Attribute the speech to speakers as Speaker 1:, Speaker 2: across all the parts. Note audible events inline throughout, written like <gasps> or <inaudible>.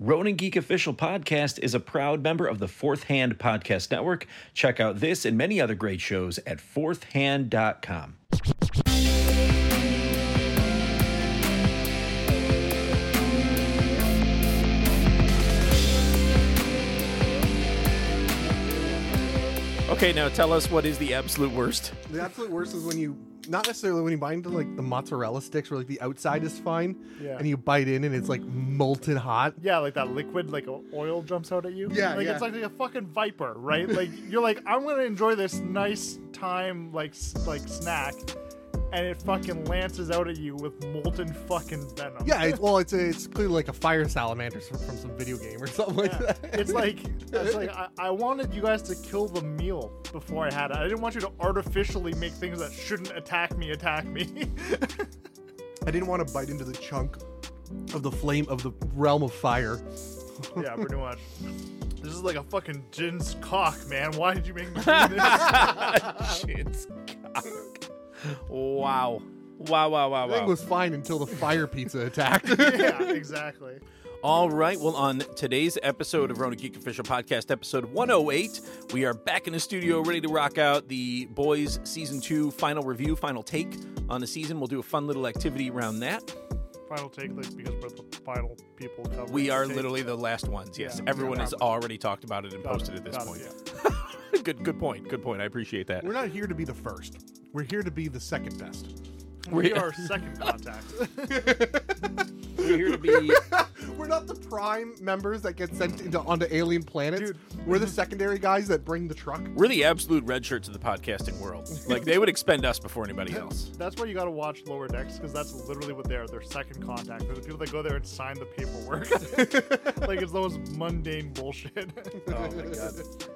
Speaker 1: Ronin Geek Official Podcast is a proud member of the Fourth Hand Podcast Network. Check out this and many other great shows at fourthhand.com.
Speaker 2: Okay, now tell us what is the absolute worst.
Speaker 3: The absolute worst is when you not necessarily when you bite into like the mozzarella sticks where like the outside is fine
Speaker 4: Yeah.
Speaker 3: and you bite in and it's like molten hot.
Speaker 4: Yeah, like that liquid, like o- oil jumps out at you.
Speaker 3: Yeah,
Speaker 4: like
Speaker 3: yeah.
Speaker 4: it's like, like a fucking viper,
Speaker 3: <laughs>
Speaker 4: right? like you're like, I'm gonna enjoy this nice time, like s- like snack, and it fucking lances out at you with molten fucking venom.
Speaker 3: Yeah, it, well, it's a, it's clearly like a fire salamander from, from some video game or something like
Speaker 4: Yeah.
Speaker 3: that.
Speaker 4: It's like it's like I, I wanted you guys to kill the meal before I had it. I didn't want you to artificially make things that shouldn't attack me attack me.
Speaker 3: <laughs>
Speaker 4: <laughs>
Speaker 3: I didn't want to bite into the chunk of the flame of the realm of fire.
Speaker 4: yeah, pretty much. This is like a fucking Jin's cock, man. Why did you make me do this? <laughs>
Speaker 2: Shit's cock. Wow. Wow, wow, wow,
Speaker 3: Everything
Speaker 2: wow.
Speaker 3: was fine until the <laughs> fire pizza attacked.
Speaker 4: yeah, exactly.
Speaker 2: All right. Well, on today's episode of Rona Geek Official Podcast, episode 108, we are back in the studio ready to rock out the boys season two final review, final take on the season. We'll do a fun little activity around that.
Speaker 4: final take like because we're the final people covering
Speaker 2: We
Speaker 4: the
Speaker 2: are
Speaker 4: take.
Speaker 2: literally the last ones. Yes.
Speaker 4: Yeah.
Speaker 2: Everyone
Speaker 4: Yeah.
Speaker 2: has already talked about it and
Speaker 4: Got
Speaker 2: posted
Speaker 4: it,
Speaker 2: at this
Speaker 4: got it,
Speaker 2: point.
Speaker 4: yeah.
Speaker 2: <laughs> Good good point. Good point. I appreciate that.
Speaker 3: We're not here to be the first. We're here to be the second best.
Speaker 4: we are second
Speaker 2: <laughs>
Speaker 4: contact
Speaker 2: We're here to be
Speaker 3: We're not the prime members that get sent into onto alien planets.
Speaker 4: Dude.
Speaker 3: We're the secondary guys that bring the truck.
Speaker 2: <laughs> We're the absolute red shirts of the podcasting world. Like they would expend us before anybody else.
Speaker 4: <laughs> that's why you got to watch lower decks because that's literally what they are they're second contact they're the people that go there and sign the
Speaker 2: <laughs>
Speaker 4: paperwork like it's the most mundane bullshit
Speaker 2: Oh my god.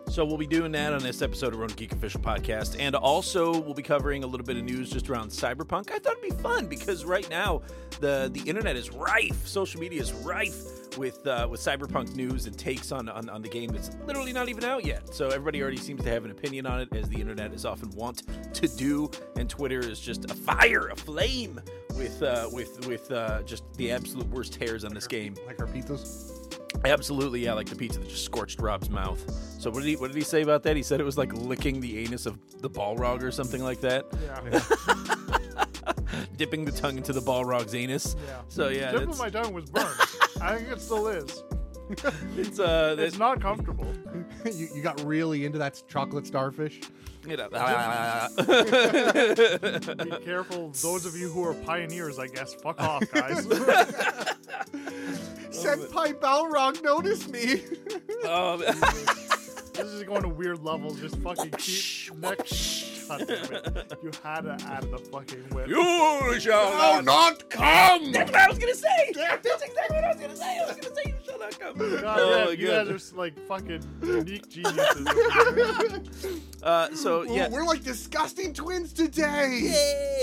Speaker 2: So we'll be doing that on this episode of Road Geek Official Podcast, and also we'll be covering a little bit of news just around cyberpunk. I thought it'd be fun because right now the the internet is rife, social media is rife with uh, with cyberpunk news and takes on, on on the game that's literally not even out yet. So everybody already seems to have an opinion on it, as the internet is often wont to do, and Twitter is just a fire, a flame with uh, with with uh, just the absolute worst hairs on this game.
Speaker 3: Like our pizzas.
Speaker 2: Absolutely, yeah, like the pizza that just scorched Rob's mouth. So what did he what did he say about that? He said it was like licking the anus of the Balrog or something like that, <laughs>
Speaker 4: yeah,
Speaker 2: dipping the tongue into the Balrog's anus.
Speaker 4: yeah.
Speaker 2: So yeah,
Speaker 4: tip
Speaker 2: that's,
Speaker 4: of my tongue was
Speaker 2: <laughs>
Speaker 4: burned i think it still is
Speaker 2: it's uh,
Speaker 4: it's
Speaker 2: that's
Speaker 4: not comfortable
Speaker 3: <laughs> you, you got really into that chocolate starfish.
Speaker 4: <laughs>
Speaker 2: you know. <laughs>
Speaker 4: be careful those of you who are pioneers i guess fuck off
Speaker 2: <laughs>
Speaker 4: guys <laughs>
Speaker 3: Senpai Balrog noticed
Speaker 2: <laughs>
Speaker 3: me.
Speaker 4: <laughs>
Speaker 2: um,
Speaker 4: this is going to weird levels just fucking keep
Speaker 2: <laughs>
Speaker 4: next God damn it. you had to add the fucking whip
Speaker 2: you shall
Speaker 4: Oh,
Speaker 3: <laughs>
Speaker 2: not, come. That's what I was gonna say. That's exactly what I was gonna say. I was gonna say you shall not come. <laughs>
Speaker 4: God,
Speaker 2: Oh,
Speaker 4: yeah, you
Speaker 2: good.
Speaker 4: guys are s- like fucking unique geniuses. over here.
Speaker 2: Uh, so yeah,
Speaker 3: We're like disgusting twins today.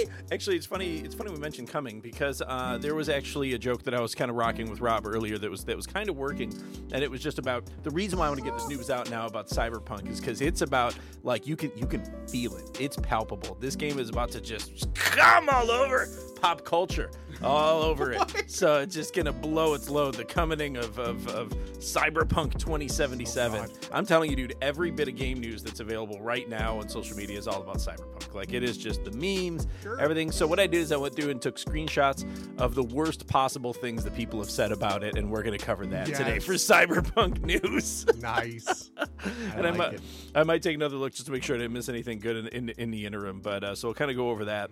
Speaker 2: Yay! Actually, it's funny. It's funny we mentioned coming because uh, there was actually a joke that I was kind of rocking with Rob earlier that was that was kind of working, and it was just about the reason why I want to get this news out now about Cyberpunk is because it's about like you can you can feel it. It's palpable. This game is about to just come all over pop culture, all over it. So it's just gonna blow its load. The coming of of, of Cyberpunk 2077. I'm telling you, dude, every bit of game news that's available right now on social media is all about Cyberpunk. Like it is just the memes, everything. So what I did is I went through and took screenshots of the worst possible things that people have said about it, and we're gonna cover that today
Speaker 3: Yes.
Speaker 2: for Cyberpunk news. <laughs>
Speaker 3: Nice.
Speaker 2: and I
Speaker 3: like
Speaker 2: might,
Speaker 3: it.
Speaker 2: I might take another look just to make sure I didn't miss anything good in in, in the interim. But uh, so we'll kind of go over that.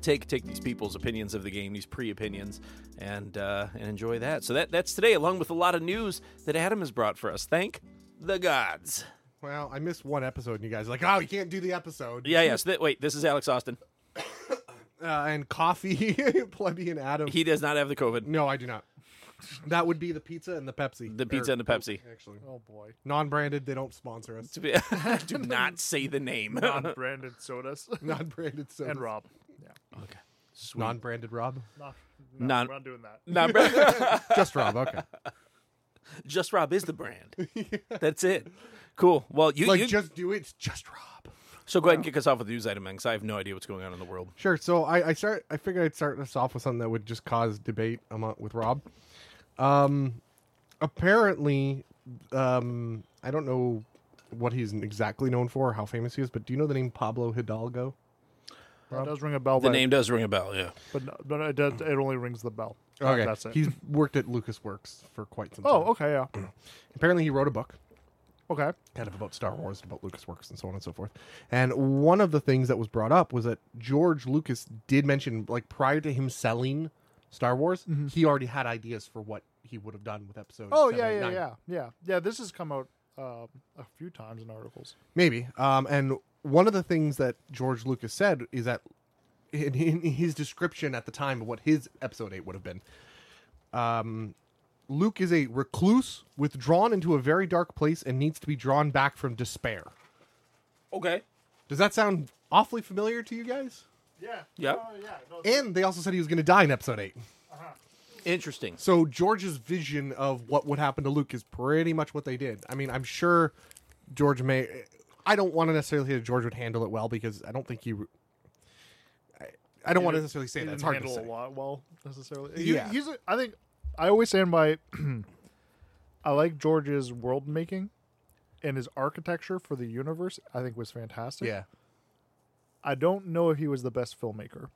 Speaker 2: Take take these people's opinions of the game, these pre opinions, and uh, and enjoy that. So that that's today, along with a lot of news that Adam has brought for us. Thank the gods.
Speaker 3: Well, I missed one episode, and you guys are like, oh, you can't do the episode.
Speaker 2: Yeah, yeah. So that, wait, this is Alex Austin.
Speaker 3: Uh, and coffee, <laughs> plebeian Adam.
Speaker 2: He does not have the COVID.
Speaker 3: no, I do not. That would be the pizza and the Pepsi. Er,
Speaker 2: The pizza and the Pepsi. <laughs>
Speaker 3: Actually,
Speaker 4: Oh boy,
Speaker 3: non-branded. They don't sponsor us. <laughs>
Speaker 2: Do not say the name. <laughs>
Speaker 4: non-branded sodas
Speaker 3: Non-branded. So
Speaker 4: and Rob. Yeah,
Speaker 2: okay. Sweet.
Speaker 3: Non-branded Rob.
Speaker 4: no, no,
Speaker 2: Non-
Speaker 4: we're not doing that.
Speaker 2: Not bra- <laughs>
Speaker 3: Just Rob. Okay.
Speaker 2: just Rob is
Speaker 3: <laughs>
Speaker 2: the brand. That's it. Cool. Well, you,
Speaker 3: like
Speaker 2: you
Speaker 3: just do it. It's just Rob.
Speaker 2: so go ahead and kick us off with the news item, because I have no idea what's going on in the world.
Speaker 3: Sure. So I, I start. I figured I'd start us off with something that would just cause debate among, with Rob. Um, apparently, um, I don't know what he's exactly known for or how famous he is, but do you know the name Pablo Hidalgo?
Speaker 4: That does ring a bell.
Speaker 2: The
Speaker 4: but,
Speaker 2: name does ring a bell, yeah.
Speaker 4: but, no- but it, does, it only rings the bell. that's it.
Speaker 3: he's worked at LucasWorks for quite some time.
Speaker 4: oh, okay, yeah, <clears throat>
Speaker 3: apparently he wrote a book.
Speaker 4: okay.
Speaker 3: kind of about Star Wars, about LucasWorks, and so on and so forth. And one of the things that was brought up was that George Lucas did mention, like, prior to him selling Star Wars, he already had ideas for what he would have done with episode.
Speaker 4: Mm-hmm. Oh
Speaker 3: seven
Speaker 4: yeah,
Speaker 3: and
Speaker 4: yeah,
Speaker 3: nine.
Speaker 4: yeah, yeah, yeah. This has come out uh, a few times in articles.
Speaker 3: maybe. Um, and one of the things that George Lucas said is that in, in his description at the time of what his episode eight would have been, um, Luke is a recluse, withdrawn into a very dark place, and needs to be drawn back from despair.
Speaker 2: Okay.
Speaker 3: Does that sound awfully familiar to you guys?
Speaker 4: Yeah, Oh,
Speaker 2: Yeah.
Speaker 4: yeah.
Speaker 3: And they also said he was going to die in episode eight.
Speaker 2: Interesting.
Speaker 3: So George's vision of what would happen to Luke is pretty much what they did. I mean, I'm sure George may. I don't want to necessarily say that George would handle it well because I don't think he. I, I don't want to necessarily say that. It's hard to
Speaker 4: handle
Speaker 3: say.
Speaker 4: a lot well necessarily.
Speaker 3: Yeah.
Speaker 4: yeah, he's. a- I think I always stand by. <clears throat> I like George's world making, and his architecture for the universe. I think was fantastic.
Speaker 3: Yeah,
Speaker 4: I don't know if he was the best filmmaker.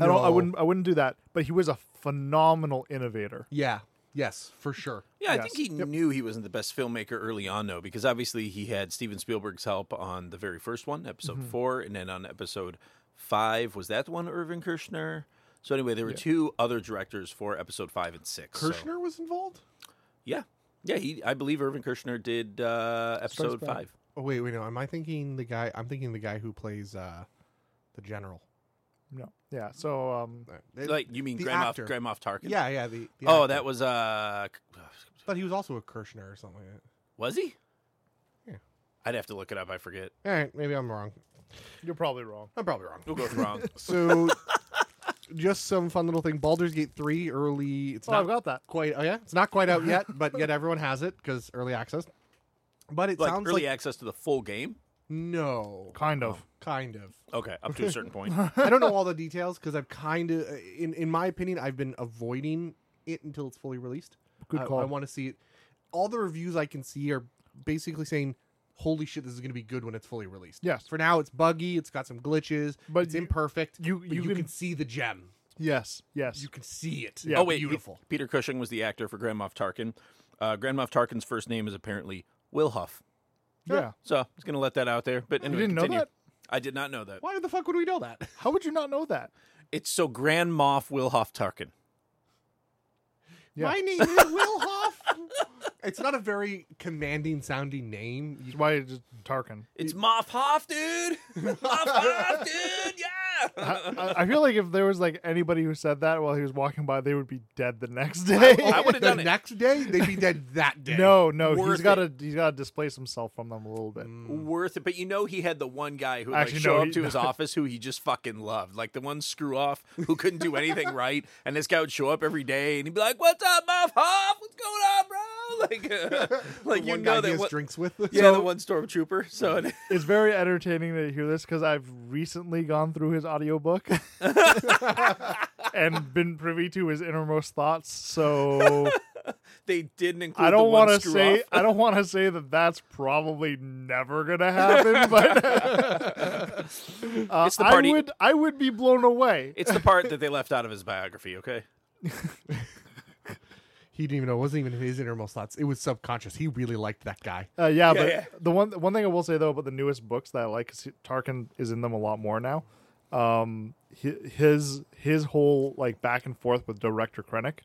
Speaker 4: I don't. I
Speaker 3: No.
Speaker 4: wouldn't. I wouldn't do that. But he was a phenomenal innovator.
Speaker 3: yeah, yes, for sure.
Speaker 2: Yeah, I
Speaker 4: Yes.
Speaker 2: think he knew he wasn't the best filmmaker early on, though, because obviously he had Steven Spielberg's help on the very first one, episode
Speaker 3: Mm-hmm.
Speaker 2: four, and then on episode five. Was that the one, Irvin Kershner? So, anyway, there were two other directors for episode five and six. so-
Speaker 3: Kirshner was involved.
Speaker 2: yeah. Yeah, he, I believe Irvin Kershner did uh, episode
Speaker 4: Back.
Speaker 2: five.
Speaker 3: Oh wait, wait, no. Am I thinking the guy? I'm thinking the guy who plays uh, the general.
Speaker 4: No. Yeah. So um,
Speaker 2: Like, you mean
Speaker 3: the
Speaker 2: Graham off,
Speaker 3: actor.
Speaker 2: Graham off Tarkin?
Speaker 3: yeah, yeah. The, the
Speaker 2: Oh,
Speaker 3: actor.
Speaker 2: that was. uh
Speaker 3: But he was also a Kirshner or something like that.
Speaker 2: Was he?
Speaker 3: Yeah.
Speaker 2: I'd have to look it up. I forget.
Speaker 3: All right, maybe I'm wrong.
Speaker 4: you're probably wrong.
Speaker 3: I'm probably wrong.
Speaker 2: We'll go with wrong.
Speaker 3: <laughs> So, just some fun little thing. Baldur's Gate three early. It's
Speaker 4: Oh,
Speaker 3: not
Speaker 4: I've got that.
Speaker 3: quite. Oh yeah, it's not quite out yet, but yet everyone has it because early access. But it
Speaker 2: like
Speaker 3: sounds
Speaker 2: early
Speaker 3: like
Speaker 2: access to the full game.
Speaker 3: no,
Speaker 4: Kind of.
Speaker 3: kind of.
Speaker 2: Okay, up to a certain point.
Speaker 3: I don't know all the details because I've kind of, in in my opinion, I've been avoiding it until it's fully released.
Speaker 4: Good
Speaker 3: I-
Speaker 4: call.
Speaker 3: I, want to see it. All the reviews I can see are basically saying. Holy shit! This is going to be good when it's fully released.
Speaker 4: Yes.
Speaker 3: For now, it's buggy. It's got some glitches. But
Speaker 4: But
Speaker 3: it's
Speaker 4: you-
Speaker 3: imperfect.
Speaker 4: you-
Speaker 3: but
Speaker 4: you
Speaker 3: you
Speaker 4: can-
Speaker 3: can see the gem.
Speaker 4: Yes. Yes.
Speaker 3: You can see it.
Speaker 4: Yeah.
Speaker 2: oh wait, Pe-
Speaker 3: beautiful.
Speaker 2: Peter Cushing was the actor for Grand Moff Tarkin. Uh, Grand Moff Tarkin's first name is apparently Will Huff.
Speaker 4: yeah.
Speaker 2: So I'm just gonna let that out there. But anyway,
Speaker 4: didn't know
Speaker 2: continue.
Speaker 4: that?
Speaker 2: I did not know that.
Speaker 3: Why the fuck would we know that?
Speaker 4: How would you not know that?
Speaker 2: It's so Grand Moff Will Huff Tarkin.
Speaker 4: <laughs> Yeah.
Speaker 3: My name is Will Hoff. <laughs> It's not a very commanding sounding name. You-
Speaker 4: That's why it's just Tarkin.
Speaker 2: It's Moff Hoff, dude. <laughs> Moff Hoff, dude. Yeah. <laughs>
Speaker 4: I, I feel like if there was like anybody who said that while he was walking by, they would be dead the next day.
Speaker 2: I
Speaker 3: <laughs>
Speaker 2: would've
Speaker 3: the
Speaker 2: done it.
Speaker 3: next day, they'd be dead that day.
Speaker 4: <laughs> no, no,
Speaker 2: Worth Mm.
Speaker 4: he's got to he's got to displace himself from them a little bit.
Speaker 2: Worth it, but you know he had the one guy who would,
Speaker 4: Mm. Actually,
Speaker 2: like show
Speaker 4: no, <laughs>
Speaker 2: up
Speaker 4: he-
Speaker 2: to his office who he just fucking loved, like the one screw off who couldn't do
Speaker 4: <laughs>
Speaker 2: anything right, and this guy would show up every day and he'd be like, "What's up, Moff Hoff? What's going on, bro?" <laughs>
Speaker 4: <laughs>
Speaker 2: Like, uh, like
Speaker 3: The
Speaker 2: you
Speaker 3: one
Speaker 2: know
Speaker 3: guy he
Speaker 2: that
Speaker 3: has
Speaker 2: what,
Speaker 3: drinks with.
Speaker 2: Yeah, the one stormtrooper. So and-
Speaker 4: It's very entertaining to hear this because I've recently gone through his
Speaker 2: <laughs>
Speaker 4: audiobook and been privy to his innermost thoughts.
Speaker 2: <laughs>
Speaker 4: So
Speaker 2: <laughs> they didn't include.
Speaker 4: I
Speaker 2: the
Speaker 4: don't
Speaker 2: one
Speaker 4: want to
Speaker 2: screw
Speaker 4: say
Speaker 2: off.
Speaker 4: I don't want to say that that's probably never gonna happen, but <laughs> uh,
Speaker 2: <laughs> It's the
Speaker 4: I
Speaker 2: party-
Speaker 4: would I would be blown away.
Speaker 2: It's the part that they left out of his
Speaker 4: <laughs>
Speaker 2: biography. Okay.
Speaker 3: He didn't even know. It wasn't even his innermost thoughts. It was subconscious. He really liked that guy.
Speaker 4: Uh, yeah, but
Speaker 2: yeah.
Speaker 4: the one one thing I will say though about the newest books that I like, cause he- Tarkin is in them a lot more now. Um, hi- his his whole like back and forth with director Krennic,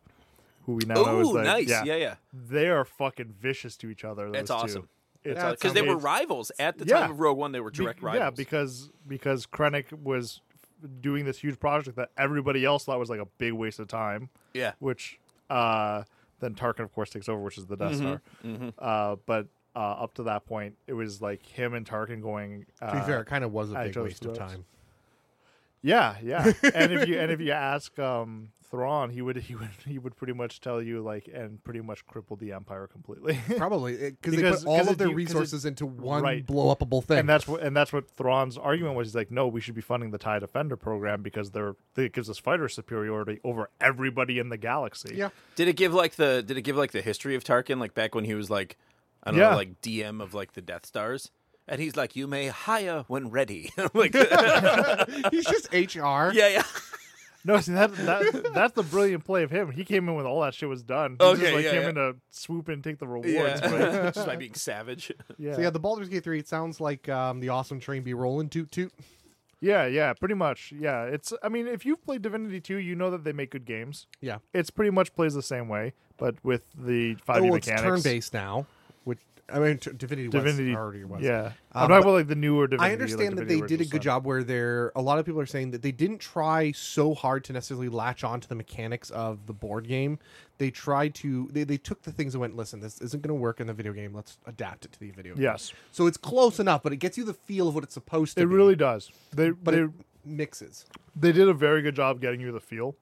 Speaker 4: who we now know is
Speaker 2: Oh,
Speaker 4: the
Speaker 2: nice. Yeah, yeah.
Speaker 4: they are fucking vicious to each other.
Speaker 2: That's
Speaker 4: those two.
Speaker 2: awesome.
Speaker 4: It's
Speaker 3: That's
Speaker 2: Because they were
Speaker 4: it's-
Speaker 2: rivals at the
Speaker 4: Yeah.
Speaker 2: time of Rogue One. They were
Speaker 4: Be-
Speaker 2: direct
Speaker 4: Yeah,
Speaker 2: rivals.
Speaker 4: because because Krennic was doing this huge project that everybody else thought was like a big waste of time,
Speaker 2: yeah.
Speaker 4: which uh, then Tarkin of course takes over, which is the
Speaker 2: Mm-hmm.
Speaker 4: Death Star. Uh, but uh, up to that point, it was like him and Tarkin going. Uh,
Speaker 3: To be fair, it kind of was a
Speaker 4: I <laughs>
Speaker 3: big
Speaker 4: chose
Speaker 3: waste of
Speaker 4: those.
Speaker 3: time.
Speaker 4: Yeah, yeah. and if you and if you ask um Thrawn, he would he would he would pretty much tell you like and pretty much cripple the empire completely. <laughs>
Speaker 3: Probably it- cause they
Speaker 4: Because-
Speaker 3: put all
Speaker 4: 'cause
Speaker 3: of
Speaker 4: it
Speaker 3: their
Speaker 4: de- 'cause it-
Speaker 3: resources into one
Speaker 4: right.
Speaker 3: blow upable thing.
Speaker 4: and that's <laughs> what and that's what Thrawn's argument was. He's like, no, we should be funding the Tie Defender program because they're it gives us fighter superiority over everybody in the galaxy. <laughs>
Speaker 3: yeah.
Speaker 2: Did it give like the did it give like the history of Tarkin like back when he was like I don't
Speaker 4: Yeah.
Speaker 2: know like DM of like the Death Stars and he's like you may hire when ready. <laughs> I'm like yeah
Speaker 3: He's just HR.
Speaker 2: yeah.
Speaker 4: No, see that, that that's the brilliant play of him. He came in when all that shit was done. He
Speaker 2: Okay,
Speaker 4: just like
Speaker 2: yeah,
Speaker 4: came
Speaker 2: yeah.
Speaker 4: in to swoop in and
Speaker 2: <laughs>
Speaker 4: take the rewards. But
Speaker 3: <laughs>
Speaker 2: <laughs> Yeah. Just by being savage.
Speaker 4: yeah.
Speaker 3: So yeah, the Baldur's Gate 3, it sounds like um, the awesome train be rolling toot toot.
Speaker 4: Yeah, yeah, pretty much. Yeah, it's. I mean, if you've played Divinity Two, you know that they make good games.
Speaker 3: Yeah.
Speaker 4: It's pretty much plays the same way, but with the five D
Speaker 3: Oh, it's
Speaker 4: mechanics.
Speaker 3: turn based now. Which I mean t- Divinity,
Speaker 4: Divinity
Speaker 3: West already was.
Speaker 4: Yeah,
Speaker 3: Um,
Speaker 4: I'm talking about like the newer Divinity.
Speaker 3: I understand
Speaker 4: like
Speaker 3: that they
Speaker 4: Divinity
Speaker 3: did a
Speaker 4: Original
Speaker 3: good
Speaker 4: Sin.
Speaker 3: job where there a lot of people are saying that they didn't try so hard to necessarily latch on to the mechanics of the board game. They tried to they, they took the things and went, listen, this isn't gonna work in the video game, let's adapt it to the video game.
Speaker 4: Yes,
Speaker 3: So it's close enough, but it gets you the feel of what it's supposed to
Speaker 4: it
Speaker 3: be.
Speaker 4: really does. They
Speaker 3: but
Speaker 4: they
Speaker 3: it mixes.
Speaker 4: they did a very good job getting you the feel.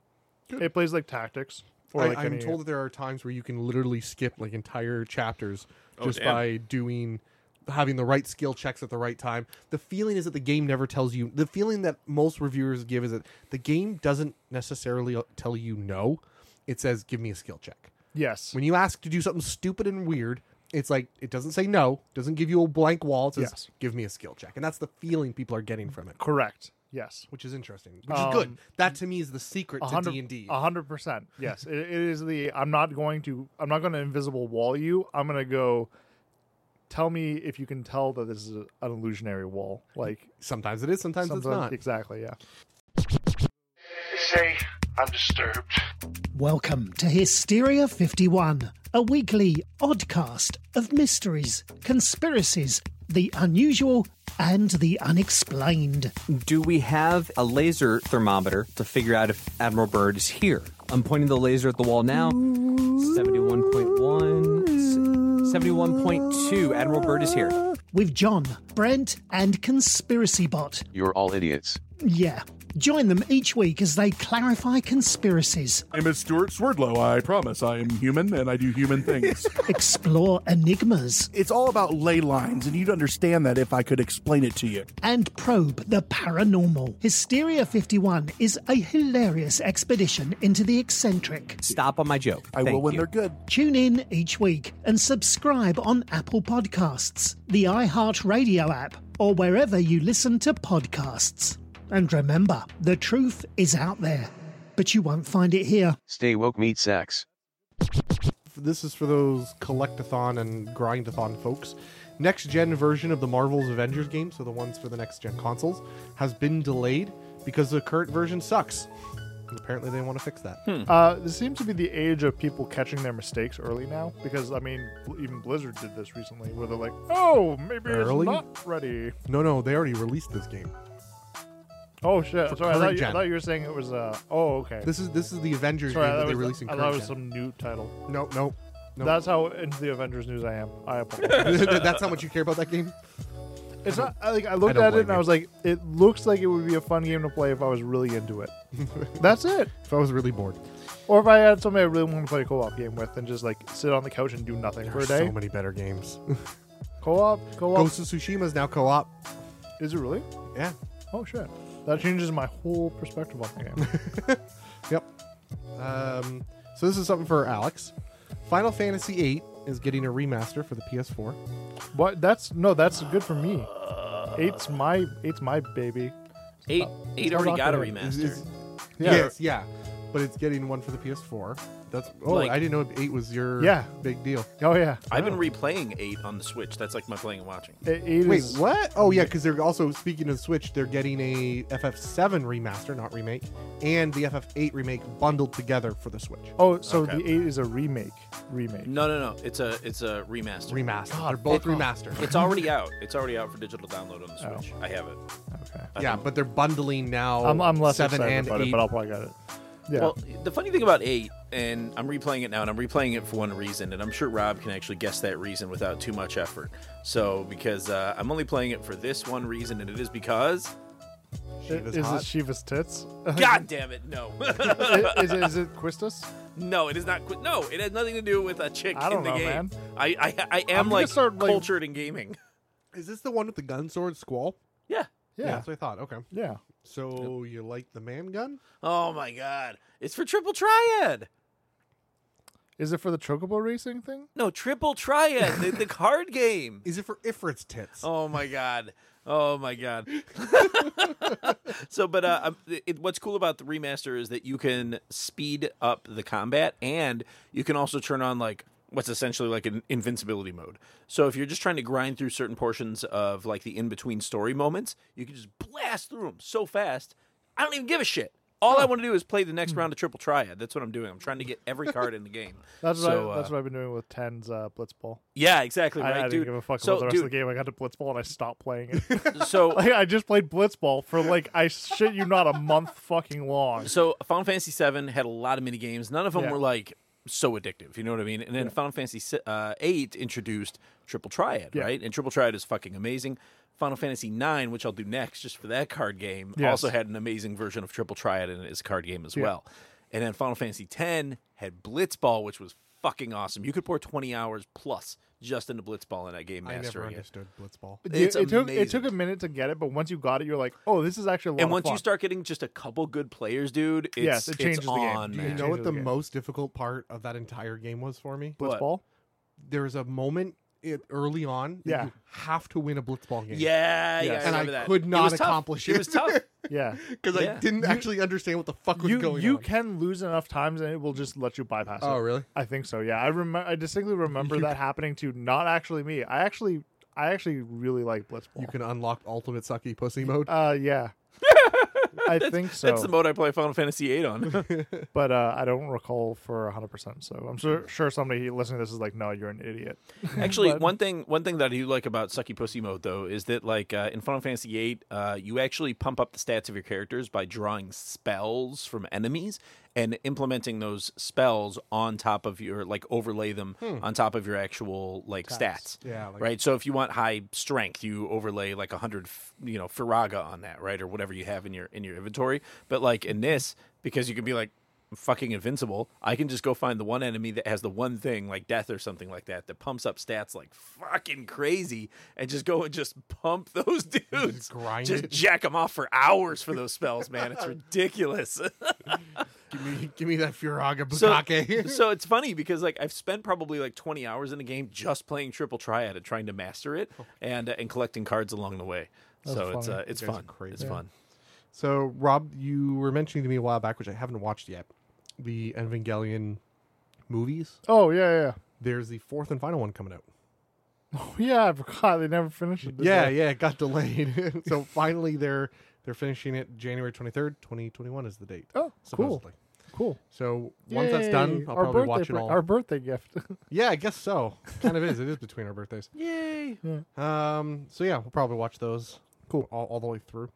Speaker 4: It plays like tactics. Or
Speaker 3: I,
Speaker 4: like
Speaker 3: I'm
Speaker 4: any-
Speaker 3: told that there are times where you can literally skip like entire chapters just
Speaker 2: damn.
Speaker 3: by doing having the right skill checks at the right time. The feeling is that the game never tells you. The feeling that most reviewers give is that the game doesn't necessarily uh, tell you no. It says give me a skill check.
Speaker 4: yes,
Speaker 3: When you ask to do something stupid and weird, it's like it doesn't say no, doesn't give you a blank wall. It says
Speaker 4: Yes.
Speaker 3: give me a skill check. And that's the feeling people are getting from it,
Speaker 4: correct. Yes,
Speaker 3: which is interesting, which is good. That to me is the secret
Speaker 4: Um, A
Speaker 3: to
Speaker 4: hundred-
Speaker 3: D&D.
Speaker 4: a hundred percent. Yes, it, it is the. I'm not going to. I'm not going to invisible wall you. I'm going to go. Tell me if you can tell that this is a, an illusionary wall. Like
Speaker 3: sometimes it is, sometimes it's
Speaker 4: sometimes-
Speaker 3: not.
Speaker 4: exactly. Yeah.
Speaker 5: Say, undisturbed.
Speaker 6: Welcome to Hysteria 51, a weekly oddcast of mysteries, conspiracies, the unusual, and the unexplained.
Speaker 7: Do we have a laser thermometer to figure out if Admiral Byrd is here? I'm pointing the laser at the wall now. 71.1, s- 71.2. Admiral Byrd is here.
Speaker 6: With John, Brent, and Conspiracy Bot.
Speaker 8: You're all idiots.
Speaker 6: Yeah. Join them each week as they clarify conspiracies,
Speaker 9: My name is Stuart Swerdlow. I promise I am human and I do human things.
Speaker 6: <laughs> explore enigmas,
Speaker 9: it's all about ley lines, and you'd understand that if I could explain it to you.
Speaker 6: and probe the paranormal. Hysteria 51 is a hilarious expedition into the eccentric.
Speaker 7: Stop on my joke.
Speaker 9: I will
Speaker 7: Thank
Speaker 9: when
Speaker 7: you.
Speaker 9: they're good.
Speaker 6: Tune in each week and subscribe on Apple Podcasts, the iHeartRadio app, or wherever you listen to podcasts. And remember, the truth is out there, but you won't find it here.
Speaker 8: Stay woke, meat sacks.
Speaker 3: this is for those collectathon and grindathon folks. Next gen version of the Marvel's Avengers game, so the ones for the next gen consoles, has been delayed because the current version sucks. And apparently, they want to fix that.
Speaker 4: Uh, this seems to be the age of people catching their mistakes early now because I mean, bl- even Blizzard did this recently where they're like, "Oh, maybe
Speaker 3: Early?
Speaker 4: it's not ready."
Speaker 3: No, no, they already released this game.
Speaker 4: Oh shit!
Speaker 3: For
Speaker 4: Sorry, I
Speaker 3: current
Speaker 4: thought, you, I
Speaker 3: gen.
Speaker 4: thought you were saying it was. Uh, oh, okay.
Speaker 3: This is this is the Avengers
Speaker 4: Sorry, I
Speaker 3: game that
Speaker 4: thought,
Speaker 3: they're
Speaker 4: it was,
Speaker 3: releasing.
Speaker 4: I thought it
Speaker 3: Current
Speaker 4: was
Speaker 3: gen.
Speaker 4: some new title.
Speaker 3: No, no,
Speaker 4: <laughs>
Speaker 3: no.
Speaker 4: That's how into the Avengers news I am. I apologize.
Speaker 3: <laughs> That's how much you care about that game.
Speaker 4: it's not I, like I looked
Speaker 3: don't
Speaker 4: at it
Speaker 3: blame
Speaker 4: and I
Speaker 3: you.
Speaker 4: was like, it looks like it would be a fun game to play if I was really into
Speaker 3: <laughs>
Speaker 4: it. That's it.
Speaker 3: If I was really bored,
Speaker 4: Or if I had somebody I really want to play a co-op game with and just like sit on the couch and do nothing
Speaker 3: there
Speaker 4: for
Speaker 3: are
Speaker 4: a day.
Speaker 3: so many better games.
Speaker 4: co-op, co-op.
Speaker 3: Ghost of Tsushima is now co-op.
Speaker 4: Is it really?
Speaker 3: Yeah.
Speaker 4: Oh shit. That changes my whole perspective on the game.
Speaker 3: <laughs> Yep. Um, so this is something for Alex. Final Fantasy VIII is getting a remaster for the PS4.
Speaker 4: what? That's no. That's good for me. Eight's my eight's my baby.
Speaker 2: Eight eight
Speaker 4: Sounds
Speaker 2: already got a
Speaker 4: awkward.
Speaker 3: Is-
Speaker 2: remaster.
Speaker 3: is- Yes, yeah. But it's getting one for the PS4. That's oh,
Speaker 2: Like-
Speaker 3: I didn't know eight was your
Speaker 4: Yeah.
Speaker 3: big deal.
Speaker 4: Oh yeah.
Speaker 2: I've been replaying eight on the Switch. That's like my playing and watching.
Speaker 4: Eight, eight
Speaker 3: Wait,
Speaker 4: is-
Speaker 3: what? Oh yeah, because they're also speaking of Switch, they're getting a FF7 remaster, not remake, and the FF8 remake bundled together for the Switch
Speaker 4: Oh, so
Speaker 2: Okay.
Speaker 4: the eight is a remake. Remake.
Speaker 2: No no no. It's a it's a remaster.
Speaker 3: remaster. they're both remastered.
Speaker 2: <laughs> It's already out. It's already out for digital download on the
Speaker 4: Oh.
Speaker 2: Switch. I have it.
Speaker 4: Okay.
Speaker 3: yeah, but they're bundling now.
Speaker 2: Oh,
Speaker 4: I'm, I'm less
Speaker 3: seven
Speaker 4: excited
Speaker 3: and
Speaker 4: about
Speaker 3: eight.
Speaker 4: it, but I'll probably get it. Yeah.
Speaker 2: Well, the funny thing about eight, and I'm replaying it now, and I'm replaying it for one reason, and I'm sure Rob can actually guess that reason without too
Speaker 4: <laughs>
Speaker 2: much effort. So, because uh, I'm only playing it for this one reason, and it is because
Speaker 3: Shiva's
Speaker 4: is
Speaker 3: hot.
Speaker 4: it Shiva's tits?
Speaker 2: God damn it, no. <laughs>
Speaker 4: is, it- is it Quistis?
Speaker 2: no, it is not. Qui- no, it has nothing to do with a chick
Speaker 4: I
Speaker 2: in
Speaker 4: don't
Speaker 2: the
Speaker 4: know,
Speaker 2: game.
Speaker 4: man.
Speaker 2: I, I, I
Speaker 4: I'm
Speaker 2: am
Speaker 4: gonna
Speaker 2: like
Speaker 4: start, like-
Speaker 2: cultured in gaming.
Speaker 3: Is this the one with the gun sword squall?
Speaker 2: Yeah.
Speaker 4: Yeah.
Speaker 3: that's what I thought. Okay,
Speaker 4: Yeah.
Speaker 3: so you like the man gun?
Speaker 2: Oh my god. It's for triple triad.
Speaker 4: Is it for the chocobo racing thing?
Speaker 2: No, triple triad, the, the card game.
Speaker 3: Is it for Ifrit's tits?
Speaker 2: <laughs> Oh my god. Oh my god. <laughs> so, but uh, um, it, what's cool about the remaster is that you can speed up the combat, and you can also turn on like what's essentially like an invincibility mode. So, if you're just trying to grind through certain portions of like the in between story moments, you can just blast through them so fast. I don't even give a shit. All I want to do is play the
Speaker 4: Hmm.
Speaker 2: next round of Triple Triad. That's what I'm doing. I'm trying to get every card in the game.
Speaker 4: <laughs> That's what,
Speaker 2: So,
Speaker 4: I,
Speaker 2: uh,
Speaker 4: that's what I've been doing with Ten's uh, Blitzball.
Speaker 2: Yeah, exactly.
Speaker 4: I, I
Speaker 2: Right,
Speaker 4: didn't
Speaker 2: dude.
Speaker 4: give a fuck
Speaker 2: so,
Speaker 4: about the rest
Speaker 2: dude,
Speaker 4: of the game. I got to Blitzball and I stopped playing
Speaker 2: <laughs>
Speaker 4: it. <laughs>
Speaker 2: So,
Speaker 4: like, I just played Blitzball for like I shit you not a month fucking long.
Speaker 2: So Final Fantasy VII had a lot of mini games. None of them
Speaker 4: Yeah.
Speaker 2: were like so addictive. You know what I mean? And then Final Fantasy si- uh, VIII introduced Triple Triad,
Speaker 4: Yeah.
Speaker 2: right? And Triple Triad is fucking amazing. Final Fantasy IX, which I'll do next, just for that card game,
Speaker 4: Yes.
Speaker 2: also had an amazing version of Triple Triad in it as a card game as well. And then Final Fantasy X had Blitzball, which was fucking awesome. You could pour twenty hours plus just into Blitzball in that game,
Speaker 3: I never
Speaker 2: mastering it.
Speaker 3: understood Blitzball.
Speaker 2: It's
Speaker 4: it, it took it
Speaker 2: amazing.
Speaker 4: took a minute to get it, but once you got it, you're like, oh, this is actually a lot
Speaker 2: And
Speaker 4: of
Speaker 2: once you
Speaker 4: fun.
Speaker 2: start getting just a couple good players, dude, it's,
Speaker 4: Yes, it
Speaker 2: it's
Speaker 4: changes the game.
Speaker 2: on,
Speaker 4: Do
Speaker 3: Do you
Speaker 2: man.
Speaker 3: know what the
Speaker 4: Yeah.
Speaker 3: most difficult part of that entire game was for me?
Speaker 2: What?
Speaker 4: Blitzball,
Speaker 3: There was a moment it, early on that
Speaker 4: Yeah.
Speaker 3: you have to win a Blitzball game.
Speaker 2: Yeah, yeah.
Speaker 4: Yes.
Speaker 2: I
Speaker 3: And I
Speaker 2: remember that.
Speaker 3: could
Speaker 2: It
Speaker 3: not
Speaker 2: was tough.
Speaker 3: accomplish
Speaker 2: It
Speaker 3: it. <laughs>
Speaker 2: was tough. <laughs>
Speaker 4: yeah.
Speaker 3: Because
Speaker 2: Yeah.
Speaker 3: I didn't actually understand what the fuck was
Speaker 4: you
Speaker 3: going
Speaker 4: you
Speaker 3: on.
Speaker 4: can lose enough times and it will just let you bypass it.
Speaker 3: oh, really?
Speaker 4: I think so. Yeah, I remember. I distinctly remember that happening to not actually me. I actually, I actually really like Blitzball.
Speaker 3: You can unlock ultimate sucky pussy mode.
Speaker 4: Uh,
Speaker 2: <laughs>
Speaker 4: yeah. I think so,
Speaker 2: That's the mode I play Final Fantasy
Speaker 3: <laughs>
Speaker 2: VIII on. <laughs>
Speaker 4: but uh, I don't recall for hundred percent. So I'm
Speaker 2: Hmm.
Speaker 4: sure, sure somebody listening to this is like, "No, you're an idiot."
Speaker 2: Actually,
Speaker 4: But-
Speaker 2: one thing one thing that I do like about Sucky Pussy mode though is that like uh, in Final Fantasy VIII, uh, you actually pump up the stats of your characters by drawing spells from enemies and implementing those spells on top of your like overlay them on top of your actual like stats.
Speaker 3: Hmm. Yeah, like-
Speaker 2: right. So if you want high strength, you overlay like a hundred you know Firaga on that right or whatever you have in your in your inventory. But like in this, because you can be like I'm fucking invincible. I can just go find the one enemy that has the one thing, like death or something like that, that pumps up stats like fucking crazy, and just go and just pump <laughs> those dudes, just,
Speaker 3: grind it.
Speaker 2: jack them off for hours for those spells,
Speaker 3: <laughs>
Speaker 2: man. It's ridiculous. <laughs>
Speaker 3: give me, give me that Furaga <laughs>
Speaker 2: so,
Speaker 3: Bukake.
Speaker 2: so it's funny because like I've spent probably like 20 hours in a game just playing triple triad and trying to master it and uh, and collecting cards along the way. so it's
Speaker 4: funny.
Speaker 2: uh, it's
Speaker 3: You guys are
Speaker 2: fun.
Speaker 3: crazy.
Speaker 2: It's
Speaker 3: Yeah.
Speaker 2: fun.
Speaker 3: So, Rob, you were mentioning to me a while back, which I haven't watched yet, the Evangelion movies.
Speaker 4: Oh yeah, yeah,
Speaker 3: There's the fourth and final one coming out.
Speaker 4: yeah. yeah. I forgot they never finished it. did
Speaker 3: Yeah,
Speaker 4: they?
Speaker 3: yeah, it got delayed. <laughs> so finally, they're they're finishing it. January twenty third, twenty twenty one is the date.
Speaker 4: Oh, cool,
Speaker 3: supposedly.
Speaker 4: cool.
Speaker 3: So once that's done,
Speaker 4: Yay.
Speaker 3: I'll
Speaker 4: our
Speaker 3: probably
Speaker 4: birthday
Speaker 3: watch it
Speaker 4: pre-
Speaker 3: all.
Speaker 4: Our birthday gift. <laughs>
Speaker 3: Yeah, I guess so. kind of is. It is between our birthdays.
Speaker 2: Yay!
Speaker 3: Um. So yeah, we'll probably watch those. Cool. All, all the way through.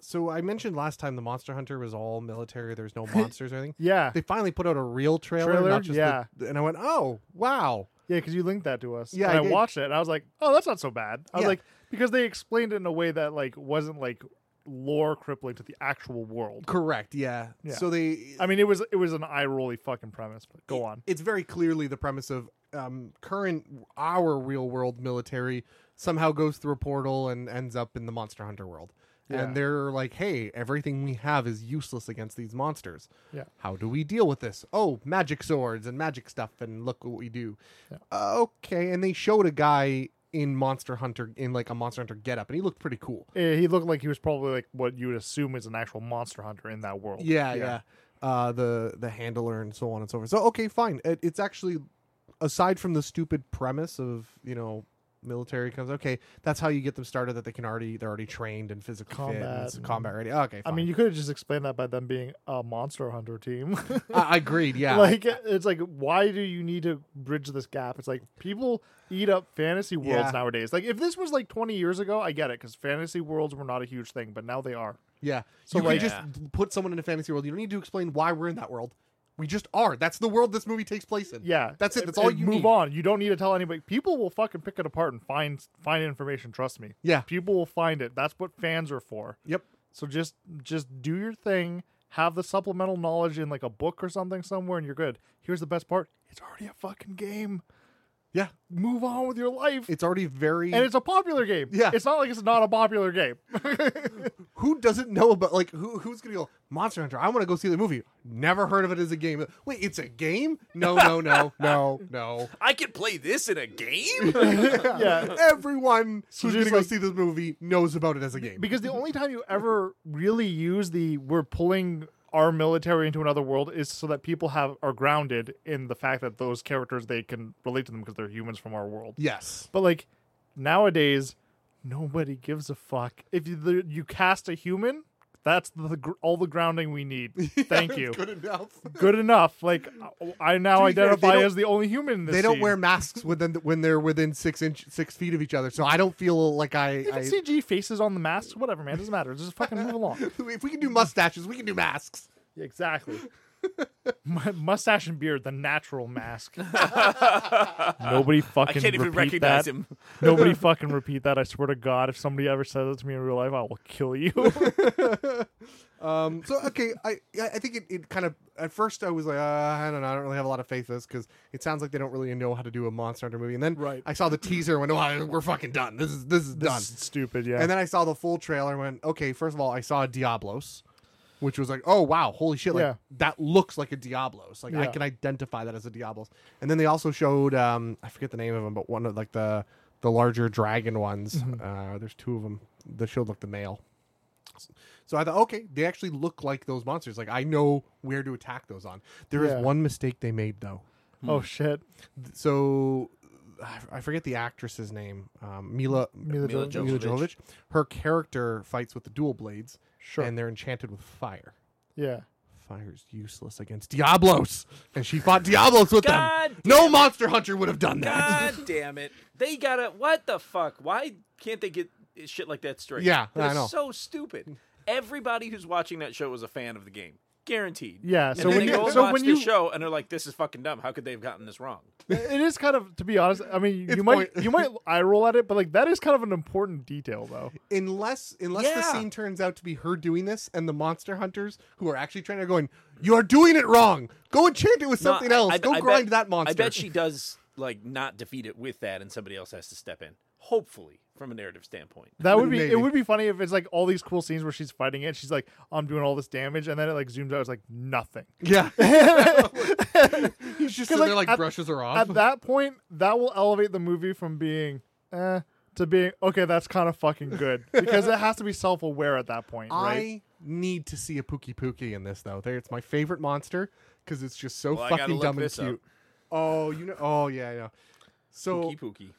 Speaker 3: So I mentioned last time the Monster Hunter was all military. There's no monsters or anything.
Speaker 4: yeah,
Speaker 3: They finally put out a real trailer,
Speaker 4: Trailer?
Speaker 3: not just the-
Speaker 4: Yeah.
Speaker 3: and I went, oh wow.
Speaker 4: Yeah, because you linked that to us.
Speaker 3: Yeah,
Speaker 4: and
Speaker 3: I
Speaker 4: I,
Speaker 3: did.
Speaker 4: watched it, and I was like, "Oh, that's not so bad." I was
Speaker 3: Yeah.
Speaker 4: like, because they explained it in a way that like wasn't like lore crippling to the actual world.
Speaker 3: Correct. Yeah.
Speaker 4: Yeah.
Speaker 3: So they.
Speaker 4: I mean, it was it was an eye rolly fucking premise. But go on.
Speaker 3: It's very clearly the premise of um, current our real world military somehow goes through a portal and ends up in the Monster Hunter world.
Speaker 4: Yeah.
Speaker 3: And they're like, hey, everything we have is useless against these monsters.
Speaker 4: Yeah.
Speaker 3: How do we deal with this? Oh, magic swords and magic stuff, and look what we do. Okay. And they showed a guy in Monster Hunter, in like a Monster Hunter getup, and he looked pretty cool.
Speaker 4: Eh, he looked like he was probably like what you would assume is an actual monster hunter in that world.
Speaker 3: yeah, yeah. Uh, the the handler and so on and so forth. So okay, fine. It, it's actually aside from the stupid premise of you know military comes okay. That's how you get them started. That they can already they're already trained and physically fit
Speaker 4: Combat
Speaker 3: and it's
Speaker 4: and-
Speaker 3: combat ready. Okay,
Speaker 4: I
Speaker 3: fine.
Speaker 4: mean, you could have just explained that by them being a monster hunter team. <laughs>
Speaker 3: I, I agreed. <laughs> Yeah,
Speaker 4: like it's like why do you need to bridge this gap it's like people eat up fantasy worlds
Speaker 3: Yeah.
Speaker 4: nowadays like if this was like 20 years ago i get it because fantasy worlds were not a huge thing but now they are
Speaker 3: yeah.
Speaker 4: So,
Speaker 3: So you
Speaker 4: like-
Speaker 3: can just put someone in a fantasy world. You don't need to explain why we're in that world. We just are. That's the world this movie takes place in.
Speaker 4: yeah
Speaker 3: that's it.
Speaker 4: and-
Speaker 3: That's all
Speaker 4: and
Speaker 3: you
Speaker 4: move
Speaker 3: need.
Speaker 4: on you don't need to tell anybody people will fucking pick it apart and find find information trust me
Speaker 3: Yeah.
Speaker 4: people will find it that's what fans are for
Speaker 3: Yep.
Speaker 4: So just just do your thing. Have the supplemental knowledge in like a book or something somewhere, and you're good. Here's the best part: it's already a fucking game.
Speaker 3: Yeah,
Speaker 4: Move on with your life.
Speaker 3: it's already very.
Speaker 4: and it's a popular game.
Speaker 3: Yeah.
Speaker 4: it's not like it's not a popular
Speaker 3: <laughs>
Speaker 4: game.
Speaker 3: who doesn't know about like who who's gonna go Monster Hunter? I want to go see the movie. Never heard of it as a game. Wait, it's a game? No, no, no,
Speaker 4: <laughs>
Speaker 3: no, no.
Speaker 2: I could play this in
Speaker 3: <laughs>
Speaker 2: a game.
Speaker 4: yeah,
Speaker 3: Everyone who's
Speaker 4: just
Speaker 3: gonna go
Speaker 4: like-
Speaker 3: see this movie knows about it as a game.
Speaker 4: because the only time you ever really use the "we're pulling our military into another world" is so that people have are grounded in the fact that those characters they can relate to them because they're humans from our world.
Speaker 3: yes,
Speaker 4: But like nowadays, nobody gives a fuck if you, the, you cast a human. That's the gr- all the grounding we
Speaker 3: <laughs>
Speaker 4: need. Thank you.
Speaker 3: good
Speaker 4: <laughs>
Speaker 3: enough.
Speaker 4: Good enough. Like I I now
Speaker 3: To be fair, they
Speaker 4: identify
Speaker 3: don't-
Speaker 4: as the only human. In this
Speaker 3: They don't
Speaker 4: scene.
Speaker 3: wear masks within when they're within six inch six feet of each other, so I don't feel like I.
Speaker 4: <laughs> Even
Speaker 3: I
Speaker 4: CG faces on the masks, whatever, man, doesn't matter. Just fucking move
Speaker 3: <laughs>
Speaker 4: along.
Speaker 3: if we can do mustaches, we can do masks.
Speaker 4: <laughs> exactly. mustache and beard, the natural
Speaker 2: <laughs>
Speaker 4: mask. Nobody
Speaker 2: I
Speaker 4: fucking.
Speaker 2: can't even
Speaker 4: repeat
Speaker 2: recognize
Speaker 4: that.
Speaker 2: him.
Speaker 4: <laughs>
Speaker 2: <laughs>
Speaker 4: Nobody fucking repeat that. I swear to God, if somebody ever says it to me in real life, I will kill you.
Speaker 2: <laughs>
Speaker 4: <laughs>
Speaker 3: Um, <laughs> so okay, I I I think it, it kind of at first I was like uh, I don't know I don't really have a lot of faith in this because it sounds like they don't really know how to do a Monster Hunter movie and then
Speaker 4: Right.
Speaker 3: I saw the teaser and went oh we're fucking done this is this is done
Speaker 4: It's Stupid. Yeah.
Speaker 3: and then I saw the full trailer and went okay first of all I saw Diablos which was like oh wow holy shit like
Speaker 4: Yeah.
Speaker 3: that looks like a Diablos like I
Speaker 4: Yeah.
Speaker 3: can identify that as a Diablos and then they also showed um I forget the name of them but one of like the the larger dragon ones
Speaker 4: Mm-hmm.
Speaker 3: uh, there's two of them that showed like the male so I thought, okay, they actually look like those monsters. Like I know where to attack those on. There is
Speaker 4: Yeah.
Speaker 3: one mistake they made though.
Speaker 4: oh shit.
Speaker 3: Th- So I I forget the actress's name, um, Mila Mila,
Speaker 2: Mila Jovovich.
Speaker 3: Jovovich. Her character fights with the dual blades,
Speaker 4: Sure.
Speaker 3: and they're enchanted with fire.
Speaker 4: yeah.
Speaker 3: Fire's useless against Diablos, and she fought Diablos with
Speaker 2: God
Speaker 3: them. No monster hunter would have done that. <laughs>
Speaker 2: God damn it! They gotta. What the fuck? Why can't they get shit like that straight?
Speaker 3: Yeah,
Speaker 2: That
Speaker 3: I
Speaker 2: is
Speaker 3: know.
Speaker 2: So stupid. Everybody who's watching that show was a fan of the game, guaranteed.
Speaker 4: Yeah,
Speaker 2: And
Speaker 4: so
Speaker 2: then
Speaker 4: when
Speaker 2: they
Speaker 4: you-
Speaker 2: go and
Speaker 4: so
Speaker 2: watch
Speaker 4: when
Speaker 2: the
Speaker 4: you-
Speaker 2: show and they're like, "This is fucking dumb. How could they have gotten this wrong?"
Speaker 4: It is kind of, to be honest. I mean, you might
Speaker 3: point-
Speaker 4: you might eye roll at it, but like that is kind of an important detail, though.
Speaker 3: Unless unless the
Speaker 2: Yeah.
Speaker 3: scene turns out to be her doing this and the monster hunters who are actually trying to going, You're doing it wrong. Go enchant it with
Speaker 2: No,
Speaker 3: something
Speaker 2: I-
Speaker 3: else.
Speaker 2: I-
Speaker 3: Go
Speaker 2: I
Speaker 3: grind
Speaker 2: bet-
Speaker 3: that monster.
Speaker 2: I bet she does like not defeat it with that, and somebody else has to step in. Hopefully, from a narrative standpoint.
Speaker 4: That would be
Speaker 3: Maybe.
Speaker 4: it. Would be funny if it's like all these cool scenes where she's fighting it. She's like, "I'm doing all this damage," and then it like zooms out. It's like nothing.
Speaker 3: Yeah.
Speaker 2: <laughs>
Speaker 3: <laughs> He's just
Speaker 4: 'Cause,
Speaker 3: sitting there
Speaker 4: like,
Speaker 3: like
Speaker 4: at-
Speaker 3: brushes her off.
Speaker 4: At that point, that will elevate the movie from being eh to being okay. That's kind of fucking
Speaker 3: <laughs>
Speaker 4: good because it has to be self aware at that point, right?
Speaker 3: I need to see a Pookie Pookie in this though. There it's my favorite monster because it's just so
Speaker 2: Well, I gotta
Speaker 3: fucking
Speaker 2: look
Speaker 3: dumb and
Speaker 2: this up.
Speaker 3: cute. Oh, you know oh yeah, I know. So
Speaker 2: Pookie pookie.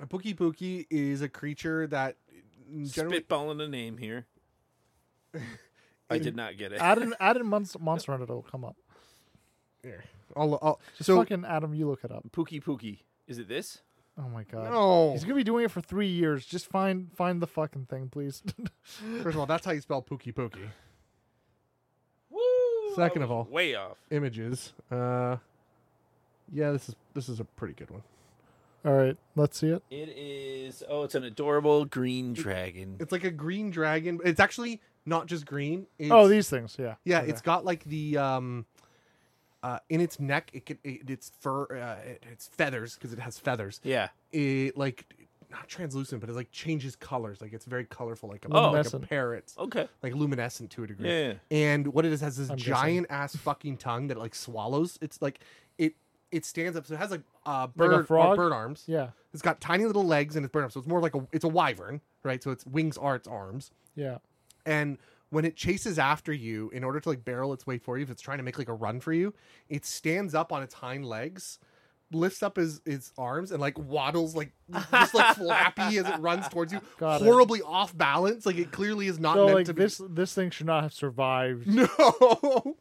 Speaker 3: a Pookie Pookie is a creature that generally
Speaker 2: Spitballing a
Speaker 3: <laughs>
Speaker 2: name here. I did not get it.
Speaker 4: Add in add in Monster, Monster Hunter, it'll come up.
Speaker 3: Here, I'll- I'll-
Speaker 4: Just
Speaker 3: so
Speaker 4: fucking Adam, you look it up.
Speaker 2: Pookie pookie. Is it this?
Speaker 4: Oh my god. <laughs>
Speaker 3: no.
Speaker 4: He's gonna be doing it for three years. Just find find the fucking thing, please. <laughs>
Speaker 3: First of all, that's how you spell Pookie Pookie.
Speaker 2: Woo!
Speaker 3: Second
Speaker 2: I
Speaker 3: of
Speaker 2: was
Speaker 3: all.
Speaker 2: way off.
Speaker 3: images. Uh, yeah, this is this is a pretty good one.
Speaker 4: all right, let's see it.
Speaker 2: It is. Oh, it's an adorable green dragon.
Speaker 3: It's like a green dragon. It's actually not just green. It's,
Speaker 4: oh, these things, yeah.
Speaker 3: yeah,
Speaker 4: Okay.
Speaker 3: it's got like the um, uh, in its neck, it, can, it its fur, uh, it, its feathers because it has feathers.
Speaker 2: Yeah.
Speaker 3: It like not translucent, but it like changes colors. Like it's very colorful, like a,
Speaker 2: Oh.
Speaker 3: like a
Speaker 4: Luminescent.
Speaker 3: parrot.
Speaker 2: Okay.
Speaker 3: Like luminescent to a degree,
Speaker 2: Yeah, yeah.
Speaker 3: and what it is has this
Speaker 4: I'm guessing.
Speaker 3: giant ass fucking tongue that like swallows. It's like it it stands up, so it has like uh,
Speaker 4: Like a
Speaker 3: bird or
Speaker 4: frog?
Speaker 3: bird arms.
Speaker 4: Yeah,
Speaker 3: It's got tiny little legs and it's burned up, so it's more like a it's a wyvern, right? So its wings are its arms,
Speaker 4: yeah.
Speaker 3: and when it chases after you, in order to like barrel its way for you, if it's trying to make like a run for you, it stands up on its hind legs, lifts up his his arms, and like waddles like just like flappy as it runs towards you,
Speaker 4: <laughs> Got it.
Speaker 3: horribly off balance. Like it clearly is not
Speaker 4: So
Speaker 3: meant
Speaker 4: like
Speaker 3: to
Speaker 4: this this thing should not have survived.
Speaker 3: be. <laughs> No,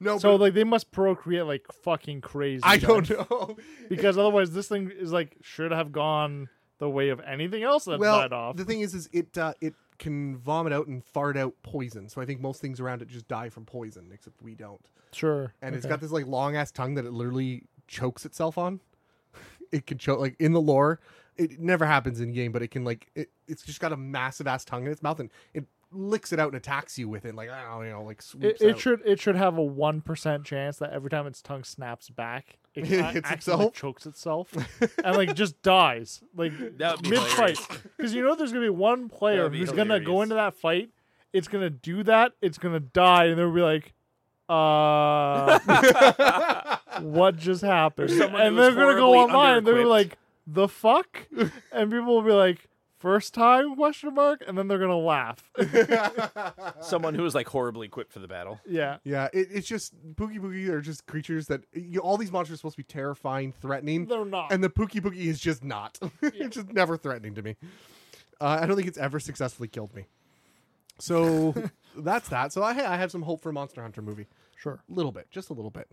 Speaker 3: no.
Speaker 4: So
Speaker 3: but
Speaker 4: like they must procreate like fucking crazy.
Speaker 3: I
Speaker 4: then.
Speaker 3: don't know.
Speaker 4: because otherwise this thing is like should have gone the way of anything else that died off.
Speaker 3: The thing is, is it uh, it can vomit out and fart out poison. So I think most things around it just die from poison, except we don't.
Speaker 4: sure,
Speaker 3: And it's
Speaker 4: okay.
Speaker 3: got this like long ass tongue that it literally chokes itself on. <laughs> it can choke like in the lore. It never happens in game, but it can like it, it's just got a massive ass tongue in its mouth and it licks it out and attacks you with it, like oh, you know, like
Speaker 4: It,
Speaker 3: sweeps
Speaker 4: it
Speaker 3: out.
Speaker 4: should it should have a one percent chance that every time its tongue snaps back, it
Speaker 3: <laughs> It
Speaker 4: ki-
Speaker 3: hits
Speaker 4: accidentally
Speaker 3: itself?
Speaker 4: chokes
Speaker 3: <laughs>
Speaker 4: itself, and like just dies like
Speaker 2: <laughs> That would be
Speaker 4: mid fight. Because you know there's gonna be one player
Speaker 2: would be
Speaker 4: who's gonna go
Speaker 2: hilarious.
Speaker 4: into that fight. It's gonna do that. It's gonna die, and they'll be like,
Speaker 3: <laughs>
Speaker 4: "Uh, what just happened?"
Speaker 2: someone
Speaker 4: And
Speaker 2: who was
Speaker 4: they're gonna go
Speaker 2: horribly
Speaker 4: online. They're gonna be
Speaker 2: underequipped.
Speaker 4: like, "The
Speaker 3: <laughs>
Speaker 4: fuck," and people will be like. First time question mark, and then they're gonna laugh.
Speaker 2: Someone who is like horribly equipped for the battle.
Speaker 4: yeah,
Speaker 3: Yeah, it, it's just Pookie Boogie are just creatures that you, all these monsters are supposed to be terrifying, threatening.
Speaker 4: They're not.
Speaker 3: and the Pookie Boogie is just not. <laughs> it's just never threatening to me. Uh, I don't think it's ever successfully killed me. So
Speaker 4: <laughs>
Speaker 3: that's that. So I, hey, I have some hope for a Monster Hunter movie.
Speaker 4: Sure.
Speaker 3: a little bit, just a little bit.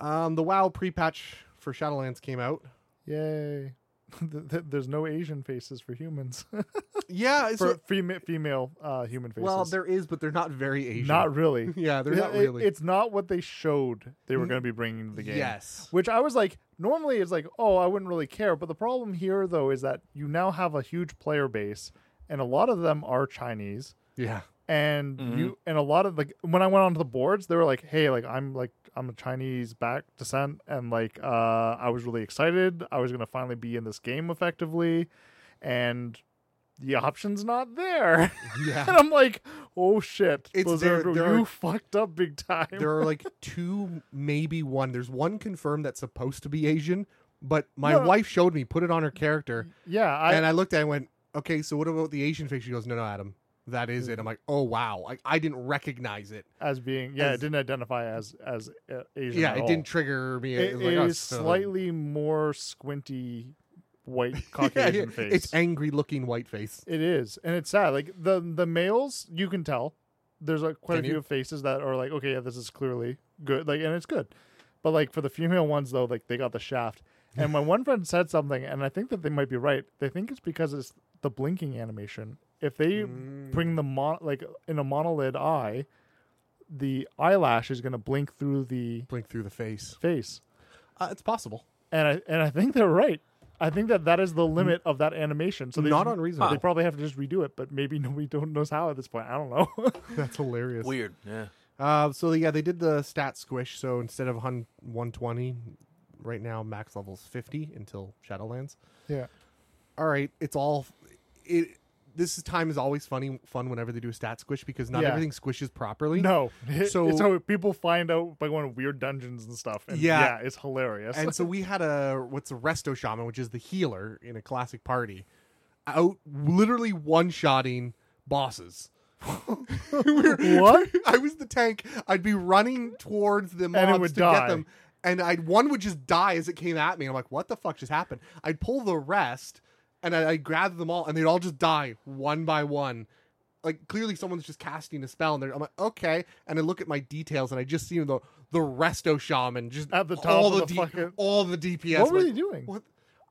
Speaker 3: Um, the WoW pre-patch for Shadowlands came out.
Speaker 4: Yay. <laughs> Th- th- There's no Asian faces for
Speaker 3: <laughs>
Speaker 4: humans. <laughs>
Speaker 3: Yeah, so,
Speaker 4: for female female uh, human faces.
Speaker 3: well, there is, but they're not very Asian.
Speaker 4: not really.
Speaker 3: <laughs> Yeah, they're not
Speaker 4: It-
Speaker 3: really. Mm-hmm.
Speaker 4: It's not what they showed they were going to be bringing to the game.
Speaker 3: Yes.
Speaker 4: Which I was like, normally it's like, oh, I wouldn't really care. But the problem here, though, is that you now have a huge player base, and a lot of them are Chinese. <laughs>
Speaker 3: yeah.
Speaker 4: and you and a lot of like when I went onto the boards, they were like, "Hey, like I'm like I'm a Chinese back descent, and like uh, I was really excited. I was gonna finally be in this game effectively, and the option's not there." <laughs> and
Speaker 3: Yeah.
Speaker 4: I'm like, "Oh shit,
Speaker 3: It's
Speaker 4: Blizzard,
Speaker 3: there- there
Speaker 4: you
Speaker 3: are-
Speaker 4: fucked up big time."
Speaker 3: there are like two, maybe one. There's one confirmed that's supposed to be Asian, but my
Speaker 4: No.
Speaker 3: wife showed me, put it on her character,
Speaker 4: yeah, I,
Speaker 3: and I looked at it and went, okay, so what about the Asian face? She goes, no, no, Adam, that is it. I'm like, oh, wow. I, I didn't recognize it.
Speaker 4: as being yeah,
Speaker 3: as-
Speaker 4: it didn't identify as as uh, Asian.
Speaker 3: yeah,
Speaker 4: at
Speaker 3: it
Speaker 4: all.
Speaker 3: didn't trigger me. It,
Speaker 4: It-
Speaker 3: was like,
Speaker 4: it
Speaker 3: oh,
Speaker 4: is
Speaker 3: so- <laughs>
Speaker 4: slightly more squinty, white
Speaker 3: Yeah,
Speaker 4: Caucasian
Speaker 3: yeah,
Speaker 4: face.
Speaker 3: It's angry looking white face.
Speaker 4: It is, and it's sad. Like the the males, you can tell. There's like quite
Speaker 3: Can
Speaker 4: a
Speaker 3: you?
Speaker 4: few faces that are like, okay, yeah, this is clearly good. Like, and it's good. But like for the female ones though, like they got the shaft. And my one friend said something, and I think that they might be right. They think it's because it's the blinking animation. If they bring the mon like in a monolid eye, the eyelash is gonna blink through the
Speaker 3: Blink through the face.
Speaker 4: face.
Speaker 3: Uh, it's possible. <laughs>
Speaker 4: And I and I think they're right. I think that that is the limit of that animation. So they
Speaker 3: Mm. Not
Speaker 4: just-
Speaker 3: unreasonable.
Speaker 4: They probably have to just redo it, but maybe <laughs> nobody don't knows how at this point. I don't know. <laughs>
Speaker 3: That's hilarious.
Speaker 2: Weird. Yeah.
Speaker 3: Uh, so yeah, they did the stat squish. So instead of hun- 120, right now max level's 50 until Shadowlands.
Speaker 4: yeah,
Speaker 3: All right, it's all it. This is- time is always funny, fun whenever they do a stat squish because not
Speaker 4: Yeah.
Speaker 3: everything squishes properly.
Speaker 4: no. <laughs>
Speaker 3: So-
Speaker 4: So so people find out by going to weird dungeons and stuff. And
Speaker 3: Yeah.
Speaker 4: yeah, it's hilarious.
Speaker 3: And
Speaker 4: <laughs>
Speaker 3: so we had a what's a resto shaman, which is the healer in a classic party, out literally one shotting bosses. <laughs>
Speaker 4: what?
Speaker 3: I was the tank. I'd be running towards the mobs
Speaker 4: it would
Speaker 3: to get
Speaker 4: die.
Speaker 3: them, and I'd one would just die as it came at me. I'm like, what the fuck just happened? I'd pull the rest, and I- I'd grab them all, and they'd all just die one by one. Like clearly, someone's just casting a spell, and they're, I'm like, okay. And I look at my details, and I just see the the resto shaman just
Speaker 4: At the top
Speaker 3: all
Speaker 4: of
Speaker 3: the,
Speaker 4: the
Speaker 3: D-
Speaker 4: fucking-
Speaker 3: all the DPS.
Speaker 4: what were
Speaker 3: like,
Speaker 4: they doing?
Speaker 3: What?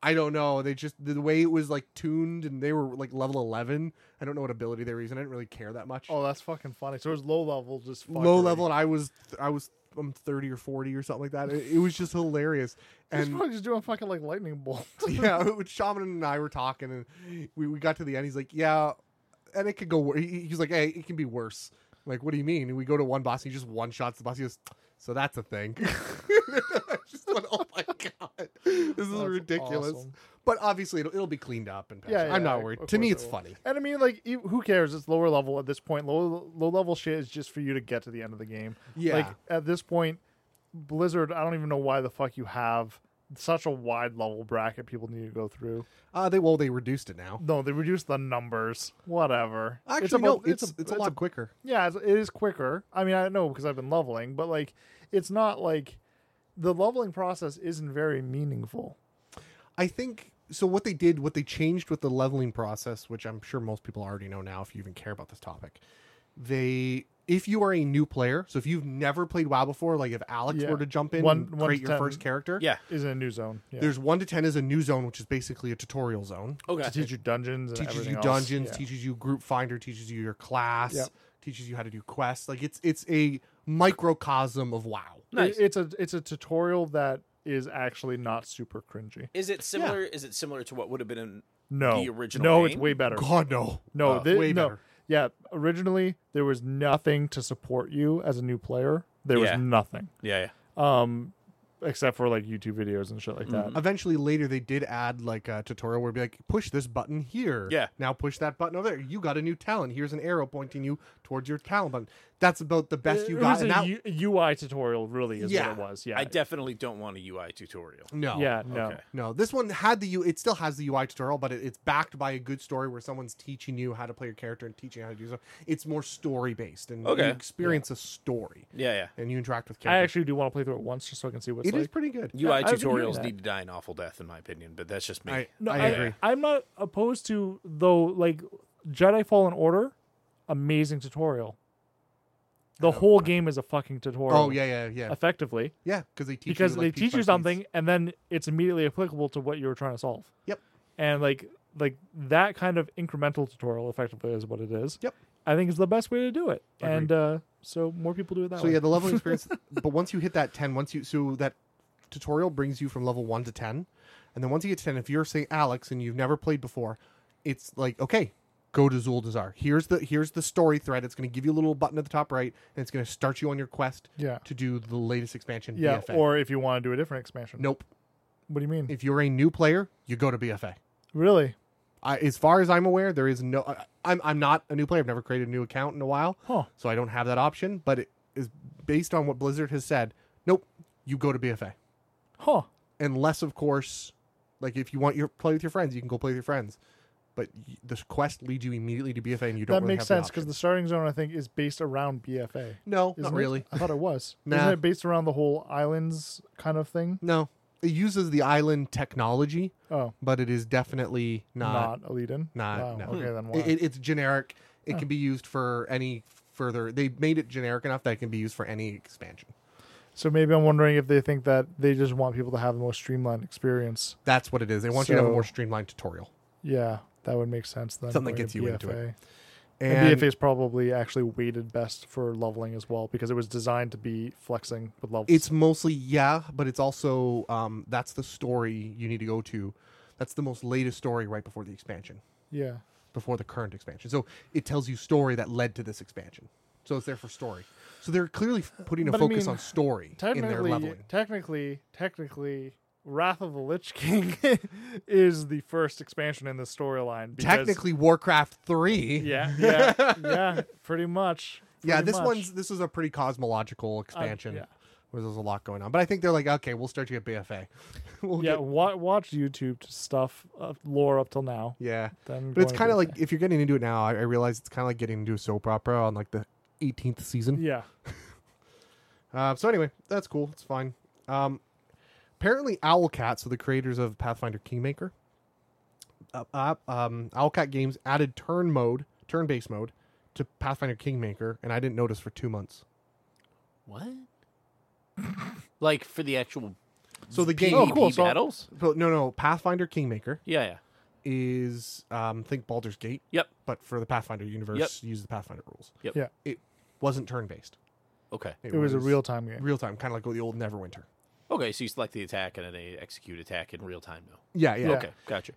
Speaker 3: I don't know. They just the way it was like tuned, and they were like level eleven. I don't know what ability they were using. I didn't really care that much
Speaker 4: Oh, that's fucking funny. So it was low level, just fuckery.
Speaker 3: low level and i was i was um 30 or 40 or something like that it, it was just hilarious
Speaker 4: He's
Speaker 3: and
Speaker 4: probably just doing fucking like lightning bolt. <laughs>
Speaker 3: <laughs> yeah shaman and i were talking and we, we got to the end he's like yeah and it could go wor- he- he's like hey it can be worse I'm like what do you mean and we go to one boss and he just one shots the boss he goes so that's a thing
Speaker 4: <laughs>
Speaker 3: <laughs> I just went, oh my <laughs> god this is
Speaker 4: That's
Speaker 3: ridiculous
Speaker 4: awesome.
Speaker 3: but obviously it'll, it'll be cleaned up and patched.
Speaker 4: Yeah,
Speaker 3: i'm
Speaker 4: yeah,
Speaker 3: not
Speaker 4: of
Speaker 3: worried
Speaker 4: course
Speaker 3: to me
Speaker 4: it
Speaker 3: it's
Speaker 4: will.
Speaker 3: funny
Speaker 4: And I mean, like, e- who cares? It's lower level at this point. Low low level shit is just for you to get to the end of the game.
Speaker 3: Yeah.
Speaker 4: Like at this point, Blizzard. I don't even know why the fuck you have such a wide level bracket people need to go through.
Speaker 3: uh they well they reduced it now
Speaker 4: No, they reduced the numbers. Whatever.
Speaker 3: actually
Speaker 4: about-
Speaker 3: no it's it's, a lot quicker
Speaker 4: yeah, it's, it is quicker. I mean, I know because I've been leveling, but like, it's not like the leveling process isn't very meaningful.
Speaker 3: I think so. What they did, what they changed with the leveling process, which I'm sure most people already know now, if you even care about this topic, they if you are a new player, so if you've never played WoW before, like if Alex
Speaker 4: Yeah.
Speaker 3: were to jump in
Speaker 4: One-
Speaker 3: and
Speaker 4: one to
Speaker 3: create your
Speaker 4: 10.
Speaker 3: first character,
Speaker 2: Yeah.
Speaker 4: Is in a new zone. Yeah.
Speaker 3: there's one to ten is a new zone, which is basically a tutorial zone.
Speaker 4: to teach you dungeons. And
Speaker 3: teaches
Speaker 4: everything
Speaker 3: you
Speaker 4: else.
Speaker 3: dungeons,
Speaker 4: Yeah.
Speaker 3: teaches you group finder, teaches you your class,
Speaker 4: Yep.
Speaker 3: teaches you how to do quests. Like it's it's a microcosm of WoW.
Speaker 4: It- it's a it's a tutorial that is actually not super cringy.
Speaker 2: Is it similar? Is it similar to what would have been in
Speaker 4: No,
Speaker 2: The original
Speaker 4: No, it's
Speaker 2: game?
Speaker 4: way better.
Speaker 3: God no,
Speaker 4: No,
Speaker 3: Uh,
Speaker 4: thi-
Speaker 3: way
Speaker 4: no.
Speaker 3: better.
Speaker 4: yeah, originally there was nothing to support you as a new player. There
Speaker 2: Yeah.
Speaker 4: was nothing
Speaker 2: Yeah, yeah.
Speaker 4: um, except for like YouTube videos and shit like
Speaker 2: Mm-hmm.
Speaker 4: that.
Speaker 3: Eventually, later they did add like a tutorial where it'd be like, push this button here.
Speaker 2: Yeah.
Speaker 3: Now push that button over there. You got a new talent. Here's an arrow pointing you towards your talent button. That's about the best you
Speaker 4: Uh, it
Speaker 3: got.
Speaker 4: was a
Speaker 3: and that-
Speaker 4: U- UI tutorial, really, is
Speaker 3: Yeah.
Speaker 4: what it was. Yeah,
Speaker 2: I definitely don't want a UI tutorial.
Speaker 3: no.
Speaker 4: yeah, no.
Speaker 2: Okay.
Speaker 3: No, this one had the U. It still has the UI tutorial, but it, it's backed by a good story where someone's teaching you how to play your character and teaching you how to do stuff. It's more story based, and
Speaker 2: Okay.
Speaker 3: you experience a story,
Speaker 2: Yeah, yeah.
Speaker 3: and you interact with
Speaker 4: I
Speaker 3: characters.
Speaker 4: actually do want to play through it once just so I can see
Speaker 3: It
Speaker 4: what's
Speaker 3: is
Speaker 4: like.
Speaker 3: pretty good.
Speaker 2: UI
Speaker 4: I've been hearing
Speaker 2: tutorials
Speaker 4: that.
Speaker 2: need to die an awful death, in my opinion, but that's just me.
Speaker 3: I,
Speaker 4: no,
Speaker 3: I
Speaker 4: I-
Speaker 3: agree.
Speaker 4: I'm not opposed to though. Like Jedi Fallen Order, amazing tutorial. The whole game is a fucking tutorial.
Speaker 3: Oh yeah, yeah, yeah,
Speaker 4: effectively
Speaker 3: yeah. Because they teach
Speaker 4: because
Speaker 3: you, like,
Speaker 4: they teach
Speaker 3: piece by
Speaker 4: you
Speaker 3: piece.
Speaker 4: something and then it's immediately applicable to what you were trying to solve.
Speaker 3: Yep.
Speaker 4: And like like that kind of incremental tutorial effectively is what it is.
Speaker 3: Yep.
Speaker 4: I think is the best way to do it. And uh so more people do it that
Speaker 3: So
Speaker 4: way.
Speaker 3: yeah,
Speaker 4: <laughs>
Speaker 3: the leveling experience. but once you hit that ten, once you so that tutorial brings you from level one to ten, and then once you get to ten, if you're say Alex and you've never played before, it's like okay, go to Zuldazar. Here's the here's the story thread. It's going to give you a little button at the top right, and it's going to start you on your quest
Speaker 4: Yeah.
Speaker 3: to do the latest expansion.
Speaker 4: yeah,
Speaker 3: BFA.
Speaker 4: or if you want to do a different expansion.
Speaker 3: nope.
Speaker 4: What do you mean?
Speaker 3: If you're a new player, you go to BFA.
Speaker 4: really?
Speaker 3: I, as far as I'm aware, there is no. I, I'm I'm not a new player. I've never created a new account in a while,
Speaker 4: Huh.
Speaker 3: so I don't have that option. But it is based on what Blizzard has said. Nope, you go to BFA,
Speaker 4: Huh.
Speaker 3: unless of course, like if you want your play with your friends, you can go play with your friends. But y- the quest leads you immediately to BFA, and you don't.
Speaker 4: That
Speaker 3: really
Speaker 4: makes
Speaker 3: have
Speaker 4: sense because
Speaker 3: option.
Speaker 4: the starting zone I think is based around BFA.
Speaker 3: no, not
Speaker 4: Isn't it?
Speaker 3: really.
Speaker 4: I thought it
Speaker 3: <laughs>
Speaker 4: was.
Speaker 3: Nah.
Speaker 4: Isn't it based around the whole islands kind of thing?
Speaker 3: No, it uses the island technology,
Speaker 4: Oh,
Speaker 3: but it is definitely not
Speaker 4: not Aliden.
Speaker 3: Not-
Speaker 4: Wow,
Speaker 3: no.
Speaker 4: Okay, then why?
Speaker 3: It, it- it's generic. It can be used for any further. They made it generic enough that it can be used for any expansion.
Speaker 4: So maybe I'm wondering if they think that they just want people to have the most streamlined experience.
Speaker 3: That's what it is. They want you to have a
Speaker 4: So-
Speaker 3: more streamlined tutorial.
Speaker 4: Yeah, that would make sense. Then
Speaker 3: Something
Speaker 4: going
Speaker 3: gets
Speaker 4: to
Speaker 3: you into
Speaker 4: BFA. And,
Speaker 3: And
Speaker 4: BFA is probably actually weighted best for leveling as well because it was designed to be flexing with levels.
Speaker 3: it's mostly yeah, but it's also um, that's the story you need to go to. That's the most latest story right before the expansion,
Speaker 4: yeah,
Speaker 3: before the current expansion. So it tells you story that led to this expansion. So it's there for story. So they're clearly f- putting a
Speaker 4: But I
Speaker 3: focus
Speaker 4: mean,
Speaker 3: on story in their
Speaker 4: technically,
Speaker 3: leveling.
Speaker 4: technically, technically, Wrath of the Lich King <laughs> is the first expansion in the storyline. because-
Speaker 3: Technically, Warcraft Three.
Speaker 4: yeah,
Speaker 3: <laughs>
Speaker 4: yeah, yeah, pretty much.
Speaker 3: yeah
Speaker 4: pretty
Speaker 3: this
Speaker 4: much. Uh,
Speaker 3: one's this is a pretty cosmological expansion
Speaker 4: yeah.
Speaker 3: where there's a lot going on but i think they're like okay we'll start you at bfa we'll
Speaker 4: yeah.
Speaker 3: get-
Speaker 4: Wa- watch YouTube stuff uh, lore up till now.
Speaker 3: yeah
Speaker 4: Then
Speaker 3: but it's
Speaker 4: going
Speaker 3: kind of
Speaker 4: to
Speaker 3: like if you're getting into it now i, I realize it's kind of like getting into a soap opera on like the 18th season
Speaker 4: yeah.
Speaker 3: uh, so anyway that's cool it's fine um, apparently owlcat so the creators of pathfinder kingmaker uh, uh, um, owlcat games added turn mode turn-based mode to pathfinder kingmaker and i didn't notice for two months
Speaker 5: What? <laughs> like for the actual
Speaker 3: so the game
Speaker 5: PvP
Speaker 4: Oh, cool, so-
Speaker 5: battles?
Speaker 3: so, no no pathfinder kingmaker
Speaker 5: Yeah, yeah.
Speaker 3: is um, think Baldur's Gate.
Speaker 5: Yep.
Speaker 3: But for the Pathfinder universe,
Speaker 5: Yep.
Speaker 3: use the Pathfinder rules.
Speaker 5: Yep.
Speaker 4: Yeah.
Speaker 3: It wasn't turn based.
Speaker 5: Okay.
Speaker 4: It was a real time game.
Speaker 3: real time, kind of like the old Neverwinter.
Speaker 5: Okay, so you select the attack and then they execute attack in real time now.
Speaker 3: Yeah, yeah.
Speaker 5: Okay, gotcha.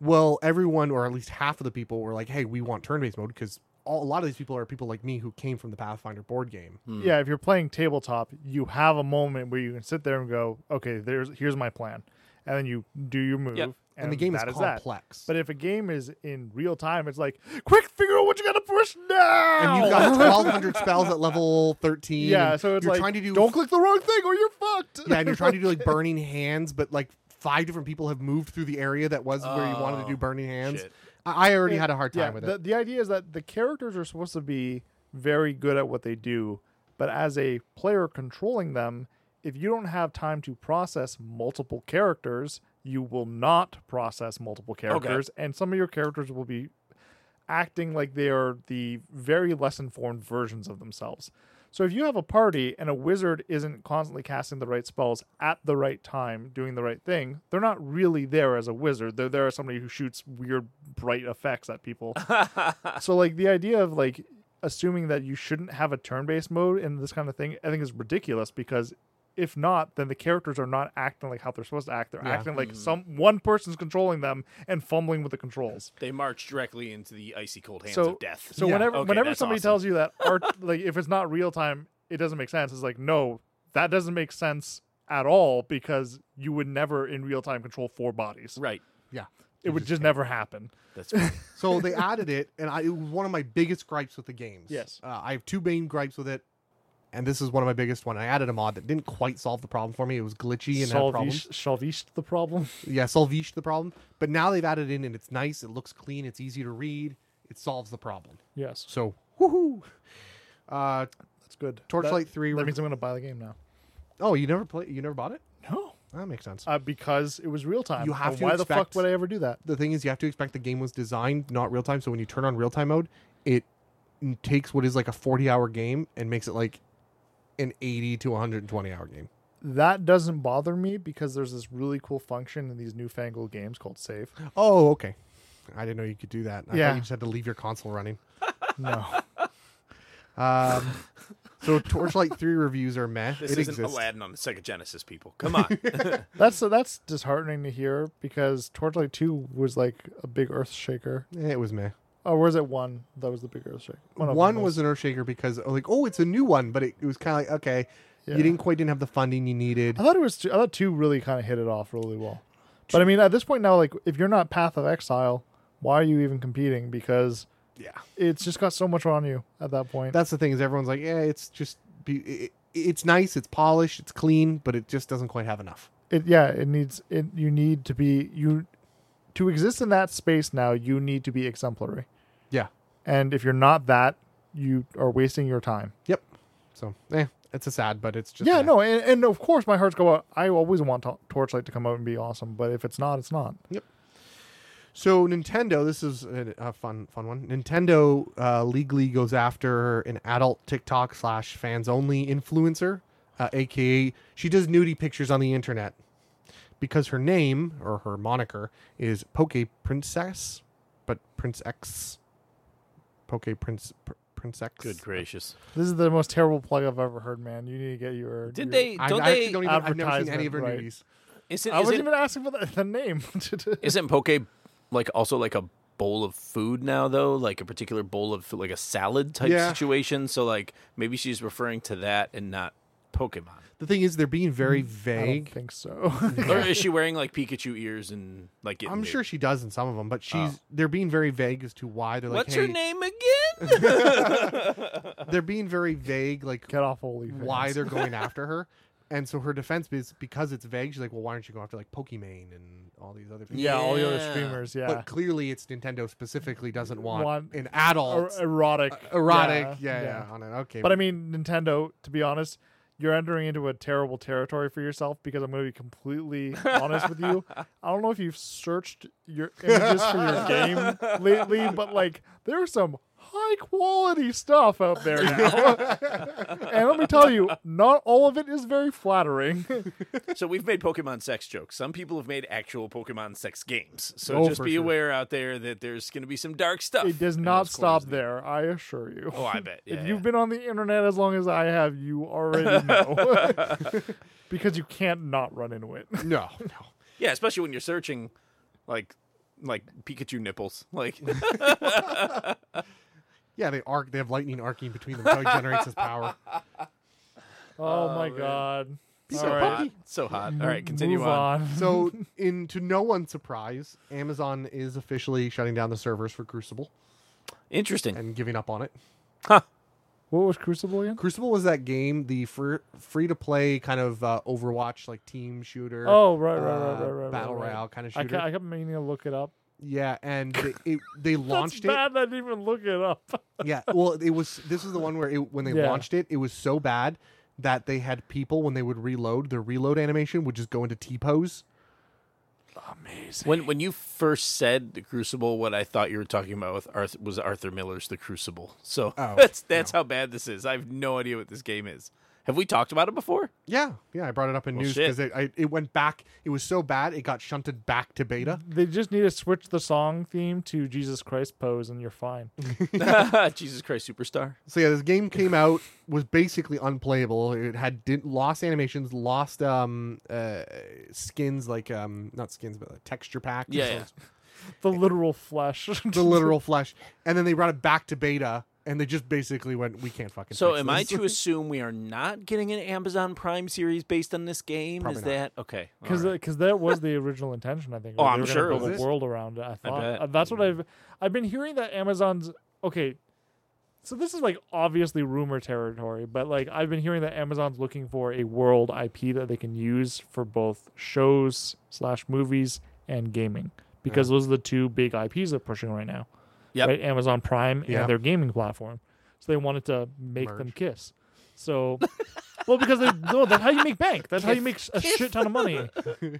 Speaker 3: Well, everyone, or at least half of the people, were like, "Hey, we want turn based mode," because a lot of these people are people like me who came from the Pathfinder board game.
Speaker 4: Yeah, if you're playing tabletop, you have a moment where you can sit there and go, "Okay, there's here's my plan," and then you do your move.
Speaker 5: Yep.
Speaker 3: And, the game is
Speaker 4: that that.
Speaker 3: complex.
Speaker 4: But if a game is in real time, it's like, "Quick, figure out what you got to push now."
Speaker 3: and you've got 1,200 spells at level 13.
Speaker 4: yeah,
Speaker 3: and
Speaker 4: so it's
Speaker 3: you're
Speaker 4: like,
Speaker 3: trying to do
Speaker 4: "Don't click the wrong thing, or you're fucked."
Speaker 3: <laughs> yeah, and you're trying to do like burning hands, but like five different people have moved through the area that was where you wanted to do burning hands.
Speaker 5: shit.
Speaker 3: I I already had a hard time
Speaker 4: Oh, <laughs> yeah,
Speaker 3: with it.
Speaker 4: the, the idea is that the characters are supposed to be very good at what they do, but as a player controlling them, if you don't have time to process multiple characters, you will not process multiple characters, and some of your characters will be acting like they are the very less informed versions of themselves. So if you have a party and a wizard isn't constantly casting the right spells at the right time, doing the right thing, they're not really there as a wizard. They're there as somebody who shoots weird bright effects at people. so like the idea of like assuming that you shouldn't have a turn-based mode in this kind of thing, I think is ridiculous because if not, then the characters are not acting like how they're supposed to act. They're
Speaker 3: Yeah.
Speaker 4: acting like some one person's controlling them and fumbling with the controls.
Speaker 2: They march directly into the icy cold hands
Speaker 4: so
Speaker 2: of death.
Speaker 4: So
Speaker 3: Yeah.
Speaker 4: whenever
Speaker 2: Okay,
Speaker 4: whenever
Speaker 2: that's
Speaker 4: somebody
Speaker 2: awesome.
Speaker 4: tells you that art like if it's not real time, it doesn't make sense. It's like, no, that doesn't make sense at all because you would never in real time control four bodies.
Speaker 2: right.
Speaker 3: Yeah.
Speaker 4: It would just never happen.
Speaker 5: <laughs>
Speaker 2: That's
Speaker 3: So they added it, and I, it was one of my biggest gripes with the games.
Speaker 4: Yes.
Speaker 3: uh, I have two main gripes with it, and this is one of my biggest one. I added a mod that didn't quite solve the problem for me. It was glitchy and had
Speaker 4: Solvish,
Speaker 3: problems.
Speaker 4: solvish the problem.
Speaker 3: Yeah, solvish the problem. But now they've added in, and it's nice. It looks clean. It's easy to read. It solves the problem.
Speaker 4: yes,
Speaker 3: So woohoo! Uh,
Speaker 4: that's good.
Speaker 3: Torchlight
Speaker 4: That-
Speaker 3: three.
Speaker 4: That
Speaker 3: re-
Speaker 4: means I'm gonna buy the game now.
Speaker 3: oh, you never play? You never bought it?
Speaker 4: No,
Speaker 3: That makes sense.
Speaker 4: uh, because it was real time.
Speaker 3: You have
Speaker 4: And
Speaker 3: to
Speaker 4: Why the fuck
Speaker 3: expect-
Speaker 4: would I ever do that?
Speaker 3: the thing is you have to expect the game was designed not real time so when you turn on real time mode it n- takes what is like a 40 hour game and makes it like an 80 to 120 hour game
Speaker 4: That doesn't bother me because there's this really cool function in these newfangled games called save.
Speaker 3: oh okay i didn't know you could do that i
Speaker 4: Yeah.
Speaker 3: thought you just had to leave your console running
Speaker 4: No,
Speaker 3: <laughs> um, so torchlight 3 reviews are meh
Speaker 2: This
Speaker 3: it
Speaker 2: isn't
Speaker 3: exists
Speaker 2: Aladdin on the Sega Genesis, people.
Speaker 3: <laughs>
Speaker 2: Come on.
Speaker 4: <laughs> that's that's disheartening to hear because Torchlight Two was like a big earth shaker.
Speaker 3: Eh, it was meh
Speaker 4: Or was it one that was the big earth shaker? of them
Speaker 3: one was an earth shaker because oh, like oh it's a new one but it, it was kind of like okay
Speaker 4: Yeah.
Speaker 3: you didn't quite didn't have the funding you needed
Speaker 4: I thought it was. Two, I thought two really kind of hit it off really well. But I mean, at this point now, like if you're not Path of Exile, why are you even competing? Because
Speaker 3: yeah
Speaker 4: it's just got so much on you at that point.
Speaker 3: that's the thing is everyone's like yeah it's just be, it, it's nice it's polished it's clean but it just doesn't quite have enough
Speaker 4: it yeah it needs it you need to be you to exist in that space now you need to be exemplary
Speaker 3: yeah
Speaker 4: and if you're not that you are wasting your time
Speaker 3: yep so eh, it's a sad but it's just
Speaker 4: yeah
Speaker 3: meh.
Speaker 4: no and, and of course my heart's go out i always want to- torchlight to come out and be awesome but if it's not it's not
Speaker 3: so nintendo this is a, a fun fun one nintendo uh, legally goes after an adult tiktok slash fans only influencer uh, aka she does nudie pictures on the internet because her name or her moniker is poke princess but prince x poke prince Pr- prince x
Speaker 5: Good gracious.
Speaker 4: this is the most terrible plug i've ever heard man you need to get your
Speaker 5: Did
Speaker 4: your-
Speaker 5: they?
Speaker 3: I,
Speaker 5: Don't
Speaker 3: I
Speaker 5: they?
Speaker 3: actually don't even, I've never seen any of her
Speaker 4: advertisement, right.
Speaker 3: nudies.
Speaker 5: Isn't,
Speaker 4: i wasn't
Speaker 5: isn't,
Speaker 4: even asking for the, the name <laughs>
Speaker 5: isn't poke like also like a bowl of food now though? Like a particular bowl of food, like a salad type
Speaker 3: Yeah.
Speaker 5: situation. So like maybe she's referring to that and not Pokemon.
Speaker 3: <laughs> The thing is, they're being very
Speaker 4: Mm, i don't
Speaker 3: vague.
Speaker 4: think so <laughs>
Speaker 5: Or is she wearing like Pikachu ears and like? getting
Speaker 3: I'm
Speaker 5: nude?
Speaker 3: sure she does in some of them, but she's
Speaker 4: Oh.
Speaker 3: they're being very vague as to why they're like.
Speaker 5: What's
Speaker 3: hey,
Speaker 5: her name again?
Speaker 3: They're being very vague, like
Speaker 4: get off holy fans.
Speaker 3: why
Speaker 4: <laughs>
Speaker 3: they're going after her, and so her defense is because it's vague. She's like, well, why aren't you going after like Pokimane and all these other people?
Speaker 4: yeah, all the other
Speaker 5: Yeah.
Speaker 4: streamers yeah
Speaker 3: But clearly, it's Nintendo specifically doesn't want,
Speaker 4: Want-
Speaker 3: an
Speaker 4: Er-
Speaker 3: adult
Speaker 4: erotic
Speaker 3: Uh, erotic. Yeah, yeah, on it. Okay,
Speaker 4: But I mean, Nintendo, to be honest, you're entering into a terrible territory for yourself because I'm going to be completely honest with
Speaker 2: <laughs>
Speaker 4: you. I don't know if you've searched your images for your
Speaker 2: <laughs>
Speaker 4: game lately, but like there's some high quality stuff out there now.
Speaker 2: <laughs>
Speaker 4: and let me tell you, not all of it is very flattering.
Speaker 2: <laughs> so we've made Pokemon sex jokes. Some people have made actual Pokemon sex games. So
Speaker 3: Oh,
Speaker 2: just
Speaker 3: for
Speaker 2: be
Speaker 3: sure.
Speaker 2: aware out there that there's going to be some dark stuff.
Speaker 4: It does
Speaker 2: in
Speaker 4: not
Speaker 2: those corners
Speaker 4: stop
Speaker 2: of the-
Speaker 4: there, I assure you.
Speaker 2: Oh, I bet.
Speaker 4: <laughs>
Speaker 2: Yeah,
Speaker 4: if
Speaker 2: yeah.
Speaker 4: you've been on the internet as long as I have, you already
Speaker 2: <laughs>
Speaker 4: know. <laughs> because you can't not run into it.
Speaker 3: no, <laughs> no.
Speaker 2: yeah, especially when you're searching, like, like Pikachu nipples. <laughs> Like,
Speaker 3: Yeah, they arc. They have lightning arcing between them.
Speaker 4: <laughs>
Speaker 3: That's how he generates his power.
Speaker 4: Oh, my god.
Speaker 2: so hot, so hot. All right, continue
Speaker 4: Move
Speaker 2: on.
Speaker 4: on. <laughs>
Speaker 3: So, in to no one's surprise, Amazon is officially shutting down the servers for Crucible
Speaker 5: Interesting.
Speaker 3: and giving up on it.
Speaker 4: What was Crucible again?
Speaker 3: Crucible was that game, the fr- free to play kind of uh, Overwatch like team shooter.
Speaker 4: Oh, right, right,
Speaker 3: uh,
Speaker 4: right, right, right.
Speaker 3: battle
Speaker 4: right, right.
Speaker 3: royale kind of
Speaker 4: I,
Speaker 3: shooter.
Speaker 4: ca- I kept meaning to look it up.
Speaker 3: Yeah, and they,
Speaker 4: <laughs>
Speaker 3: it, they launched
Speaker 4: That's
Speaker 3: it.
Speaker 4: bad. I didn't even look it up. <laughs>
Speaker 3: Yeah, well, it was. This is the one where it, when they
Speaker 4: Yeah.
Speaker 3: launched it, it was so bad that they had people when they would reload, their reload animation would just go into T pose.
Speaker 5: When when you first said the Crucible, what I thought you were talking about with Arthur, was Arthur Miller's The Crucible. So
Speaker 3: Oh,
Speaker 2: <laughs>
Speaker 5: that's that's how bad this is. I have no idea what this game is. Have we talked about
Speaker 4: <laughs>
Speaker 2: <laughs>
Speaker 5: it before?
Speaker 3: Yeah, yeah, I brought it up in
Speaker 5: Well,
Speaker 3: news
Speaker 5: shit.
Speaker 3: because it I, it went back. It was so bad it got shunted back to beta.
Speaker 4: They just need to switch the song theme to Jesus Christ pose, and you're <laughs> fine.
Speaker 5: Jesus Christ Superstar.
Speaker 3: So yeah, this game came out was basically unplayable. It had did, lost animations, lost um uh skins like um not skins but like texture packs.
Speaker 5: Yeah, yeah.
Speaker 4: The literal flesh. <laughs>
Speaker 3: the literal <laughs> flesh. And then they brought it back to beta, and they just basically went, "We can't fucking."
Speaker 5: So
Speaker 3: fix
Speaker 5: am I
Speaker 3: this." <laughs>
Speaker 4: <laughs>
Speaker 5: to assume we are not getting an Amazon Prime series based on this game?
Speaker 3: Probably
Speaker 5: Is
Speaker 3: not.
Speaker 5: that okay? all
Speaker 4: because
Speaker 5: right.
Speaker 4: that was the original intention. I think.
Speaker 5: Oh,
Speaker 4: They
Speaker 5: I'm
Speaker 4: were gonna
Speaker 5: sure it
Speaker 4: build
Speaker 3: was.
Speaker 4: a world around it. I thought
Speaker 5: bet.
Speaker 4: Uh, that's what I've I've been hearing that Amazon's okay. So this is like obviously rumor territory, but like I've been hearing that Amazon's looking for a world IP that they can use for both shows slash movies and gaming because those are the two big IPs they're pushing right now.
Speaker 5: Yep.
Speaker 4: Right, Amazon Prime
Speaker 3: Yeah.
Speaker 4: and their gaming platform. So they wanted to make them
Speaker 3: Merge.
Speaker 4: kiss. So, well, because they no, that's how you make bank. That's how you make a shit ton of money,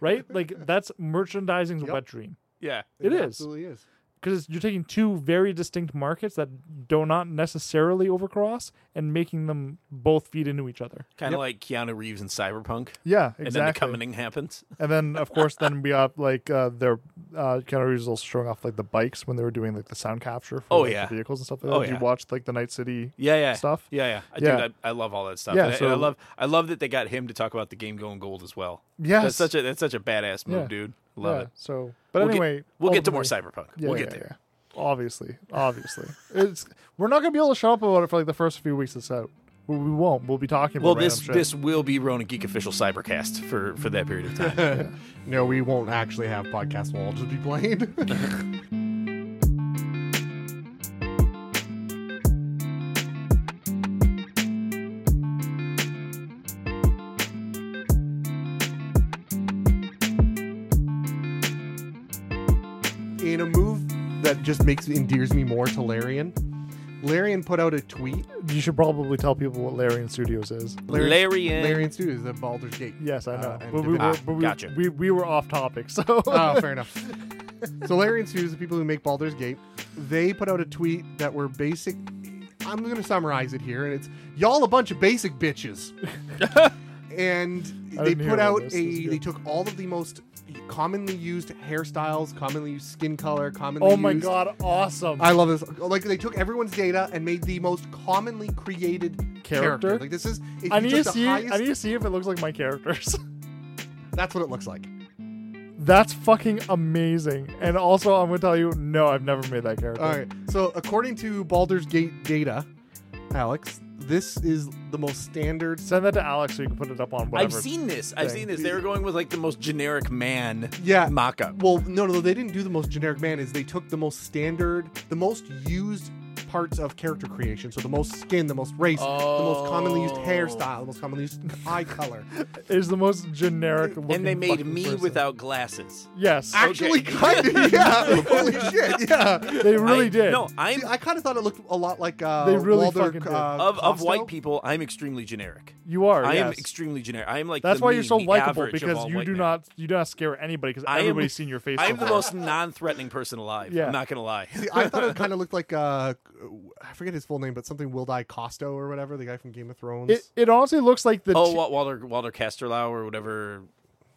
Speaker 4: right? Like that's merchandising's wet dream.
Speaker 2: Yeah.
Speaker 4: It
Speaker 3: It
Speaker 4: is
Speaker 3: absolutely is.
Speaker 4: because you're taking two very distinct markets that do not necessarily overcross and making them both feed into each other.
Speaker 5: Kind of like Keanu Reeves in Cyberpunk,
Speaker 4: Yeah, exactly.
Speaker 5: and then the coming happens. <laughs>
Speaker 4: And then, of course, then we have like uh, their uh, Keanu Reeves was also showing off like the bikes when they were doing like the sound capture for
Speaker 5: Oh,
Speaker 4: like,
Speaker 5: yeah.
Speaker 4: the vehicles and stuff like that.
Speaker 5: Oh,
Speaker 4: Did
Speaker 5: yeah.
Speaker 4: You watched like the Night City
Speaker 5: Yeah, yeah,
Speaker 4: stuff.
Speaker 5: Yeah, yeah. I,
Speaker 4: Yeah.
Speaker 5: Dude, I, I love all that stuff.
Speaker 4: Yeah,
Speaker 5: and, I, and I
Speaker 4: so-
Speaker 5: love, I love that they got him to talk about the game going gold as well.
Speaker 4: Yes.
Speaker 5: that's such a that's such a badass move,
Speaker 4: Yeah.
Speaker 5: dude. Love
Speaker 4: Yeah,
Speaker 5: it.
Speaker 4: So, but
Speaker 5: We'll get-
Speaker 4: anyway,
Speaker 5: we'll get to more
Speaker 4: ultimately-
Speaker 5: Cyberpunk.
Speaker 4: Yeah,
Speaker 5: we'll
Speaker 4: yeah,
Speaker 5: get there.
Speaker 4: yeah. Obviously, obviously, it's we're not gonna be able to shut up about it for like the first few weeks it's out. We, we won't. We'll be talking.
Speaker 5: Well,
Speaker 4: about
Speaker 5: this
Speaker 4: random shit.
Speaker 5: this will be Rona Geek official cybercast for for that period of time.
Speaker 3: No, we won't actually have podcasts. We'll all just be playing. <laughs> In a move that just makes endears me more to Larian, Larian put out a tweet.
Speaker 4: you should probably tell people what Larian Studios is.
Speaker 5: Larry,
Speaker 3: Larian Studios, the Baldur's Gate.
Speaker 4: Yes, I know,
Speaker 3: Uh, and
Speaker 4: but, we were,
Speaker 3: Divinity.
Speaker 4: but we,
Speaker 5: gotcha.
Speaker 4: we we were off topic. <laughs> So
Speaker 3: oh, fair enough. So Larry and Sue's the people who make Baldur's Gate. They put out a tweet that were basic. I'm going to summarize it here, and it's y'all a bunch of basic bitches. and
Speaker 4: I
Speaker 3: they
Speaker 4: didn't hear
Speaker 3: put
Speaker 4: all
Speaker 3: out
Speaker 4: this. This is
Speaker 3: a.
Speaker 4: good.
Speaker 3: They took all of the most commonly used hairstyles, commonly used skin color, commonly.
Speaker 4: oh my
Speaker 3: used-
Speaker 4: god, awesome!
Speaker 3: I love this. Like they took everyone's data and made the most commonly created character.
Speaker 4: Character?
Speaker 3: Like this is. If
Speaker 4: I
Speaker 3: you
Speaker 4: need
Speaker 3: took
Speaker 4: to
Speaker 3: the
Speaker 4: see. I
Speaker 3: highest-
Speaker 4: need to see if it looks like my characters. <laughs>
Speaker 3: That's what it looks like.
Speaker 4: That's fucking amazing. And also, I'm gonna tell you, no, I've never made that character.
Speaker 3: All right. So according to Baldur's Gate data, Alex, this is the most standard.
Speaker 4: Send that to Alex so you can put it up on
Speaker 5: I've
Speaker 4: <laughs> whatever.
Speaker 5: seen this. I've
Speaker 4: thing.
Speaker 5: seen this. They were going with like the most generic man
Speaker 3: Yeah.
Speaker 5: mock up.
Speaker 3: Well, no, no, they didn't do the most generic man. Is they took the most standard, the most used parts of character creation. So the most skin, the most race, the most commonly used hairstyle, the most commonly used eye
Speaker 5: <laughs>
Speaker 3: color.
Speaker 4: is the most generic looking.
Speaker 5: And they made
Speaker 4: fucking
Speaker 5: me
Speaker 4: person.
Speaker 5: without glasses.
Speaker 4: Yes,
Speaker 3: Actually, kind
Speaker 5: <laughs>
Speaker 3: of. Yeah. Holy shit. Yeah.
Speaker 4: they really
Speaker 5: I-
Speaker 4: did.
Speaker 5: No, I'm
Speaker 3: See, I kind of thought it looked a lot like uh,
Speaker 4: They really
Speaker 3: Walder,
Speaker 4: fucking did.
Speaker 3: uh,
Speaker 5: of, of white
Speaker 3: Costo.
Speaker 5: people. I'm extremely generic.
Speaker 4: you are.
Speaker 5: I am
Speaker 4: yes.
Speaker 5: extremely generic. I am like
Speaker 4: That's
Speaker 5: the
Speaker 4: why you're
Speaker 5: mean,
Speaker 4: so
Speaker 5: the
Speaker 4: likable
Speaker 5: average of
Speaker 4: because
Speaker 5: all
Speaker 4: you
Speaker 5: white
Speaker 4: do
Speaker 5: men.
Speaker 4: not you do not scare anybody because
Speaker 5: I am-
Speaker 4: everybody's seen your face.
Speaker 5: I am the
Speaker 4: before.
Speaker 5: most non-threatening person alive.
Speaker 4: Yeah.
Speaker 5: I'm not gonna lie.
Speaker 3: See, I thought it kind of looked like uh, I forget his full name, but something Will Die Costo or whatever, the guy from Game of Thrones.
Speaker 4: It, it honestly looks like the
Speaker 5: <laughs> oh,
Speaker 4: te-
Speaker 5: Wa- Walter Walter Casterlau or whatever.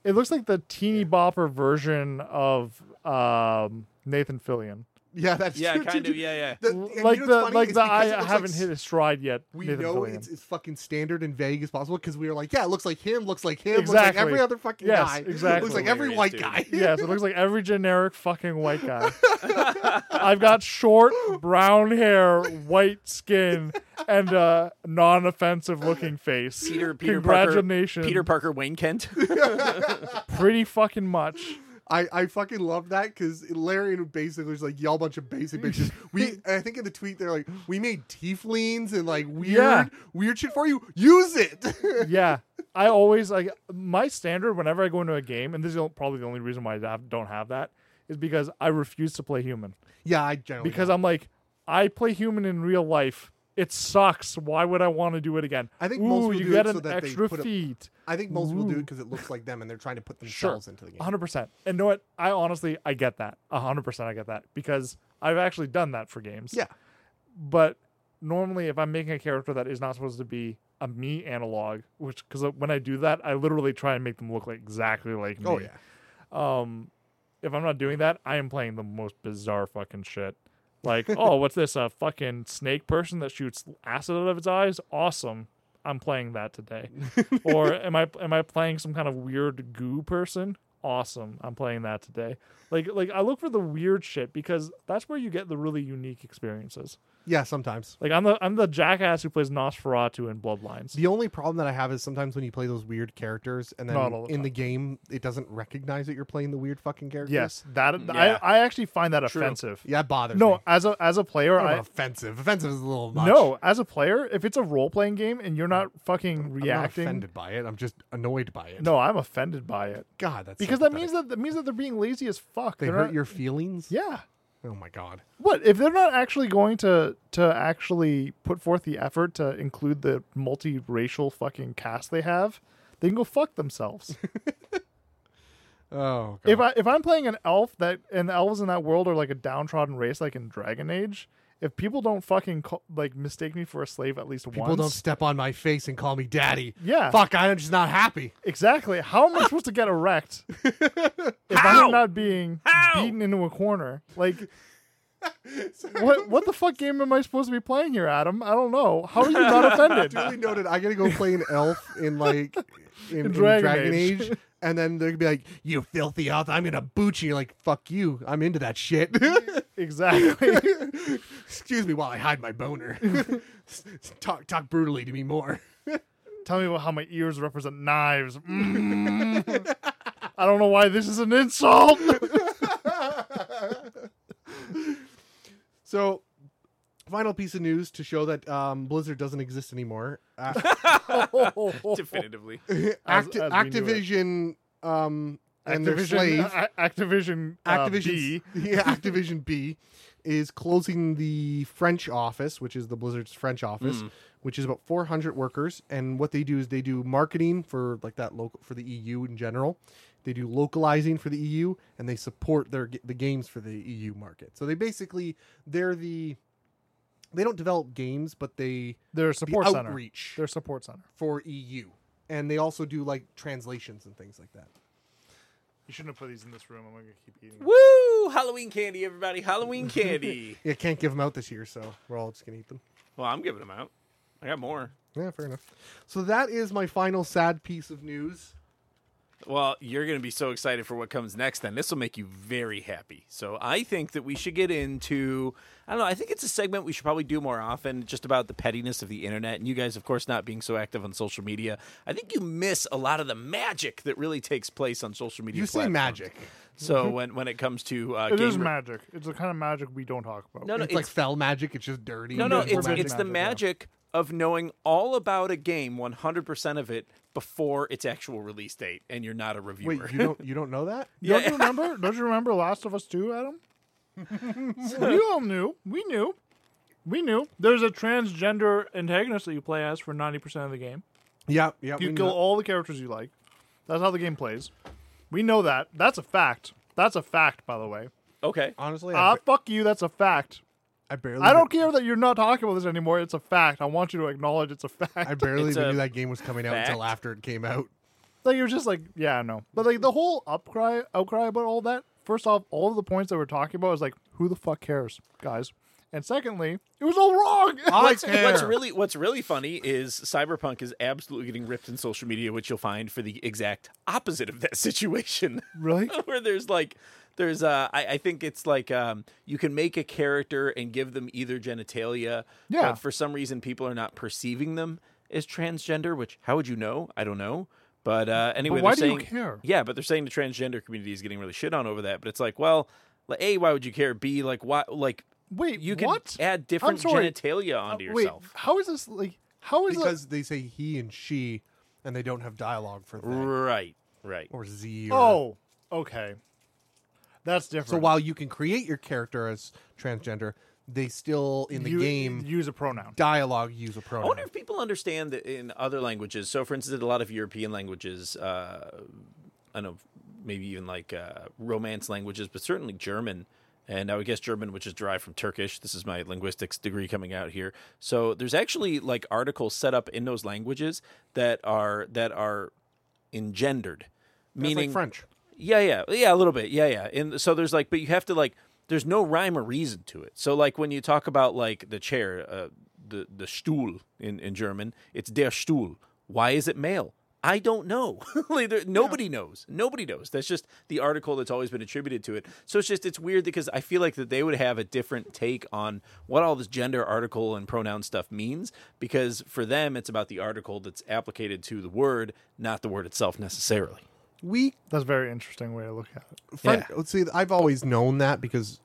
Speaker 4: it looks like the teeny bopper version of um, Nathan Fillion.
Speaker 3: <laughs> yeah,
Speaker 4: <laughs>
Speaker 3: that's
Speaker 5: Yeah,
Speaker 3: true,
Speaker 5: kind
Speaker 3: too.
Speaker 5: of. Yeah, yeah.
Speaker 3: The- and you
Speaker 4: like
Speaker 3: know what's
Speaker 4: the
Speaker 3: funny?
Speaker 4: like
Speaker 3: It's
Speaker 4: the
Speaker 3: because
Speaker 4: I
Speaker 3: it looks like
Speaker 4: haven't
Speaker 3: s-
Speaker 4: hit his stride yet.
Speaker 3: We
Speaker 4: Nathan
Speaker 3: know
Speaker 4: Fillion. <laughs>
Speaker 3: it's, it's fucking standard and vague as possible because we were like, yeah, it looks like him, looks like him, looks like
Speaker 4: Exactly.
Speaker 3: every other fucking
Speaker 4: Yes,
Speaker 3: guy, <laughs>
Speaker 4: exactly.
Speaker 3: looks like every
Speaker 5: Hilarious,
Speaker 3: white
Speaker 5: dude.
Speaker 3: guy.
Speaker 4: Yes, it looks like every generic fucking white guy. I've got short, brown hair, white skin, and a non-offensive looking face.
Speaker 5: Peter Peter Parker.
Speaker 4: Congratulations.
Speaker 5: Peter Parker
Speaker 4: <laughs>
Speaker 5: Wayne Kent. <laughs>
Speaker 4: pretty fucking much.
Speaker 3: <laughs> I, I fucking love that because Larian basically was like, y'all bunch of basic
Speaker 4: <laughs>
Speaker 3: bitches. We and I think in the tweet they're like, we made tieflings and like weird
Speaker 4: Yeah.
Speaker 3: weird shit for you. Use it. <laughs>
Speaker 4: Yeah. I always like my standard whenever I go into a game, and this is the- probably the only reason why I have- don't have that, is because I refuse to play human.
Speaker 3: Oh, yeah, I generally
Speaker 4: Because
Speaker 3: don't.
Speaker 4: I'm like, I play human in real life. It sucks. Why would I want to do it again?
Speaker 3: I think
Speaker 4: Ooh,
Speaker 3: most will
Speaker 4: you
Speaker 3: do
Speaker 4: get
Speaker 3: it so
Speaker 4: an
Speaker 3: that they
Speaker 4: extra
Speaker 3: put a-
Speaker 4: feet.
Speaker 3: I think most people do it
Speaker 4: Ooh.
Speaker 3: because it looks like them and they're trying to put themselves into the game.
Speaker 4: 100%. And know what? I honestly, I get that. 100% I get that because I've actually done that for games.
Speaker 3: Yeah.
Speaker 4: But normally, if I'm making a character that is not supposed to be a me analog, which because when I do that, I literally try and make them look like exactly like me.
Speaker 3: Oh yeah.
Speaker 4: Um, if I'm not doing that, I am playing the most bizarre fucking shit. Like, <laughs> oh, what's this? A fucking snake person that shoots acid out of its eyes? Awesome. I'm playing that <laughs> today. or am I am I playing some kind of weird goo person? Awesome. I'm playing that today. Like like I look for the weird shit because that's where you get the really unique experiences.
Speaker 3: Yeah, sometimes.
Speaker 4: Like I'm the I'm the jackass who plays Nosferatu in Bloodlines.
Speaker 3: The only problem that I have is sometimes when you play those weird characters and then
Speaker 4: Not all the
Speaker 3: in the game it doesn't recognize that you're playing the weird fucking characters.
Speaker 4: Yes, that
Speaker 2: Yeah.
Speaker 4: I, I actually find that offensive.
Speaker 3: Yeah, it bothers me.
Speaker 4: No, as a as a player,
Speaker 3: I don't know
Speaker 4: I,
Speaker 3: about offensive. Offensive is a little much.
Speaker 4: no, as a player, if it's a role playing game and you're not fucking
Speaker 3: I'm
Speaker 4: reacting,
Speaker 3: not offended by it. I'm just annoyed by it.
Speaker 4: no, I'm offended by it
Speaker 3: God, that's so
Speaker 4: because that
Speaker 3: pathetic.
Speaker 4: means that that means that they're being lazy as fuck.
Speaker 3: they
Speaker 4: They're
Speaker 3: hurt
Speaker 4: not-
Speaker 3: your feelings.
Speaker 4: yeah.
Speaker 3: Oh my god.
Speaker 4: What if they're not actually going to to actually put forth the effort to include the multiracial fucking cast they have? They can go fuck
Speaker 3: <laughs>
Speaker 4: themselves.
Speaker 3: Oh god.
Speaker 4: if I if I'm playing an elf that and the elves in that world are like a downtrodden race, like in Dragon Age, if people don't fucking call, like mistake me for a slave at least
Speaker 3: People
Speaker 4: once,
Speaker 3: don't step on my face and call me daddy.
Speaker 4: Yeah.
Speaker 3: Fuck, I'm just not happy.
Speaker 4: exactly. How am I supposed to get
Speaker 3: <laughs>
Speaker 4: erect if I'm not being beaten into a corner?
Speaker 3: <laughs>
Speaker 4: Like. what what the fuck game am I supposed to be playing here, Adam? I don't know. How are you not
Speaker 3: <laughs>
Speaker 4: offended?
Speaker 3: Duly noted. I gotta go play an elf in like in, in Dragon,
Speaker 4: Dragon
Speaker 3: Age.
Speaker 4: Age.
Speaker 3: and then they're gonna be like, "You filthy elf! I'm gonna boot you." You're like, "Fuck you! I'm into that shit." <laughs>
Speaker 4: Exactly. <laughs>
Speaker 3: Excuse me while I hide my boner. <laughs> S- s- talk talk brutally to me more. <laughs>
Speaker 4: Tell me about how my ears represent knives. Mm. I don't know why this is an
Speaker 3: <laughs>
Speaker 4: insult.
Speaker 3: So, final piece of news to show that um, Blizzard doesn't exist anymore. Uh,
Speaker 4: <laughs>
Speaker 2: definitively.
Speaker 3: Acti-
Speaker 4: as we knew it.
Speaker 3: Activision um, and their slave
Speaker 4: Activision, A- Activision, uh,
Speaker 3: Activision,
Speaker 4: B.
Speaker 3: <laughs> yeah, Activision B is closing the French office, which is the Blizzard's French office,
Speaker 4: Mm.
Speaker 3: which is about 400 workers. And what they do is they do marketing for like that local for the EU in general. They do localizing for the EU, and they support their g- the games for the EU market. So they basically they're the they don't develop games, but they
Speaker 4: Their
Speaker 3: the
Speaker 4: support center.
Speaker 3: outreach
Speaker 4: Their support center.
Speaker 3: for EU, and they also do like translations and things like that.
Speaker 4: You shouldn't have put these in this room. I'm gonna keep eating.
Speaker 2: Woo! Halloween candy, everybody!
Speaker 4: <laughs>
Speaker 2: Halloween candy.
Speaker 3: Yeah, can't give them out this year, so we're all just gonna eat them.
Speaker 2: well, I'm giving them out. I got more.
Speaker 3: Yeah, fair enough. So that is my final sad piece of news.
Speaker 2: Well, you're going to be so excited for what comes next then. This will make you very happy. So, I think that we should get into I don't know, I think it's a segment we should probably do more often just about the pettiness of the internet and you guys of course not being so active on social media. I think you miss a lot of the magic that really takes place on social media.
Speaker 3: You say
Speaker 2: platforms.
Speaker 3: magic. Mm-hmm.
Speaker 2: So, when when it comes to uh
Speaker 4: It is
Speaker 2: game-
Speaker 4: magic. It's the kind of magic we don't talk about.
Speaker 2: No, no,
Speaker 3: it's, like fell magic. It's just dirty.
Speaker 2: No, no,
Speaker 4: Magic
Speaker 2: it's,
Speaker 4: Magic.
Speaker 2: it's the magic of knowing all about a game, 100% of it, before its actual release date, and you're not a reviewer.
Speaker 3: Wait, you don't you don't know
Speaker 2: <laughs>
Speaker 3: that?
Speaker 4: Don't you
Speaker 3: <laughs>
Speaker 4: remember? Don't you remember Last of Us Two, Adam? we all knew. We knew. We knew. There's a transgender antagonist that you play as for ninety percent of the game.
Speaker 3: Yeah, yeah.
Speaker 4: You
Speaker 3: we
Speaker 4: kill
Speaker 3: know-
Speaker 4: all the characters you like. That's how the game plays. We know that. That's a fact. That's a fact, by the way.
Speaker 2: okay.
Speaker 3: Honestly, I,
Speaker 4: Ah,
Speaker 3: ba-
Speaker 4: fuck you. That's a fact.
Speaker 3: I barely.
Speaker 4: I don't care that you're not talking about this anymore. It's a fact. I want you to acknowledge it's a fact.
Speaker 3: I barely
Speaker 2: It's
Speaker 3: even
Speaker 2: a
Speaker 3: knew that game was coming out until
Speaker 2: fact.
Speaker 3: after it came out.
Speaker 4: like you're just like, yeah, no. But like the whole upcry, outcry about all that. First off, all of the points that we're talking about is like, who the fuck cares, guys? And secondly, it was all wrong. <laughs>
Speaker 2: What's,
Speaker 3: care.
Speaker 2: what's really what's really funny is Cyberpunk is absolutely getting ripped in social media, which you'll find for the exact opposite of that <laughs> situation.
Speaker 4: really?
Speaker 2: <laughs> where there's like there's uh I, I think it's like um you can make a character and give them either genitalia
Speaker 4: Yeah.
Speaker 2: but for some reason people are not perceiving them as transgender which how would you know i don't know but uh anyway
Speaker 4: why
Speaker 2: they're
Speaker 4: do you
Speaker 2: saying-
Speaker 4: care?
Speaker 2: yeah but they're saying the transgender community is getting really shit on over that but it's like well like, a why would you care b like why like
Speaker 4: Wait,
Speaker 2: you can
Speaker 4: what?
Speaker 2: add
Speaker 4: I'm
Speaker 2: different
Speaker 4: sorry. Uh,
Speaker 2: genitalia onto
Speaker 4: Wait,
Speaker 2: yourself
Speaker 4: how is this like? How is
Speaker 3: Because they say he and she, and they don't have dialogue for that
Speaker 2: right right
Speaker 3: or Z.
Speaker 4: it?
Speaker 3: Or,
Speaker 4: Oh, okay. That's different.
Speaker 3: so while you can create your character as transgender, they still in the
Speaker 4: You-
Speaker 3: game
Speaker 4: use a pronoun.
Speaker 3: dialogue use a
Speaker 2: I
Speaker 3: pronoun.
Speaker 2: wonder if people understand that in other languages. So, for instance, in a lot of European languages, uh, I don't know, maybe even like uh, Romance languages, but certainly German and I would guess German, which is derived from Turkish. This is my linguistics degree coming out here. So there's actually like articles set up in those languages that are that are engendered,
Speaker 3: That's
Speaker 2: meaning
Speaker 3: like French.
Speaker 2: yeah, yeah, yeah, a little bit. Yeah, yeah. And so there's like, but you have to like, there's no rhyme or reason to it. So like when you talk about like the chair, uh, the the Stuhl in in German, it's der Stuhl. Why is it male? I don't know. <laughs> like there, nobody knows. Nobody knows. That's just the article that's always been attributed to it. So it's just it's weird because I feel like that they would have a different take on what all this gender article and pronoun stuff means because for them it's about the article that's applicated to the word, not the word itself necessarily.
Speaker 3: We
Speaker 4: That's a very interesting way to look at it.
Speaker 3: French. Let's see. I've always known that because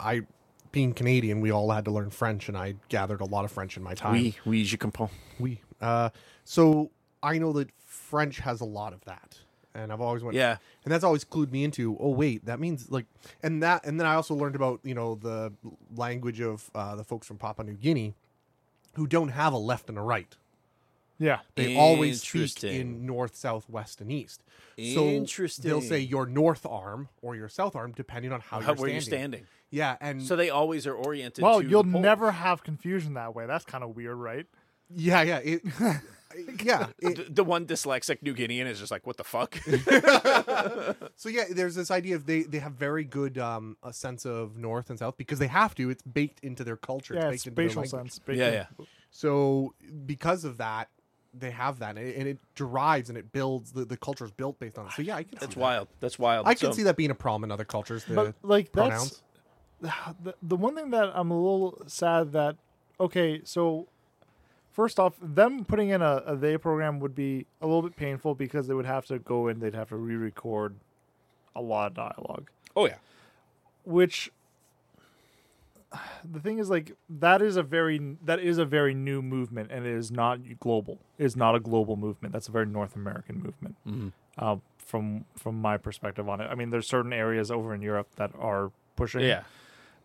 Speaker 3: I, being Canadian, we all had to learn French, and I gathered a lot of French in my time.
Speaker 2: Oui, oui, je comprends.
Speaker 3: We. Uh, so I know that French has a lot of that, and I've always went.
Speaker 2: Yeah.
Speaker 3: And that's always clued me into. Oh wait, that means like, and that, and then I also learned about you know the language of uh, the folks from Papua New Guinea, who don't have a left and a right.
Speaker 4: Yeah.
Speaker 3: They always speak
Speaker 2: Interesting.
Speaker 3: in north, south, west, and east. So they'll say
Speaker 2: Interesting.
Speaker 3: your north arm or your south arm, depending on how
Speaker 2: How-
Speaker 3: you're
Speaker 2: where
Speaker 3: standing.
Speaker 2: you're standing.
Speaker 3: Yeah, and
Speaker 2: So they always are oriented.
Speaker 4: Well,
Speaker 2: to
Speaker 4: you'll
Speaker 2: the poles.
Speaker 4: never have confusion that way. That's kind of weird, right?
Speaker 3: yeah, yeah, it, <laughs>
Speaker 2: <laughs>
Speaker 3: yeah. it-
Speaker 2: The, the one dyslexic New Guinean is just like, what the fuck?
Speaker 3: So yeah, there's this idea of they they have very good um a sense of north and south because they have to. It's baked into their culture.
Speaker 4: yeah,
Speaker 3: it's baked into their
Speaker 4: spatial
Speaker 3: language.
Speaker 4: sense. Big
Speaker 2: yeah, yeah.
Speaker 3: So because of that, they have that, and it, and it derives and it builds the the culture is built based on it. So yeah, I can.
Speaker 2: That's
Speaker 3: see
Speaker 2: wild. That's wild.
Speaker 3: That. I can
Speaker 2: So-
Speaker 3: see that being a problem in other cultures. The
Speaker 4: But like
Speaker 3: pronouns.
Speaker 4: that's <sighs> the, the one thing that I'm a little sad that okay, so first off, them putting in a, a they program would be a little bit painful because they would have to go in, they'd have to re-record a lot of dialogue.
Speaker 2: Oh yeah.
Speaker 4: which the thing is like that is a very that is a very new movement and it is not global it is not a global movement that's a very north american movement uh, from from my perspective on it i mean there's certain areas over in europe that are pushing
Speaker 2: Yeah.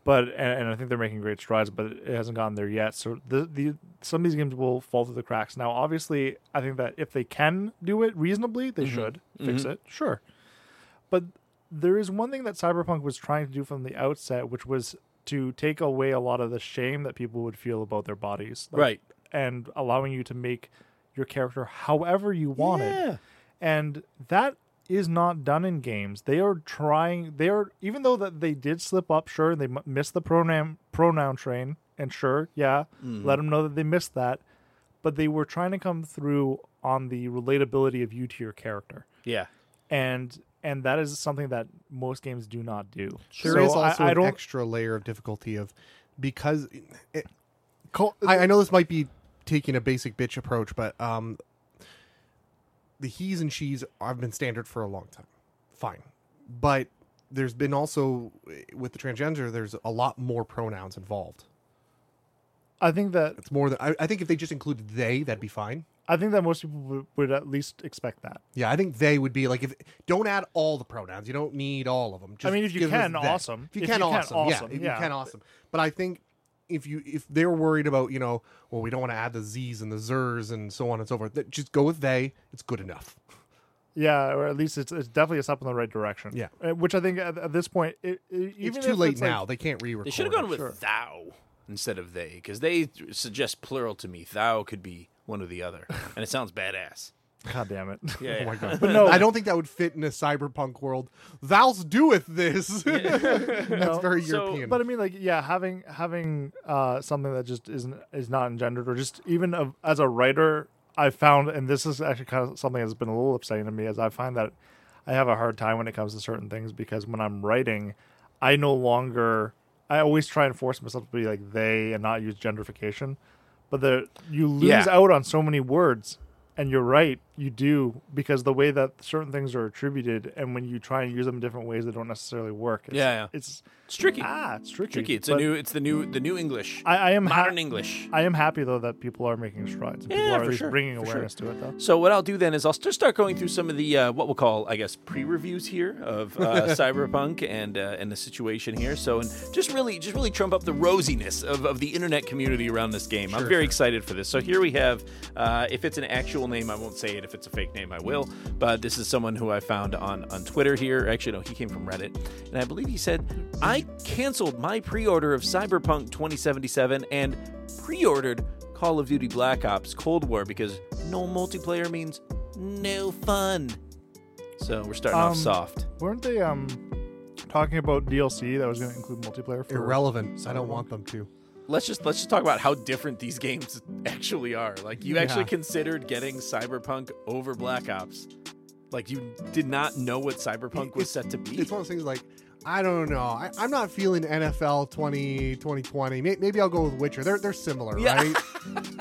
Speaker 4: but and, and i think they're making great strides but it hasn't gotten there yet so the, the some of these games will fall through the cracks now obviously i think that if they can do it reasonably they should fix it sure but there is one thing that Cyberpunk was trying to do from the outset, which was to take away a lot of the shame that people would feel about their bodies. Like,
Speaker 2: Right.
Speaker 4: And allowing you to make your character however you want it. And that is not done in games. They are trying, they are, even though that they did slip up, sure, they m- missed the pronoun, pronoun train, and sure, yeah, let them know that they missed that. But they were trying to come through on the relatability of you to your character
Speaker 2: Yeah.
Speaker 4: and and that is something that most games do not do.
Speaker 3: There is
Speaker 4: so
Speaker 3: also
Speaker 4: I, I
Speaker 3: an
Speaker 4: don't.
Speaker 3: extra layer of difficulty of because it,
Speaker 4: call,
Speaker 3: I, I know this might be taking a basic bitch approach, but um, the he's and she's have been standard for a long time. Fine, but there's been also with the transgender, there's a lot more pronouns involved.
Speaker 4: I think that
Speaker 3: It's more than I, I think if they just included they, that'd be fine.
Speaker 4: I think that most people would, would at least expect that.
Speaker 3: Yeah, I think they would be like if don't add all the pronouns. You don't need all of them. Just
Speaker 4: mean, if you
Speaker 3: give us
Speaker 4: can,
Speaker 3: they.
Speaker 4: awesome.
Speaker 3: If you can, awesome.
Speaker 4: awesome,
Speaker 3: Yeah, if
Speaker 4: yeah.
Speaker 3: you can, awesome. But I think if you if they're worried about you know, well, we don't want to add the z's and the zers and so on and so forth. that- Just go with they. It's good enough.
Speaker 4: Yeah, or at least it's, it's definitely a step in the right direction.
Speaker 3: Yeah.
Speaker 4: Uh, which I think at, at this point, it, it- even
Speaker 3: it's too
Speaker 4: if
Speaker 3: late
Speaker 4: it's like-
Speaker 3: now. they can't re-record.
Speaker 2: They should have gone
Speaker 3: it.
Speaker 2: with thou instead of they because they suggest plural to me. Thou could be one or the other, and it sounds badass.
Speaker 4: God damn it!
Speaker 2: Yeah.
Speaker 4: <laughs>
Speaker 3: Oh my
Speaker 2: yeah.
Speaker 3: god!
Speaker 4: But no.
Speaker 3: I don't think that would fit in a cyberpunk world. Thou's doeth this. <laughs> That's very
Speaker 2: So-
Speaker 3: European.
Speaker 4: But I mean, like, yeah, having having uh, something that just isn't is not engendered, or just even a, as a writer, I found, and this is actually kind of something that's been a little upsetting to me, is I find that I have a hard time when it comes to certain things because when I'm writing, I no longer, I always try and force myself to be like they and not use genderification, but the you lose
Speaker 2: Yeah.
Speaker 4: out on so many words. And you're right, you do because the way that certain things are attributed, and when you try and use them in different ways, they don't necessarily work. It's,
Speaker 2: Yeah, yeah.
Speaker 4: it's
Speaker 2: It's tricky.
Speaker 4: Ah, it's tricky.
Speaker 2: tricky. It's
Speaker 4: But
Speaker 2: a new. It's the new. The new English.
Speaker 4: I, I am
Speaker 2: modern
Speaker 4: ha-
Speaker 2: English.
Speaker 4: I am happy though that people are making strides. And people
Speaker 2: Yeah,
Speaker 4: are
Speaker 2: for
Speaker 4: at least
Speaker 2: sure,
Speaker 4: bringing
Speaker 2: for sure.
Speaker 4: awareness to it though.
Speaker 2: So what I'll do then is I'll just start going through some of the uh, what we'll call, I guess, pre-reviews here of uh, Cyberpunk and uh, and the situation here. So and just really just really trump up the rosiness of, of the internet community around this game. I'm very excited for this. So here we have, uh, if it's an actual name, I won't say it. if it's a fake name, I will. But this is someone who I found on, on Twitter here. Actually, no, he came from Reddit. And I believe he said, I canceled my pre order of Cyberpunk 2077 and pre ordered Call of Duty Black Ops Cold War because no multiplayer means no fun. So we're starting
Speaker 4: Um,
Speaker 2: off soft.
Speaker 4: Weren't they um talking about DLC that was going to include multiplayer for
Speaker 3: Irrelevant. I don't want them to.
Speaker 2: let's just let's just talk about how different these games <laughs> actually are. Like you actually
Speaker 3: Yeah.
Speaker 2: considered getting Cyberpunk over Black Ops. Like you did not know what Cyberpunk was
Speaker 3: It's-
Speaker 2: set to be.
Speaker 3: It's one of those things like, I don't know. I, I'm not feeling NFL 20, 2020. May, maybe I'll go with Witcher. They're, they're similar,
Speaker 2: Yeah. <laughs>
Speaker 3: right?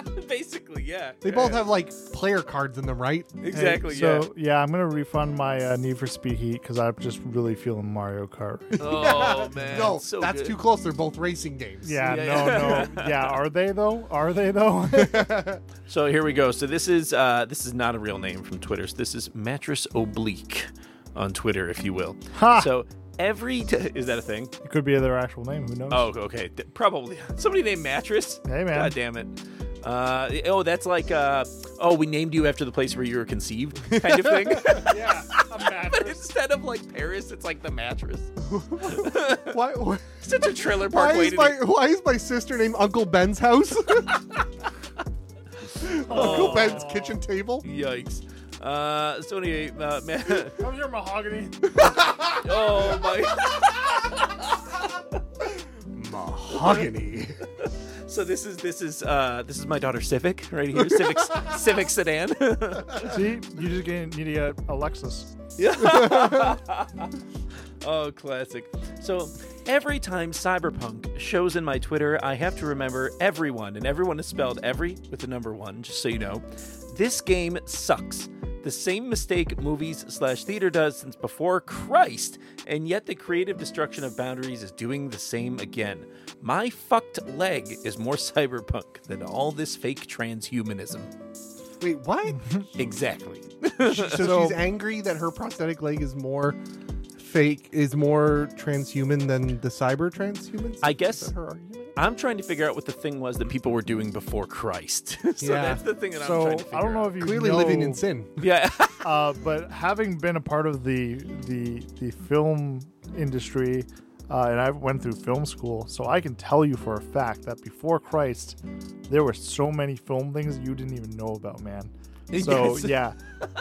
Speaker 2: <laughs> Basically, yeah.
Speaker 3: They both have like player cards in them, right?
Speaker 2: exactly.
Speaker 4: so yeah. I'm gonna refund my uh, Need for Speed Heat because I'm just really feeling Mario
Speaker 2: <laughs>
Speaker 4: Kart.
Speaker 2: yeah. Oh man.
Speaker 3: no,
Speaker 2: so
Speaker 3: that's
Speaker 2: good.
Speaker 3: too close. They're both racing games.
Speaker 4: Yeah,
Speaker 2: Yeah,
Speaker 4: no,
Speaker 2: yeah. <laughs>
Speaker 4: no, yeah. Are they though? Are they though? <laughs>
Speaker 2: So here we go. So this is uh, this is not a real name from Twitter. So this is mattress oblique on Twitter, if you will.
Speaker 4: Ha!
Speaker 2: So every <laughs> t- is that a thing?
Speaker 4: it could be their actual name. Who knows?
Speaker 2: Oh, okay. Th- Probably <laughs> somebody named Mattress.
Speaker 4: Hey, man.
Speaker 2: God damn it. Uh, oh, that's like uh, oh, we named you after the place where you were conceived, kind of
Speaker 3: <laughs>
Speaker 2: thing.
Speaker 4: yeah,
Speaker 2: <laughs>
Speaker 4: a mattress.
Speaker 2: Instead of like Paris, it's like the mattress.
Speaker 3: Why, why,
Speaker 2: Such a trailer park
Speaker 3: why,
Speaker 2: way
Speaker 3: is
Speaker 2: to
Speaker 3: my,
Speaker 2: do-
Speaker 3: why is my sister named Uncle Ben's house? <laughs>
Speaker 2: Oh.
Speaker 3: Uncle Ben's kitchen table?
Speaker 2: <laughs> Yikes. Uh, so anyway, uh, <laughs> man,
Speaker 4: Come here, mahogany.
Speaker 2: oh my. <laughs>
Speaker 3: Mahogany.
Speaker 2: So this is this is uh, this is my daughter Civic right
Speaker 3: <laughs>
Speaker 2: here, Civic Civic sedan. <laughs>
Speaker 4: See, you just gonna need to get a Lexus.
Speaker 2: Oh, classic. So every time Cyberpunk shows in my Twitter, I have to remember everyone, and everyone is spelled every with the number one, just so you know. This game sucks. The same mistake movies slash theater does since before Christ, and yet the creative destruction of boundaries is doing the same again. My fucked leg is more <laughs> cyberpunk than all this fake transhumanism.
Speaker 3: Wait, what?
Speaker 2: Exactly.
Speaker 3: so, she's angry that her prosthetic leg is more fake, is more transhuman than the cyber transhumans?
Speaker 2: I
Speaker 3: Is
Speaker 2: guess-
Speaker 3: that her argument?
Speaker 2: I'm trying to figure out what the thing was that people were doing before Christ. <laughs> so
Speaker 3: Yeah.
Speaker 2: that's the thing that I'm
Speaker 4: So
Speaker 2: trying to figure
Speaker 4: I don't know
Speaker 2: out.
Speaker 4: if you
Speaker 3: Clearly
Speaker 4: know,
Speaker 3: living in sin.
Speaker 2: <laughs> Yeah.
Speaker 4: uh, but having been a part of the the the film industry, uh, and I went through film school, so I can tell you for a fact that before Christ, there were so many film things you didn't even know about, man. So
Speaker 2: Yes.
Speaker 4: yeah,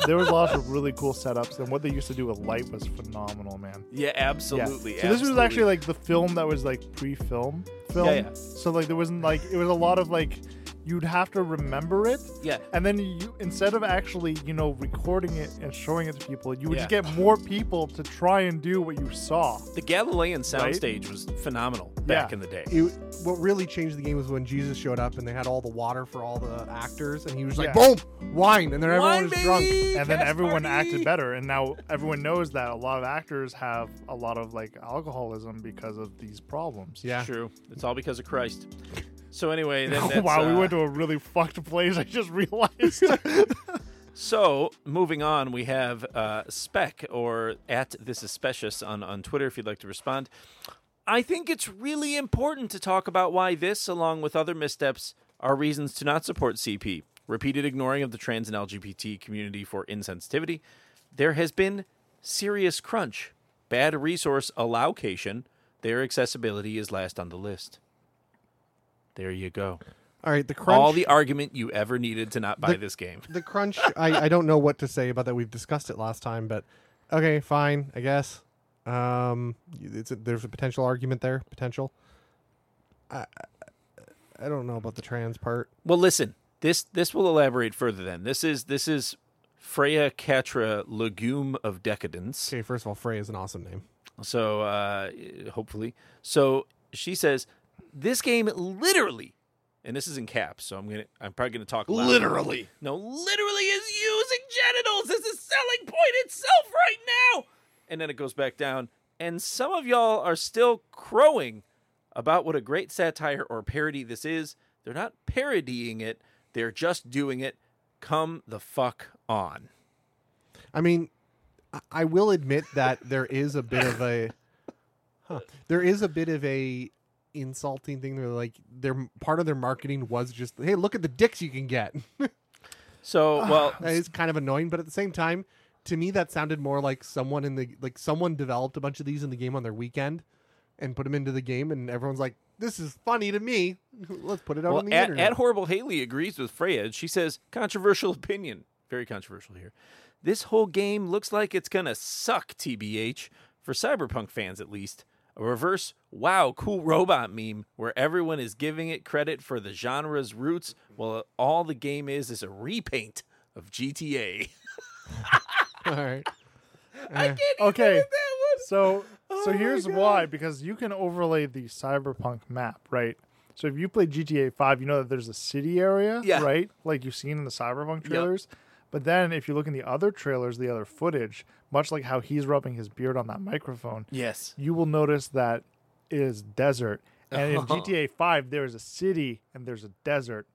Speaker 4: there was lots of really cool setups, and what they used to do with light was phenomenal, man.
Speaker 2: Yeah,
Speaker 4: Yeah.
Speaker 2: absolutely.
Speaker 4: So this was
Speaker 2: absolutely.
Speaker 4: actually like the film that was like pre-film film.
Speaker 2: Yeah, yeah.
Speaker 4: So like there wasn't like it was a lot of like you'd have to remember it.
Speaker 2: Yeah.
Speaker 4: And then you instead of actually, you know, recording it and showing it to people, you would just
Speaker 2: Yeah.
Speaker 4: get more people to try and do what you saw.
Speaker 2: the Galilean
Speaker 4: Right?
Speaker 2: soundstage was phenomenal back
Speaker 4: Yeah.
Speaker 2: in the day.
Speaker 3: It, what really changed the game was when Jesus showed up and they had all the water for all the actors, and he was like,
Speaker 4: Yeah.
Speaker 3: boom, wine, and then everyone was drunk.
Speaker 4: And then everyone acted better. And now everyone knows that a lot of actors have a lot of like alcoholism because of these problems.
Speaker 3: Yeah.
Speaker 2: True. It's all because of Christ. So anyway, then
Speaker 4: Oh,
Speaker 2: that's,
Speaker 4: <laughs> wow, we
Speaker 2: uh,
Speaker 4: went to a really fucked place. I just
Speaker 2: <laughs>
Speaker 4: realized.
Speaker 2: So moving on, we have uh, Spec or at this is specious on on Twitter if you'd like to respond. I think it's really important to talk about why this, along with other missteps, are reasons to not support CP. Repeated ignoring of the trans and LGBT community for insensitivity. There has been serious crunch, bad resource allocation. Their accessibility is last on the list. There you go.
Speaker 3: All right, the crunch.
Speaker 2: All the argument you ever needed to not buy
Speaker 3: The-
Speaker 2: this game.
Speaker 3: the crunch I, I don't know what to say about that we've discussed it last time but okay fine i guess um it's a, there's a potential argument there potential i i don't know about the trans part
Speaker 2: Well, listen. This this will elaborate further. Then this is this is Freya Catra Legume of Decadence.
Speaker 3: okay first of all frey is an awesome name
Speaker 2: So uh, hopefully, so she says this game literally, and this is in caps. So I'm gonna I'm probably gonna talk louder.
Speaker 3: Literally.
Speaker 2: No, literally is using genitals as a selling point itself right now. And then it goes back down, and some of y'all are still crowing about what a great satire or parody this is. They're not parodying it; they're just doing it. Come the fuck on.
Speaker 3: i mean I, I will admit that there is a bit of a huh, there is a bit of a insulting thing they're like their part of their marketing was just hey look at the dicks you can get <sighs>
Speaker 2: So, well,
Speaker 3: That is kind of annoying, but at the same time, to me that sounded more like someone in the like someone developed a bunch of these in the game on their weekend and put them into the game, and everyone's like, "This is funny to me. <laughs> Let's put it out
Speaker 2: well,
Speaker 3: on the
Speaker 2: at,
Speaker 3: internet."
Speaker 2: at horrible Haley agrees with Freya. She says controversial opinion, very controversial here. This whole game looks like it's gonna suck, tbh, for Cyberpunk fans at least. A reverse wow cool robot meme where everyone is giving it credit for the genre's roots, while all the game is is a repaint of GTA.
Speaker 3: All right. <laughs>
Speaker 4: okay. So
Speaker 3: Oh
Speaker 4: so here's why because you can overlay the cyberpunk map, right? So if you play GTA 5, you know that there's a city area,
Speaker 2: Yeah.
Speaker 4: right? Like you've seen in the cyberpunk trailers. But then if you look in the other trailers, the other footage, much like how he's rubbing his beard on that microphone,
Speaker 2: <laughs> Yes.
Speaker 4: you will notice that it is desert. And
Speaker 3: <laughs>
Speaker 4: in GTA 5, there is a city and there's a desert.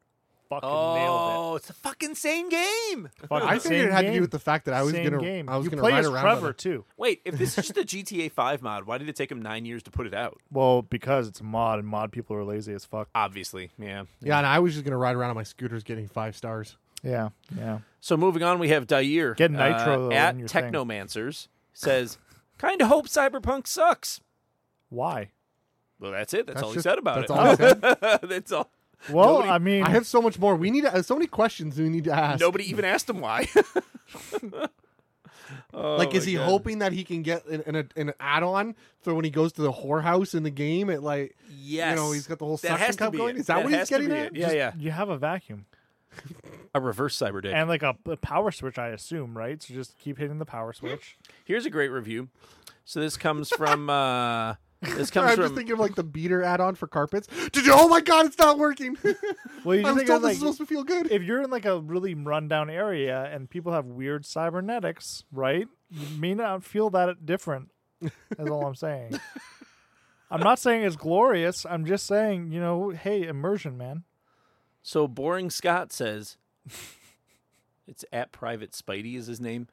Speaker 4: Fucking nailed
Speaker 2: Oh, it's the fucking same game.
Speaker 4: it. Fucking
Speaker 3: I figured
Speaker 4: same
Speaker 3: it had to do
Speaker 4: game.
Speaker 3: with the fact that I was
Speaker 4: Same
Speaker 3: gonna
Speaker 4: game.
Speaker 3: I was
Speaker 4: you
Speaker 3: gonna
Speaker 4: play
Speaker 3: ride
Speaker 4: as
Speaker 3: around. on
Speaker 4: Trevor
Speaker 3: it.
Speaker 4: too.
Speaker 2: Wait, if this is just a GTA 5 mod, why did it take him nine years to put it out?
Speaker 4: Well, because it's a mod and mod people are lazy as fuck.
Speaker 2: Obviously, yeah.
Speaker 3: Yeah, and I was just gonna ride around on my scooters getting five stars.
Speaker 4: Yeah, yeah.
Speaker 2: So moving on, we have Dair.
Speaker 4: Get Nitro, though,
Speaker 2: at
Speaker 4: in your thing.
Speaker 2: Technomancers says, "Kind of hope Cyberpunk sucks."
Speaker 4: Why?
Speaker 2: Well, that's it. That's, all
Speaker 3: just-
Speaker 2: he said about
Speaker 3: that's
Speaker 2: it.
Speaker 3: all I said.
Speaker 2: <laughs> that's all.
Speaker 4: Well,
Speaker 2: Nobody-
Speaker 4: I mean,
Speaker 3: I have so much more. We need to, uh, so many questions we need to ask.
Speaker 2: Nobody even asked him why. <laughs> Oh
Speaker 3: like, is
Speaker 2: my
Speaker 3: he
Speaker 2: God.
Speaker 3: hoping that he can get an, an, an add-on so when he goes to the whorehouse in the game, it like
Speaker 2: Yes.
Speaker 3: you know he's got the whole
Speaker 2: that
Speaker 3: suction
Speaker 2: has to
Speaker 3: cup
Speaker 2: be
Speaker 3: going?
Speaker 2: It.
Speaker 3: Is that what he's
Speaker 2: has to
Speaker 3: getting
Speaker 2: be
Speaker 3: at?
Speaker 2: it. Yeah, yeah.
Speaker 4: you have a vacuum
Speaker 2: A reverse cyber dick.
Speaker 4: and like a, a power switch, I assume, right? So just keep hitting the power switch.
Speaker 2: Here's a great review. So this comes from. uh This comes
Speaker 3: <laughs> I'm
Speaker 2: from.
Speaker 3: just thinking of like the beater add-on for
Speaker 2: <laughs>
Speaker 3: carpets. Did you? Oh my god, it's not working. <laughs>
Speaker 4: Well, you
Speaker 3: I
Speaker 4: just
Speaker 3: was
Speaker 4: think
Speaker 3: told
Speaker 4: of
Speaker 3: this is
Speaker 4: like
Speaker 3: supposed <laughs> to feel good.
Speaker 4: if you're in like a really rundown area and people have weird cybernetics, right? You may not feel that different. That's all I'm saying. I'm not saying it's glorious. I'm just saying, you know, hey, immersion, man.
Speaker 2: So boring Scott says, "It's at Private Spidey is his name."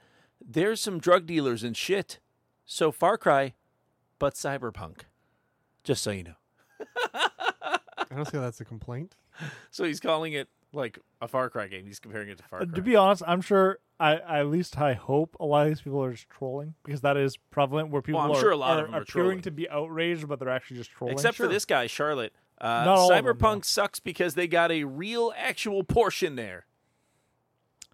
Speaker 2: There's some drug dealers and shit. So Far Cry, but cyberpunk. Just so you know.
Speaker 3: I don't see how that's a complaint.
Speaker 2: So he's calling it like a Far Cry game. He's comparing it to Far
Speaker 4: Uh,
Speaker 2: Cry.
Speaker 4: To be honest, I'm sure. I, I- at least I hope a lot of these people are just trolling because that is prevalent where people
Speaker 2: I'm
Speaker 4: are,
Speaker 2: sure a lot
Speaker 4: are
Speaker 2: of them are trolling.
Speaker 4: appearing to be outraged, but they're actually just trolling.
Speaker 2: Except
Speaker 4: Sure.
Speaker 2: for this guy, Charlotte. Uh,
Speaker 4: Not all of them,
Speaker 2: cyberpunk sucks because they got a real, actual portion there.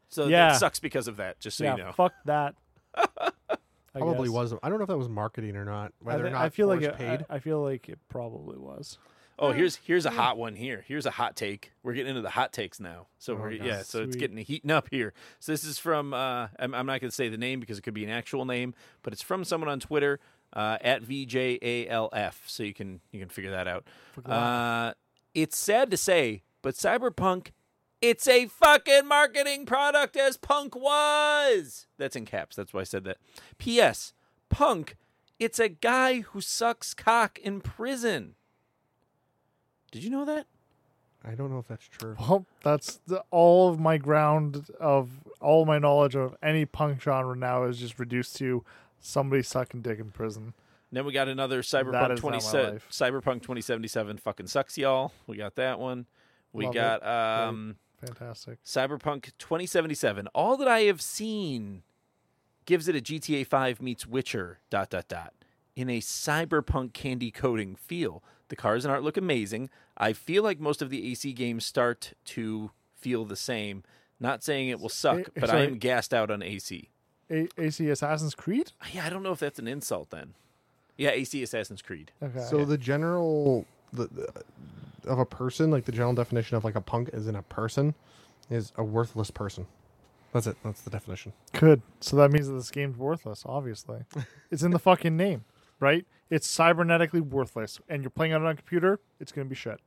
Speaker 2: So
Speaker 4: Yeah.
Speaker 2: it sucks because of that. Just so
Speaker 4: yeah,
Speaker 2: you know.
Speaker 4: fuck <laughs> that. I
Speaker 3: Probably
Speaker 4: guess.
Speaker 3: was. I don't know if that was marketing or not.
Speaker 4: I,
Speaker 3: Whether or
Speaker 4: thi-
Speaker 3: not
Speaker 4: I feel like
Speaker 3: Forge
Speaker 4: it,
Speaker 3: paid.
Speaker 4: I, I feel like it probably was.
Speaker 2: Oh, here's here's a hot one here. Here's a hot take. We're getting into the hot takes now. So we're, yeah, so it's
Speaker 4: Sweet.
Speaker 2: getting heating up here. So this is from uh, I'm, I'm not going to say the name because it could be an actual name, but it's from someone on Twitter uh, at vjalf. So you can you can figure that out. Uh, it's sad to say, but Cyberpunk, it's a fucking marketing product as punk was. That's in caps. That's why I said that. P.S. Punk, it's a guy who sucks cock in prison. Did you know that?
Speaker 3: I don't know if that's true.
Speaker 4: Well, that's the, all of my ground of all my knowledge of any punk genre now is just reduced to somebody sucking dick in prison.
Speaker 2: Then we got another
Speaker 4: That
Speaker 2: Cyberpunk
Speaker 4: is not my
Speaker 2: 20 se-
Speaker 4: life.
Speaker 2: Cyberpunk 2077 fucking sucks y'all. We got that one. We
Speaker 4: Love
Speaker 2: got
Speaker 4: it.
Speaker 2: um
Speaker 4: Fantastic.
Speaker 2: Cyberpunk 2077. All that I have seen gives it a GTA 5 meets Witcher dot dot dot in a cyberpunk candy coating feel. The cars and art look amazing. I feel like most of the AC games start to feel the same. Not saying it will suck,
Speaker 4: Eh,
Speaker 2: but I
Speaker 4: sorry.
Speaker 2: am gassed out on AC.
Speaker 4: A- AC Assassin's Creed.
Speaker 2: Yeah, I don't know if that's an insult then. Yeah, AC Assassin's Creed.
Speaker 4: Okay.
Speaker 3: So the general the, the- of a person, like the general definition of like a punk is in a person, is a worthless person. That's it. That's the definition.
Speaker 4: Good. So that means that this game's worthless,
Speaker 2: <laughs>
Speaker 4: obviously. it's in the fucking name, right? It's cybernetically worthless. And you're playing it on a computer, it's going to be shit.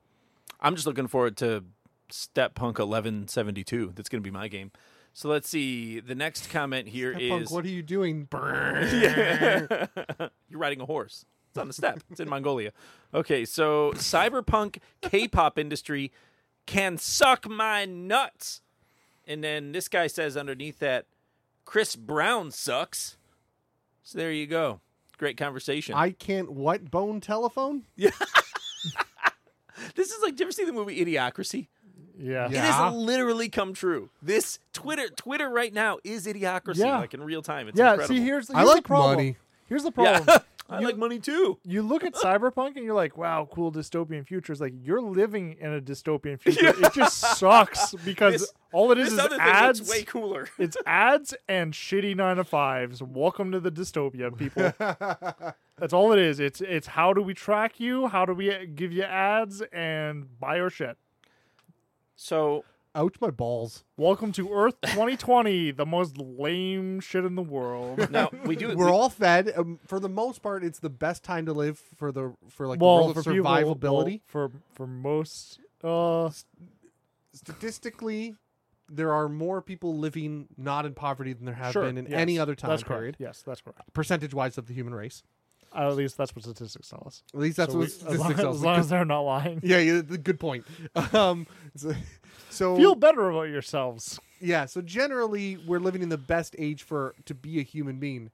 Speaker 2: I'm just looking forward to Step Punk 1172. That's going to be my game. So let's see. The next comment here is
Speaker 3: Punk, what are
Speaker 4: <laughs>
Speaker 3: you doing?
Speaker 2: you're riding a horse. It's on the step. It's in Mongolia. Okay, so cyberpunk K-pop industry can suck my nuts. And then this guy says underneath that Chris Brown sucks. So there you go. Great conversation.
Speaker 3: I can't what bone telephone?
Speaker 2: this is like, did you ever see the movie Idiocracy?
Speaker 4: Yeah.
Speaker 2: It has literally come true. This Twitter, Twitter right now is idiocracy,
Speaker 4: Yeah.
Speaker 2: like in real time. It's
Speaker 4: yeah.
Speaker 2: incredible.
Speaker 4: See, here's, here's
Speaker 3: I
Speaker 4: the
Speaker 3: like
Speaker 4: problem.
Speaker 3: money.
Speaker 4: Here's the
Speaker 2: <laughs> yeah,
Speaker 4: problem.
Speaker 2: <laughs> I like money too.
Speaker 4: You look at cyberpunk and you're like, "Wow, cool dystopian future." It's like you're living in a dystopian
Speaker 2: <laughs>
Speaker 4: future. It just sucks because
Speaker 2: This-
Speaker 4: all it is
Speaker 2: This
Speaker 4: is
Speaker 2: other thing
Speaker 4: ads.
Speaker 2: that's way cooler. <laughs>
Speaker 4: it's ads and shitty nine to fives. Welcome to the dystopia,
Speaker 3: <laughs>
Speaker 4: people. That's all it is. It's it's how do we track you? How do we uh, give you ads and buy your shit?
Speaker 2: So
Speaker 3: Ouch, my balls.
Speaker 4: Welcome to Earth 2020, the most lame shit in the <laughs>
Speaker 3: <laughs>
Speaker 4: world.
Speaker 2: now we do.
Speaker 3: We're all fed. Um, for the most part, it's the best time to live for the for like
Speaker 4: well,
Speaker 3: the world
Speaker 4: for
Speaker 3: of
Speaker 4: people- well,
Speaker 3: survivability.
Speaker 4: for for most, uh,
Speaker 3: Statistically, there are more people living not in poverty than there have
Speaker 4: sure,
Speaker 3: been in
Speaker 4: yes,
Speaker 3: any other time
Speaker 4: that's correct.
Speaker 3: period,
Speaker 4: Yes, that's correct.
Speaker 3: percentage wise of the human race.
Speaker 4: Uh, at least that's what statistics tell us.
Speaker 3: At least that's
Speaker 4: So
Speaker 3: what
Speaker 4: we- as, long,
Speaker 3: statistics tell us.
Speaker 4: as long as they're not
Speaker 3: <laughs>
Speaker 4: lying,
Speaker 3: yeah, yeah, th- good point. <laughs> Um, so, so
Speaker 4: feel better about yourselves.
Speaker 3: yeah, so generally we're living in the best age for to be a human being.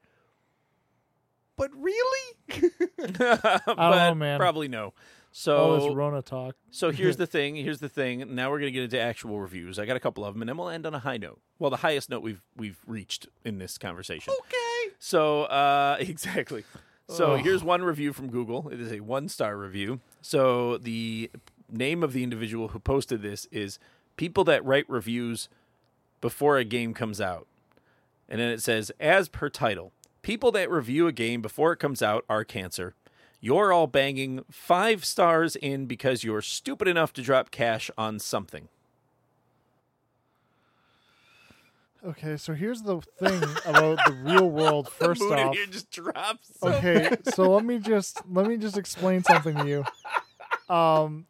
Speaker 3: But really,
Speaker 2: <laughs>
Speaker 3: <laughs>
Speaker 2: but
Speaker 4: know, Oh, man. Oh,
Speaker 2: Probably no.
Speaker 4: All this
Speaker 2: So
Speaker 4: Rona talk. <laughs>
Speaker 2: so here's the thing. Here's the thing. Now we're gonna get into actual reviews. I got a couple of them, and then we'll end on a high note. Well, the highest note we've we've reached in this conversation.
Speaker 3: okay,
Speaker 2: So uh, <laughs> exactly. So here's one review from Google. It is a one star review. So the name of the individual who posted this is people that write reviews before a game comes out. And then it says, as per title, people that review a game before it comes out are cancer. You're all banging five stars in because you're stupid enough to drop cash on something.
Speaker 4: Okay, so here's the thing about the real
Speaker 2: <laughs>
Speaker 4: world. First
Speaker 2: Mood in
Speaker 4: off,
Speaker 2: here just drops.
Speaker 4: okay, so let me just let me just explain something to you. Um,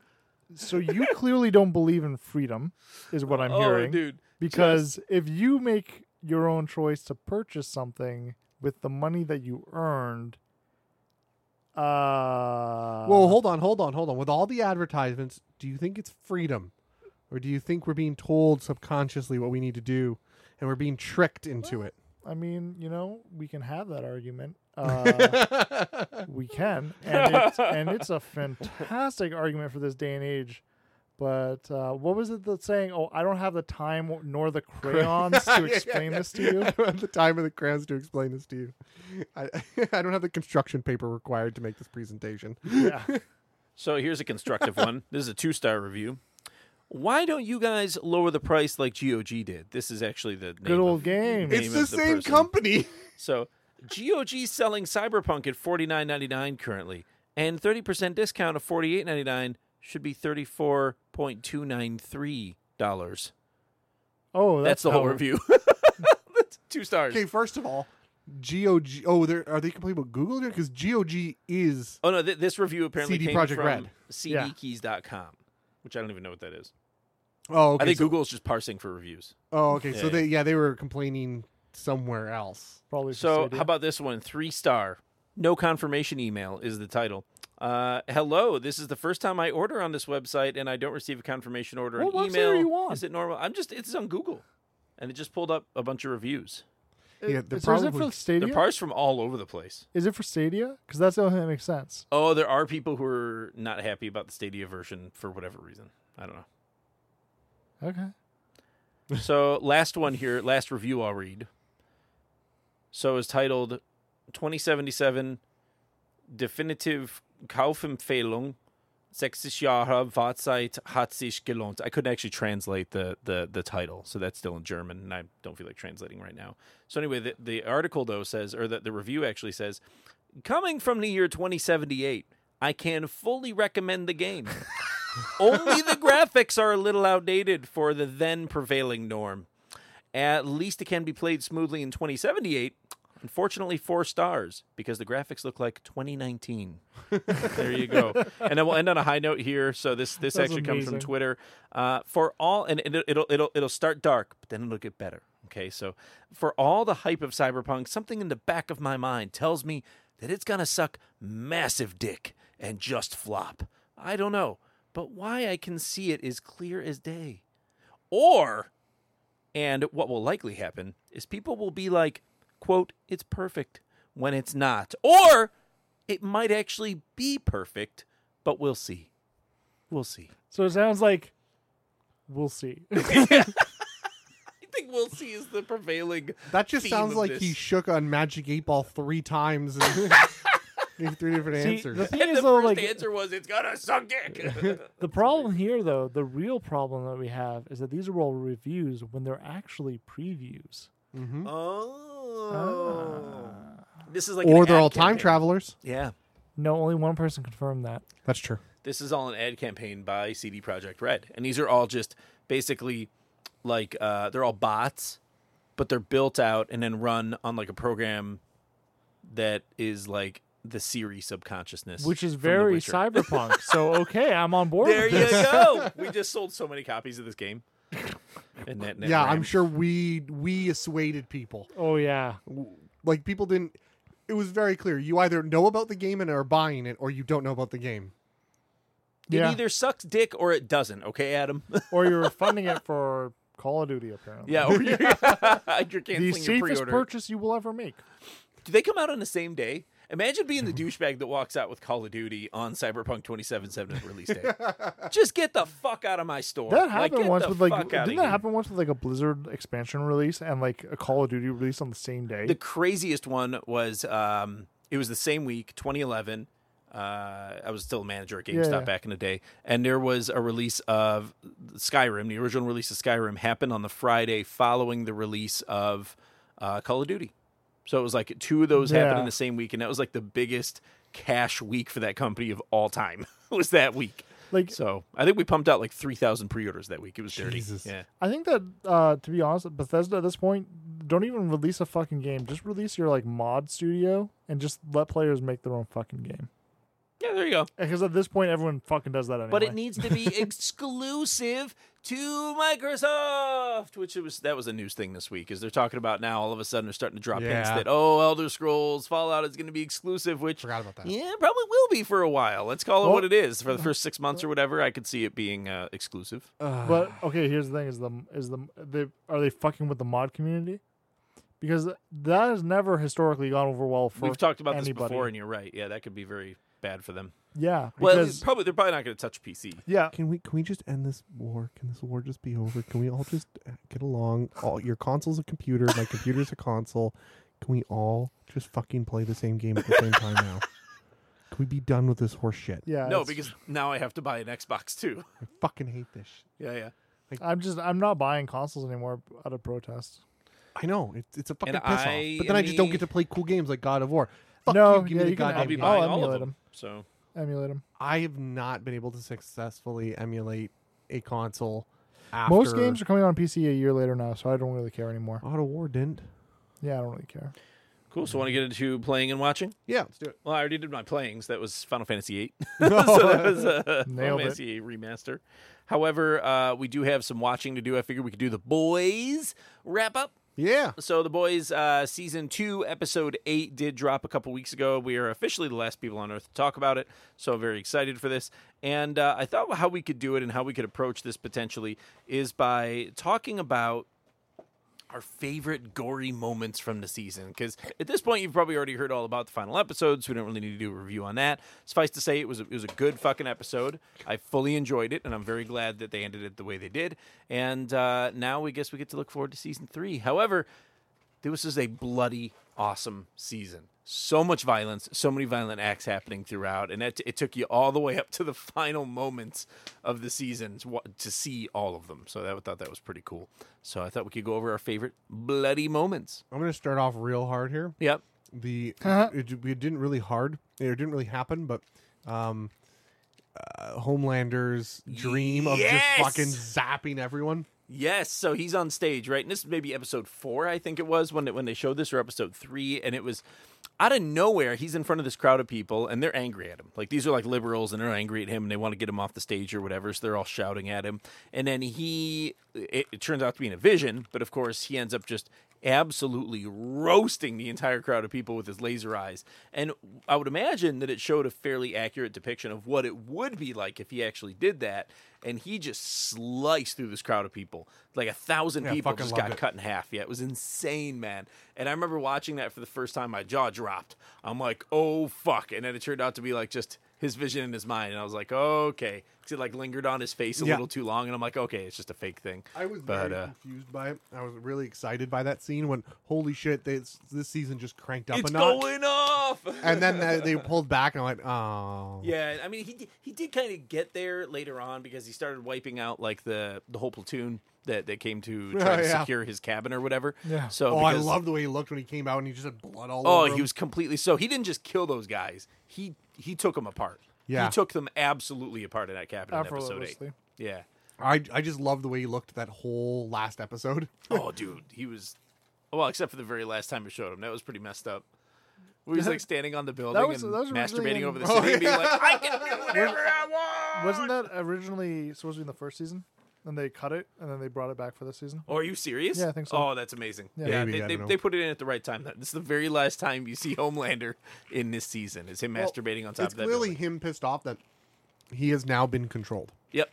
Speaker 4: so you clearly don't believe in freedom, is what I'm
Speaker 2: oh,
Speaker 4: hearing.
Speaker 2: dude.
Speaker 4: because if you make your own choice to purchase something with the money that you earned, uh,
Speaker 3: Well, hold on, hold on, hold on. With all the advertisements, do you think it's freedom? Or do you think we're being told subconsciously what we need to do and we're being tricked into it? <laughs>
Speaker 4: I mean, you know, we can have that
Speaker 2: <laughs>
Speaker 4: argument. Uh, we can, and it's, and it's a fantastic argument for this day and age. But uh, what was it that's saying? Oh, I don't have the time nor the
Speaker 2: <laughs>
Speaker 4: crayons to explain this to you.
Speaker 3: I don't have the time or the crayons to explain this to you. I, <laughs> I don't have the construction paper required to make this presentation.
Speaker 4: Yeah.
Speaker 2: So here's
Speaker 3: <laughs>
Speaker 2: a constructive one. This is a two star review. Why don't you guys lower the price like GOG did? This is actually the name
Speaker 4: Good old
Speaker 2: of-
Speaker 4: game.
Speaker 2: Name
Speaker 3: It's the
Speaker 2: of the
Speaker 3: same
Speaker 2: person.
Speaker 3: company.
Speaker 2: So GOG selling Cyberpunk at forty nine ninety nine currently, and thirty percent discount of forty eight ninety nine should be thirty four point two nine three dollars.
Speaker 4: Oh,
Speaker 2: That's,
Speaker 4: that's,
Speaker 2: the whole
Speaker 4: how-
Speaker 2: review. That's two stars.
Speaker 3: Okay, first of all, GOG. Oh, they're, are they complaining about Google? Because GOG is.
Speaker 2: Oh no, th- this review apparently
Speaker 3: CD
Speaker 2: came
Speaker 3: Projekt
Speaker 2: from
Speaker 3: Red.
Speaker 2: cdkeys.com, which I don't even know what that is.
Speaker 3: Oh, okay.
Speaker 2: I think
Speaker 3: so,
Speaker 2: Google's just parsing for reviews.
Speaker 3: oh, okay. So
Speaker 2: Yeah.
Speaker 3: they, yeah, they were complaining somewhere else.
Speaker 4: Probably for
Speaker 2: So,
Speaker 4: Stadia.
Speaker 2: how about this one? Three star. No confirmation email is the title. Uh, hello, this is the first time I order on this website, and I don't receive a confirmation order
Speaker 4: What
Speaker 2: on
Speaker 4: website
Speaker 2: email.
Speaker 4: are you on?
Speaker 2: Is it normal? I'm just. It's on Google, and it just pulled up a bunch of reviews. Uh,
Speaker 3: Yeah, they're
Speaker 4: So is it
Speaker 3: probably-
Speaker 4: for Stadia?
Speaker 2: They're parsed from all over the place.
Speaker 4: Is it for Stadia? Because that's the only thing that makes sense.
Speaker 2: Oh, there are people who are not happy about the Stadia version for whatever reason. I don't know.
Speaker 4: Okay.
Speaker 2: So, last one here, last review I'll read. So, is titled 2077 definitive Kaufempfehlung sechzig Jahre Wartzeit hat sich gelohnt. I couldn't actually translate the, the, the title, so that's still in German, and I don't feel like translating right now. So anyway, the, the article though says, or the, the review actually says, coming from the year 2078, I can fully recommend the game. Only the graphics are a little outdated for the then prevailing norm. At least it can be played smoothly in 2078. Unfortunately, four stars because the graphics look like 2019. there you go. And then we'll end on a high note here. So this this
Speaker 4: That's
Speaker 2: actually comes from
Speaker 4: amazing.
Speaker 2: Twitter. Uh, for all, and it, it'll it'll it'll start dark, but then it'll get better. Okay, so for all the hype of Cyberpunk, something in the back of my mind tells me that it's gonna suck massive dick and just flop. I don't know, but why I can see it is clear as day. Or and what will likely happen is people will be like, quote, it's perfect when it's not. Or it might actually be perfect, but we'll see. We'll see.
Speaker 4: So it sounds like We'll see.
Speaker 2: I think we'll see is the prevailing.
Speaker 3: That just
Speaker 2: theme
Speaker 3: sounds
Speaker 2: of
Speaker 3: like
Speaker 2: this.
Speaker 3: he shook on Magic Eight Ball three times and gave three different
Speaker 4: See,
Speaker 3: answers.
Speaker 4: the thing
Speaker 2: <laughs> And
Speaker 4: is,
Speaker 2: the
Speaker 4: though,
Speaker 2: first
Speaker 4: like
Speaker 2: answer was it's gonna suck dick.
Speaker 3: <laughs>
Speaker 2: <laughs>
Speaker 4: the problem here, though, the real problem that we have is that these are all reviews when they're actually previews.
Speaker 2: oh. This is like
Speaker 3: Ah. or
Speaker 2: an
Speaker 3: they're
Speaker 2: ad
Speaker 3: all time
Speaker 2: campaign.
Speaker 3: travelers.
Speaker 2: Yeah.
Speaker 4: No, only one person confirmed that.
Speaker 3: That's true.
Speaker 2: this is all an ad campaign by CD Project Red, and these are all just basically like uh, they're all bots, but they're built out and then run on like a program that is like the Siri subconsciousness,
Speaker 4: which is
Speaker 2: from The
Speaker 4: very
Speaker 2: Witcher.
Speaker 4: cyberpunk. <laughs> so okay, I'm on board.
Speaker 2: There
Speaker 4: with
Speaker 2: you
Speaker 4: <laughs> this.
Speaker 2: go. We just sold so many copies of this game. And that,
Speaker 3: Yeah, I'm sure we we assuaded people.
Speaker 4: Oh yeah,
Speaker 3: Like people didn't. It was very clear. You either know about the game and are buying it, or you don't know about the game.
Speaker 2: It
Speaker 4: yeah.
Speaker 2: either sucks dick or it doesn't. Okay, Adam.
Speaker 4: <laughs>
Speaker 2: <laughs>
Speaker 4: or you're funding it for Call of Duty apparently.
Speaker 3: <laughs>
Speaker 2: yeah, or <laughs> you're, you're
Speaker 4: the
Speaker 2: canceling your
Speaker 4: safest
Speaker 2: pre-order.
Speaker 4: purchase you will ever make.
Speaker 2: Do they come out on the same day? Imagine being the douchebag that walks out with Call of Duty on Cyberpunk 2077 release day.
Speaker 4: <laughs>
Speaker 2: Just get the fuck out of my store.
Speaker 4: That happened
Speaker 2: get
Speaker 4: once
Speaker 2: the
Speaker 4: with like
Speaker 2: fuck outta
Speaker 4: didn't that
Speaker 2: here.
Speaker 4: happen once with like a Blizzard expansion release and like a Call of Duty release on the same day?
Speaker 2: The craziest one was um, it was the same week, 2011. Uh, I was still a manager at GameStop
Speaker 4: yeah.
Speaker 2: back in the day, and there was a release of Skyrim. The original release of Skyrim happened on the Friday following the release of uh, Call of Duty. So it was like two of those happened
Speaker 4: Yeah.
Speaker 2: in the same week, and that was like the biggest cash week for that company of all time. <laughs> was that week?
Speaker 4: like
Speaker 2: So I think we pumped out like three thousand pre-orders that week. It was dirty. Yeah.
Speaker 4: I think that uh, to be honest, Bethesda at this point don't even release a fucking game. Just release your like mod studio and just let players make their own fucking game.
Speaker 2: Yeah. There you go.
Speaker 4: Because at this point, everyone fucking does that anyway.
Speaker 2: but it needs to be exclusive to Microsoft, which it was that was a news thing this week. Is they're talking about now all of a sudden they're starting to drop hints
Speaker 3: Yeah.
Speaker 2: that oh, Elder Scrolls Fallout is going to be exclusive, which
Speaker 3: Forgot about that.
Speaker 2: yeah, it probably will be for a while. Let's call it
Speaker 4: Well-
Speaker 2: what it is for the first six months or whatever. I could see it being uh, exclusive.
Speaker 4: But okay, here's the thing: is the is the they are they fucking with the mod community? Because that has never historically gone over well for
Speaker 2: We've talked about
Speaker 4: anybody.
Speaker 2: this before, and you're right. Yeah, that could be very bad for them.
Speaker 4: Yeah,
Speaker 2: well, it's
Speaker 4: because
Speaker 2: probably they're probably not going to touch PC.
Speaker 4: yeah,
Speaker 3: Can we can we just end this war? Can this war just be over? Can we all just get along? All your console's a computer, my computer's a console. Can we all just fucking play the same game at the same time now? Can we be done with this horse shit?
Speaker 4: yeah.
Speaker 2: No,
Speaker 4: it's-
Speaker 2: because now I have to buy an Xbox too. <laughs>
Speaker 3: I fucking hate this. shit.
Speaker 2: Yeah, yeah.
Speaker 4: I'm just I'm not buying consoles anymore out of protest.
Speaker 3: I know it's it's a fucking
Speaker 2: And
Speaker 3: piss off.
Speaker 2: I-
Speaker 3: But then I just don't
Speaker 2: me-
Speaker 3: get to play cool games like God of War. Fuck
Speaker 4: No,
Speaker 3: you, give
Speaker 4: yeah,
Speaker 3: me the
Speaker 4: you can-
Speaker 3: goddamn
Speaker 2: I'll be
Speaker 3: game.
Speaker 4: buy-
Speaker 2: buying
Speaker 4: I'll
Speaker 2: all of
Speaker 4: emulate
Speaker 2: them.
Speaker 4: them.
Speaker 2: So
Speaker 4: Emulate them.
Speaker 3: I have not been able to successfully emulate a console. After
Speaker 4: Most games are coming on PC a year later now, so I don't really care anymore.
Speaker 3: God of War didn't.
Speaker 4: Yeah, I don't really care.
Speaker 2: cool. So want to get into playing and watching?
Speaker 3: Yeah, let's do it.
Speaker 2: Well, I already did my playings. That was Final Fantasy
Speaker 4: <laughs>
Speaker 2: VIII. <laughs> so that was uh, Final
Speaker 4: Nailed it.
Speaker 2: Fantasy VIII remaster. However, uh, we do have some watching to do. I figured we could do the boys wrap up.
Speaker 3: Yeah.
Speaker 2: So the boys, uh, season two, episode eight, did drop a couple weeks ago. We are officially the last people on earth to talk about it, so I'm very excited for this. And uh, I thought how we could do it and how we could approach this potentially is by talking about our favorite gory moments from the season. Because at this point, you've probably already heard all about the final episodes. we don't really need to do a review on that. Suffice to say, it was a, it was a good fucking episode. I fully enjoyed it, and I'm very glad that they ended it the way they did. And uh, now we guess we get to look forward to season three. However, this is a bloody awesome season. So much violence, so many violent acts happening throughout, and it, it took you all the way up to the <laughs> final moments of the season to, wa- to see all of them. So that, I thought that was pretty cool. So I thought we could go over our favorite bloody moments.
Speaker 3: I'm gonna start off real hard here.
Speaker 2: Yep.
Speaker 3: The
Speaker 2: Uh-huh.
Speaker 3: it, it didn't really hard. It didn't really happen, but um, uh, Homelander's dream
Speaker 2: Yes!
Speaker 3: of just fucking zapping everyone.
Speaker 2: Yes, so he's on stage, right? And this is maybe episode four, I think it was when when they showed this, or episode three, and it was out of nowhere. He's in front of this crowd of people, and they're angry at him. Like these are like liberals, and they're angry at him, and they want to get him off the stage or whatever. So they're all shouting at him, and then he it, it turns out to be in a vision, but of course he ends up just absolutely roasting the entire crowd of people with his laser eyes. And I would imagine that it showed a fairly accurate depiction of what it would be like if he actually did that. And he just sliced through this crowd of people. Like a thousand people
Speaker 3: fucking
Speaker 2: just
Speaker 3: loved
Speaker 2: got
Speaker 3: it.
Speaker 2: cut in half. Yeah, it was insane, man. And I remember watching that for the first time, my jaw dropped. I'm like, oh fuck. And then it turned out to be like just his vision in his mind, and I was like, okay, 'Cause it like lingered on his face a
Speaker 3: Yeah.
Speaker 2: little too long, and I'm like, okay, it's just a fake thing.
Speaker 3: I was
Speaker 2: but
Speaker 3: very
Speaker 2: uh,
Speaker 3: confused by it. I was really excited by that scene when holy shit, they, this season just cranked up
Speaker 2: it's
Speaker 3: a notch.
Speaker 2: going off. <laughs>
Speaker 3: and then they, they pulled back, and I went, oh,
Speaker 2: Yeah, I mean he di- he did kind of get there later on because he started wiping out like the the whole platoon that that
Speaker 4: <laughs>
Speaker 2: came to try to
Speaker 3: yeah.
Speaker 2: secure his cabin or whatever.
Speaker 4: Yeah.
Speaker 2: So
Speaker 3: Oh, I
Speaker 2: because-
Speaker 3: love the way he looked when he came out, and he just had blood all
Speaker 2: Oh,
Speaker 3: over.
Speaker 2: he
Speaker 3: him.
Speaker 2: was completely so he didn't just kill those guys. He he took them apart.
Speaker 3: Yeah.
Speaker 2: He took them absolutely apart in that cabin in episode 8.
Speaker 4: Effortlessly.
Speaker 2: Yeah.
Speaker 3: I I just love the way he looked that whole last episode.
Speaker 2: Oh, dude, he was well, except for the very last time we showed him. That was pretty messed up.
Speaker 4: <laughs>
Speaker 2: He was like standing on the building
Speaker 4: was-
Speaker 2: and
Speaker 4: that was originally
Speaker 2: masturbating
Speaker 4: in-
Speaker 2: over the city and being like,
Speaker 4: <laughs>
Speaker 2: "I can do whatever I want."
Speaker 4: Wasn't that originally supposed to be in the first season? And they cut it, and then they brought it back for this season.
Speaker 2: Oh, are you serious?
Speaker 4: Yeah, I think so.
Speaker 2: Oh, that's amazing. Yeah,
Speaker 3: Maybe, I
Speaker 2: they, they,
Speaker 3: don't know.
Speaker 2: they put it in at the right time. This is the very last time you see <laughs> Homelander in this season. Is him masturbating on top
Speaker 3: it's
Speaker 2: of that?
Speaker 3: clearly
Speaker 2: building.
Speaker 3: him pissed off that he has now been controlled.
Speaker 2: Yep.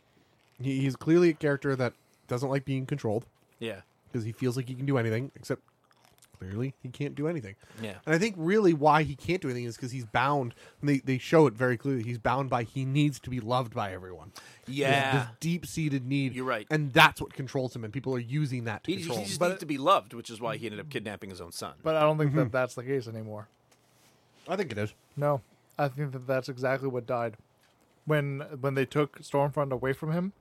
Speaker 3: He, he's clearly a character that doesn't like being controlled
Speaker 2: Yeah.
Speaker 3: because he feels like he can do anything, except clearly he can't do anything.
Speaker 2: Yeah.
Speaker 3: And I think really why he can't do anything is because he's bound. And they they show it very clearly. He's bound by he needs to be loved by everyone.
Speaker 2: Yeah.
Speaker 3: this deep seated need.
Speaker 2: You're right.
Speaker 3: and that's what controls him. And people are using that to
Speaker 2: He, he
Speaker 3: control. him.
Speaker 2: just needs to be loved, which is why he ended up kidnapping his own son.
Speaker 4: But I don't think that that's the case anymore.
Speaker 3: I think it is.
Speaker 4: No, I think that that's exactly what died. When when they took Stormfront away from him,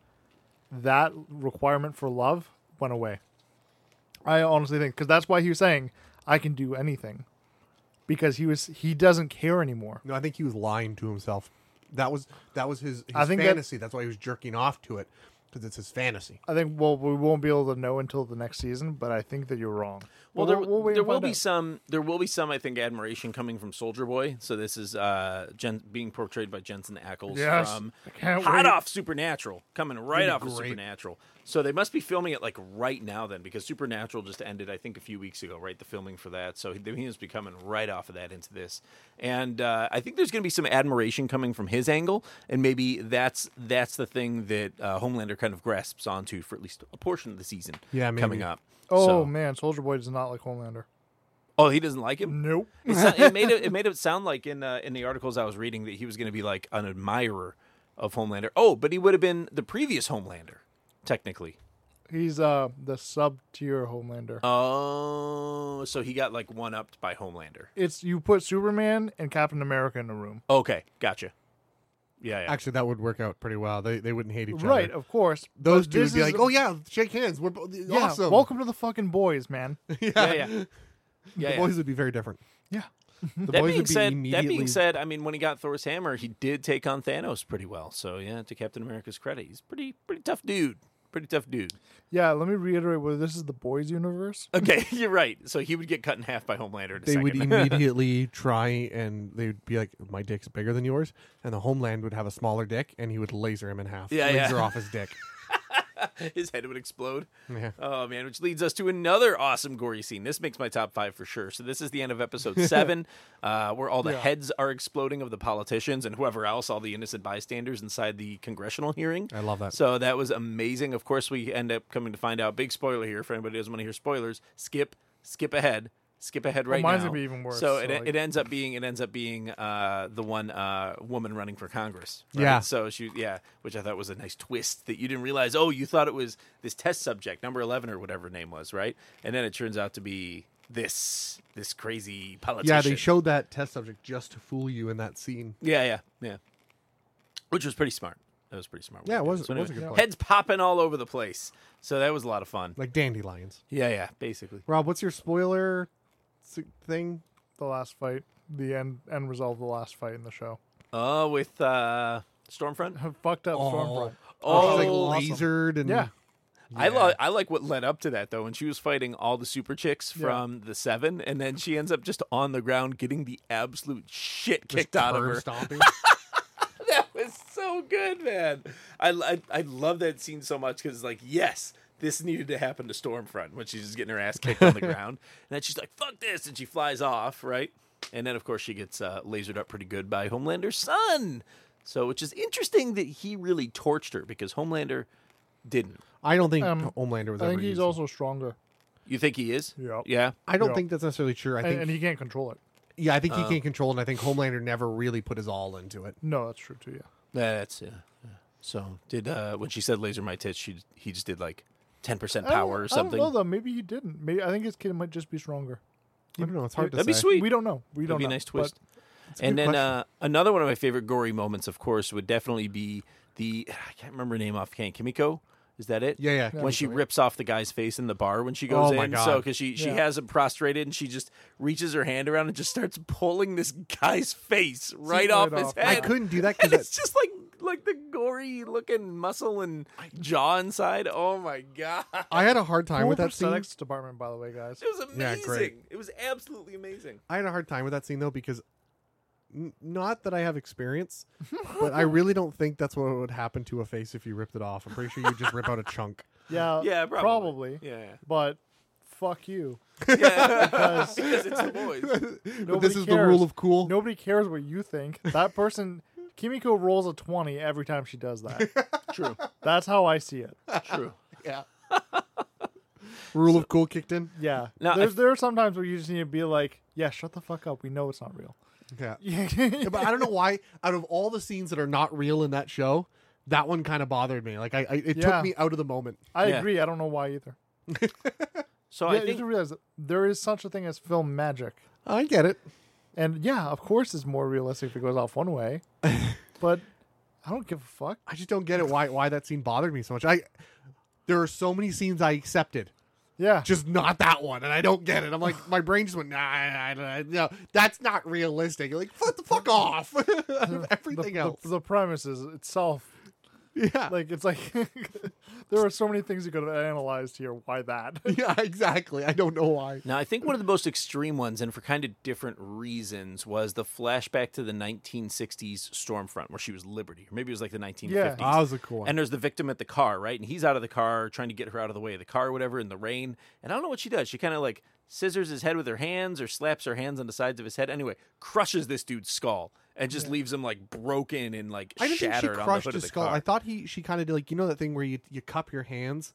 Speaker 4: that requirement for love went away. I honestly think because that's why he was saying I can do anything, because he was he doesn't care anymore.
Speaker 3: No, I think he was lying to himself. That was that was his, his
Speaker 4: I think that-
Speaker 3: fantasy. That's why he was jerking off to it because it's his fantasy.
Speaker 4: I think well we won't be able to know until the next season, but I think that you're wrong.
Speaker 2: Well,
Speaker 4: But
Speaker 2: there,
Speaker 4: we'll- we'll wait
Speaker 2: there
Speaker 4: and
Speaker 2: will
Speaker 4: find
Speaker 2: be
Speaker 4: out.
Speaker 2: some. There will be some. I think admiration coming from Soldier Boy. So this is uh, Jen, being portrayed by Jensen Ackles
Speaker 4: Yes.
Speaker 2: from
Speaker 4: I can't
Speaker 2: hot
Speaker 4: wait.
Speaker 2: off Supernatural, coming right off of
Speaker 3: great.
Speaker 2: Supernatural. So they must be filming it like right now then, because Supernatural just ended, I think, a few weeks ago, right? The filming for that. So he, he must be coming right off of that into this. And uh, I think there's going to be some admiration coming from his angle, and maybe that's that's the thing that uh, Homelander kind of grasps onto for at least a portion of the season.
Speaker 3: Yeah,
Speaker 2: coming
Speaker 3: maybe.
Speaker 2: up.
Speaker 4: Oh
Speaker 2: So-
Speaker 4: man, Soldier Boy does not like Homelander.
Speaker 2: Oh, he doesn't like him.
Speaker 4: Nope.
Speaker 2: It, so- it made it, it made it sound like in uh, in the articles I was reading that he was going to be like an admirer of Homelander. Oh, but he would have been the previous Homelander, technically.
Speaker 4: He's uh the sub tier Homelander.
Speaker 2: Uh, Oh, so he got like one upped by Homelander.
Speaker 4: it's you put Superman and Captain America in a room.
Speaker 2: Okay, gotcha. Yeah, yeah.
Speaker 3: Actually, that would work out pretty well. They they wouldn't hate each other.
Speaker 4: Right, of course.
Speaker 3: Those
Speaker 4: but
Speaker 3: two
Speaker 4: this
Speaker 3: would be
Speaker 4: is-
Speaker 3: like, oh yeah, shake hands. We're both
Speaker 4: Yeah,
Speaker 3: awesome.
Speaker 4: welcome to the fucking boys,
Speaker 2: <laughs>
Speaker 4: man.
Speaker 2: yeah, yeah. yeah,
Speaker 3: <laughs> The
Speaker 2: yeah.
Speaker 3: boys would be very different.
Speaker 4: Yeah.
Speaker 3: The
Speaker 2: that
Speaker 3: boys
Speaker 2: being
Speaker 3: would be
Speaker 2: said,
Speaker 3: immediately.
Speaker 2: that being said, I mean, when he got Thor's hammer, he did take on Thanos pretty well. So yeah, to Captain America's credit, he's pretty pretty tough dude. Pretty tough dude.
Speaker 4: Yeah, let me reiterate whether this is the boys universe.
Speaker 2: Okay, <laughs> you're right. So he would get cut in half by Homelander. In a
Speaker 3: they
Speaker 2: second. <laughs>
Speaker 3: would immediately try and they would be like, "My dick's bigger than yours," and the Homeland would have a smaller dick, and he would laser him in half.
Speaker 2: Yeah,
Speaker 3: laser
Speaker 2: yeah.
Speaker 3: off his
Speaker 2: <laughs>
Speaker 3: dick.
Speaker 2: his head would explode.
Speaker 3: Yeah.
Speaker 2: Oh man, which leads us to another awesome gory scene. This makes my top five for sure. So this is the end of
Speaker 4: <laughs>
Speaker 2: episode seven, uh, where all the heads are exploding of the politicians and whoever else, all the innocent bystanders inside the congressional hearing.
Speaker 3: I love that.
Speaker 2: So that was amazing. Of course, we end up coming to find out. Big spoiler here for anybody who doesn't want to hear spoilers. Skip, skip ahead. Skip ahead right
Speaker 4: mine's
Speaker 2: now.
Speaker 4: gonna be even worse,
Speaker 2: So, it,
Speaker 4: so, like-
Speaker 2: it ends up being it ends up being uh, the one uh, woman running for Congress. right?
Speaker 3: Yeah.
Speaker 2: So she, yeah, which I thought was a nice twist that you didn't realize. Oh, you thought it was this test subject, number eleven or whatever her name was, right? And then it turns out to be this this crazy politician.
Speaker 3: yeah, they showed that test subject just to fool you in that scene.
Speaker 2: Yeah, yeah, yeah. Which was pretty smart. That was pretty smart.
Speaker 3: Yeah, it was-
Speaker 2: So
Speaker 3: it was a good play.
Speaker 2: Heads popping all over the place. So that was a lot of fun.
Speaker 3: like dandelions.
Speaker 2: Yeah, yeah, basically.
Speaker 3: Rob, what's your spoiler s- thing?
Speaker 4: The last fight, the end end result of the last fight in the show. <laughs>
Speaker 2: Oh, with uh, Stormfront.
Speaker 4: Fucked up Stormfront.
Speaker 3: She's,
Speaker 2: Oh,
Speaker 3: like
Speaker 2: awesome.
Speaker 3: lasered and
Speaker 4: Yeah.
Speaker 2: I lo- I like what led up to that though, when she was fighting all the super chicks from the seven, and then she ends up just on the ground getting the absolute shit kicked out of
Speaker 3: curb
Speaker 2: her.
Speaker 3: stomping.
Speaker 2: <laughs> That was so good, man. I I, I love that scene so much because like yes. This needed to happen to Stormfront when she's just getting her ass kicked on the ground. And then she's like, fuck this. And she flies off, right? And then, of course, she gets uh, lasered up pretty good by Homelander's son. So, which is interesting that he really torched her because Homelander didn't.
Speaker 3: I don't
Speaker 4: <laughs>
Speaker 3: think
Speaker 4: Um,
Speaker 3: Homelander was
Speaker 4: I
Speaker 3: ever.
Speaker 4: think he's
Speaker 3: used.
Speaker 4: also stronger,
Speaker 2: You think he is?
Speaker 4: Yeah.
Speaker 2: Yeah.
Speaker 3: I don't
Speaker 4: Yeah.
Speaker 3: think that's necessarily true. I
Speaker 4: and,
Speaker 3: think
Speaker 4: and he can't control it.
Speaker 3: yeah, I think
Speaker 2: Oh.
Speaker 3: he can't control it. And I think Homelander never really put his all into it.
Speaker 4: No, that's true too. Yeah.
Speaker 2: That's yeah. yeah. So did uh when she said laser my tits, she he just did like ten percent
Speaker 3: Oh,
Speaker 2: power or something.
Speaker 4: I don't know though. Maybe he didn't. Maybe I think his kid might just be stronger.
Speaker 3: I don't know. It's hard to
Speaker 2: That'd be
Speaker 3: say.
Speaker 2: sweet.
Speaker 4: We don't know. We
Speaker 2: That'd
Speaker 4: don't
Speaker 2: be a
Speaker 4: know,
Speaker 2: nice
Speaker 4: but-
Speaker 2: twist. And
Speaker 3: good
Speaker 2: then
Speaker 3: question.
Speaker 2: uh, another one of my favorite gory moments, of course, would definitely be the <sighs> I can't remember her name offhand. Kimiko, is that it?
Speaker 3: Yeah, yeah,
Speaker 2: When she
Speaker 3: Kimiko, yeah.
Speaker 2: rips off the guy's face in the bar when she goes
Speaker 3: Oh, my
Speaker 2: in,
Speaker 3: God.
Speaker 2: so because she she
Speaker 4: Yeah.
Speaker 2: has him prostrated and she just reaches her hand around and just starts pulling this guy's face
Speaker 4: right
Speaker 2: right, off his
Speaker 4: off.
Speaker 2: head.
Speaker 3: I couldn't do
Speaker 2: <laughs>
Speaker 3: that
Speaker 2: And
Speaker 3: because
Speaker 2: it's just like like the gory looking muscle and jaw inside. Oh my god, it
Speaker 3: I had a hard time with that scene.
Speaker 4: prosthetics department, by the way, guys.
Speaker 2: was
Speaker 3: Yeah,
Speaker 2: amazing.
Speaker 3: great.
Speaker 2: It was absolutely amazing.
Speaker 3: I had a hard time with that scene though because n- not that I have experience, but I really don't think that's what would happen to a face if you ripped it off. I'm pretty sure you just rip out a chunk.
Speaker 4: Yeah.
Speaker 2: <laughs> Yeah, probably.
Speaker 4: Probably.
Speaker 2: Yeah, <laughs>
Speaker 4: But fuck you.
Speaker 2: yeah, <laughs> because it's the boys.
Speaker 3: But this
Speaker 4: Nobody
Speaker 3: is the rule
Speaker 4: cares.
Speaker 3: of cool.
Speaker 4: Nobody cares what you think. That person, Kimiko rolls a 20 every time she does that.
Speaker 3: <laughs>
Speaker 4: True. That's how I see it.
Speaker 2: True.
Speaker 3: Rule of cool kicked in.
Speaker 4: Yeah.
Speaker 2: Now,
Speaker 4: There's,
Speaker 2: I-
Speaker 4: there are some times where you just need to be like, yeah, shut the fuck up. We know it's not real. <laughs>
Speaker 3: Yeah. Yeah, but I don't know why. Out of all the scenes that are not real in that show, that one kind of bothered me. Like I, I it
Speaker 4: Yeah.
Speaker 3: took me out of the moment.
Speaker 4: I
Speaker 2: Yeah.
Speaker 4: agree. I don't know why either.
Speaker 2: So
Speaker 4: yeah,
Speaker 2: I
Speaker 4: you have
Speaker 2: think
Speaker 4: to realize that there is such a thing as film magic.
Speaker 3: I get it.
Speaker 4: And yeah, of course it's more realistic if it goes off one
Speaker 2: <laughs>
Speaker 4: way. but I don't give a fuck.
Speaker 3: I just don't get it why why that scene bothered me so much. I there are so many scenes I accepted,
Speaker 4: Yeah.
Speaker 3: just not that one, and I don't get it. I'm like my brain just went nah, nah, nah, nah, no, that's not realistic. You're like fuck the fuck off. <laughs> Out of
Speaker 4: the,
Speaker 3: everything
Speaker 4: the-
Speaker 3: else,
Speaker 4: the premise is itself
Speaker 3: yeah,
Speaker 4: like it's like <laughs> there are so many things you could have analyzed here. Why that? <laughs>
Speaker 3: yeah, exactly. I don't know why.
Speaker 2: now I think one of the most extreme ones, and for kind of different reasons, was the flashback to the 1960s Stormfront, where she was Liberty, or maybe it was like the 1950s.
Speaker 3: Ah, was a cool
Speaker 2: And there's the victim at the car, right? And he's out of the car trying to get her out of the way of the car, whatever, in the rain. And I don't know what she does. She kind of like scissors his head with her hands or slaps her hands on the sides of his head. Anyway, crushes this dude's skull and just leaves him like broken and like
Speaker 3: I didn't think she
Speaker 2: shattered on the
Speaker 3: crushed
Speaker 2: hood of
Speaker 3: his
Speaker 2: the
Speaker 3: skull.
Speaker 2: car.
Speaker 3: I thought he she kind of did like you know that thing where you you cup your hands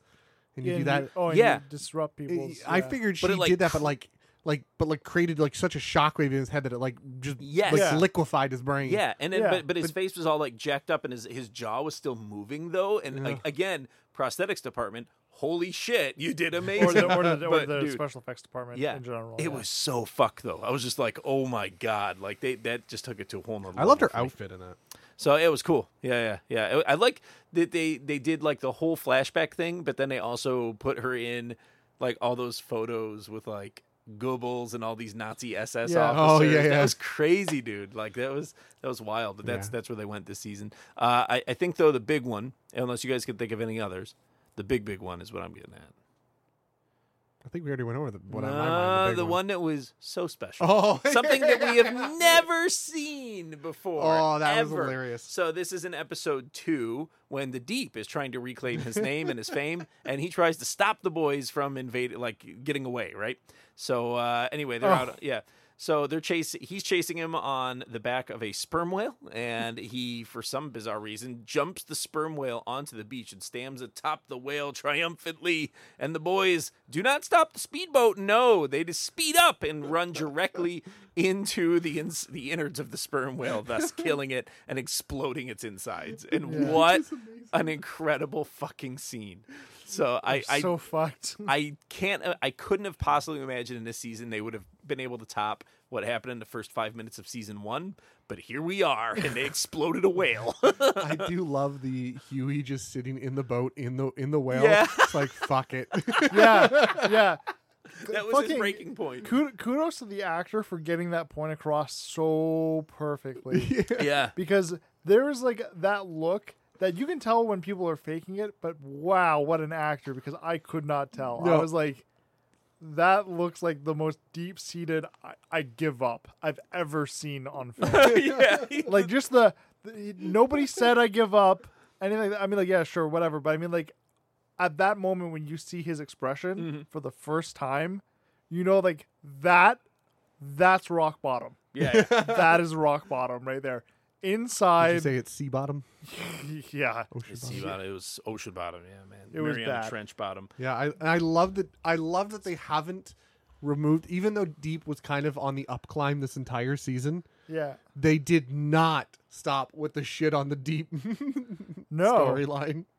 Speaker 3: and you
Speaker 4: Yeah,
Speaker 3: do
Speaker 4: and
Speaker 3: that.
Speaker 4: you- oh, and
Speaker 2: Yeah.
Speaker 4: you disrupt people.
Speaker 3: I figured she
Speaker 2: But it, like,
Speaker 3: did that, but
Speaker 2: cr-
Speaker 3: like like but like created like such a shockwave in his head that it like just
Speaker 2: Yes.
Speaker 3: like
Speaker 2: Yeah.
Speaker 3: liquefied his brain.
Speaker 2: Yeah, and then,
Speaker 4: Yeah,
Speaker 2: but but his face was all like jacked up, and his his jaw was still moving though. And like, again, prosthetics department, holy shit, you did amazing.
Speaker 4: or the, or the, or
Speaker 2: <laughs> But,
Speaker 4: the
Speaker 2: dude,
Speaker 4: special effects department
Speaker 2: yeah,
Speaker 4: in general.
Speaker 2: it
Speaker 4: yeah.
Speaker 2: was so fuck though. I was just like, oh my god, like they that just took it to a whole nother.
Speaker 3: I loved
Speaker 2: level
Speaker 3: her
Speaker 2: for me.
Speaker 3: outfit in that.
Speaker 2: So it was cool. Yeah, yeah, yeah. I I like that they they did like the whole flashback thing, but then they also put her in like all those photos with like Goebbels and all these Nazi SS
Speaker 4: Yeah.
Speaker 3: Oh,
Speaker 2: officers.
Speaker 3: yeah, yeah.
Speaker 2: That was crazy, dude. Like that was that was wild. But that's
Speaker 3: Yeah.
Speaker 2: that's where they went this season. Uh, I I think though the big one, unless you guys can think of any others, the big big one is what I'm getting at.
Speaker 3: I think we already went over the what I my
Speaker 2: Nah,
Speaker 3: mind,
Speaker 2: the
Speaker 3: big
Speaker 2: one that was so special.
Speaker 3: Oh, <laughs>
Speaker 2: Something that we have never seen before.
Speaker 3: Oh, that was
Speaker 2: ever.
Speaker 3: hilarious.
Speaker 2: So this is in episode two when the Deep is trying to reclaim his name
Speaker 3: <laughs>
Speaker 2: and his fame, and he tries to stop the boys from invading, like getting away, right? So uh, anyway,
Speaker 3: Oh.
Speaker 2: they're out. Yeah. So they're chasing. He's chasing him on the back of a sperm whale, and he, for some bizarre reason, jumps the sperm whale onto the beach and stands atop the whale triumphantly. And the boys do not stop the speedboat. No, they just speed up and run directly
Speaker 4: <laughs>
Speaker 2: into the ins- the innards of the sperm whale, thus killing it and exploding its insides. And what an incredible fucking scene! So I, I
Speaker 4: so fucked. <laughs>
Speaker 2: I can't. I couldn't have possibly imagined in this season they would have been able to top what happened in the first five minutes of season one. But here we are, and
Speaker 4: <laughs>
Speaker 2: they exploded a whale. <laughs>
Speaker 3: I do love the Huey just sitting in the boat in the in the whale.
Speaker 2: Yeah.
Speaker 3: It's like
Speaker 4: <laughs>
Speaker 3: fuck it.
Speaker 4: yeah, yeah.
Speaker 2: that was his
Speaker 4: Fucking-
Speaker 2: breaking point.
Speaker 4: Kud- Kudos to the actor for getting that point across so perfectly.
Speaker 2: <laughs> Yeah,
Speaker 4: because there is like that look that you can tell when people are faking it, but wow, what an actor! Because I could not tell. I
Speaker 3: No.
Speaker 4: was like, that looks like the most deep seated I, I give up I've ever seen on
Speaker 2: <laughs>
Speaker 4: film.
Speaker 2: yeah.
Speaker 4: like just the, the- nobody said I give up. Anything. I mean, like yeah, sure, whatever. But I mean, like at that moment when you see his expression
Speaker 2: Mm-hmm.
Speaker 4: for the first time, you know, like that. That's rock bottom.
Speaker 2: yeah,
Speaker 4: <laughs>
Speaker 2: yeah.
Speaker 4: That is rock bottom right there.
Speaker 3: Did you
Speaker 4: Inside,
Speaker 3: say Oh, it's sea bottom?
Speaker 4: yeah.
Speaker 3: Ocean
Speaker 2: Sea bottom. It was ocean bottom. Yeah, man.
Speaker 4: It was
Speaker 2: Mariana
Speaker 4: bad.
Speaker 2: Trench bottom.
Speaker 3: Yeah, I and I love that I love that they haven't removed, even though Deep was kind of on the upclimb this entire season,
Speaker 4: Yeah.
Speaker 3: they did not stop with the shit on the Deep
Speaker 4: No.
Speaker 3: storyline. <laughs>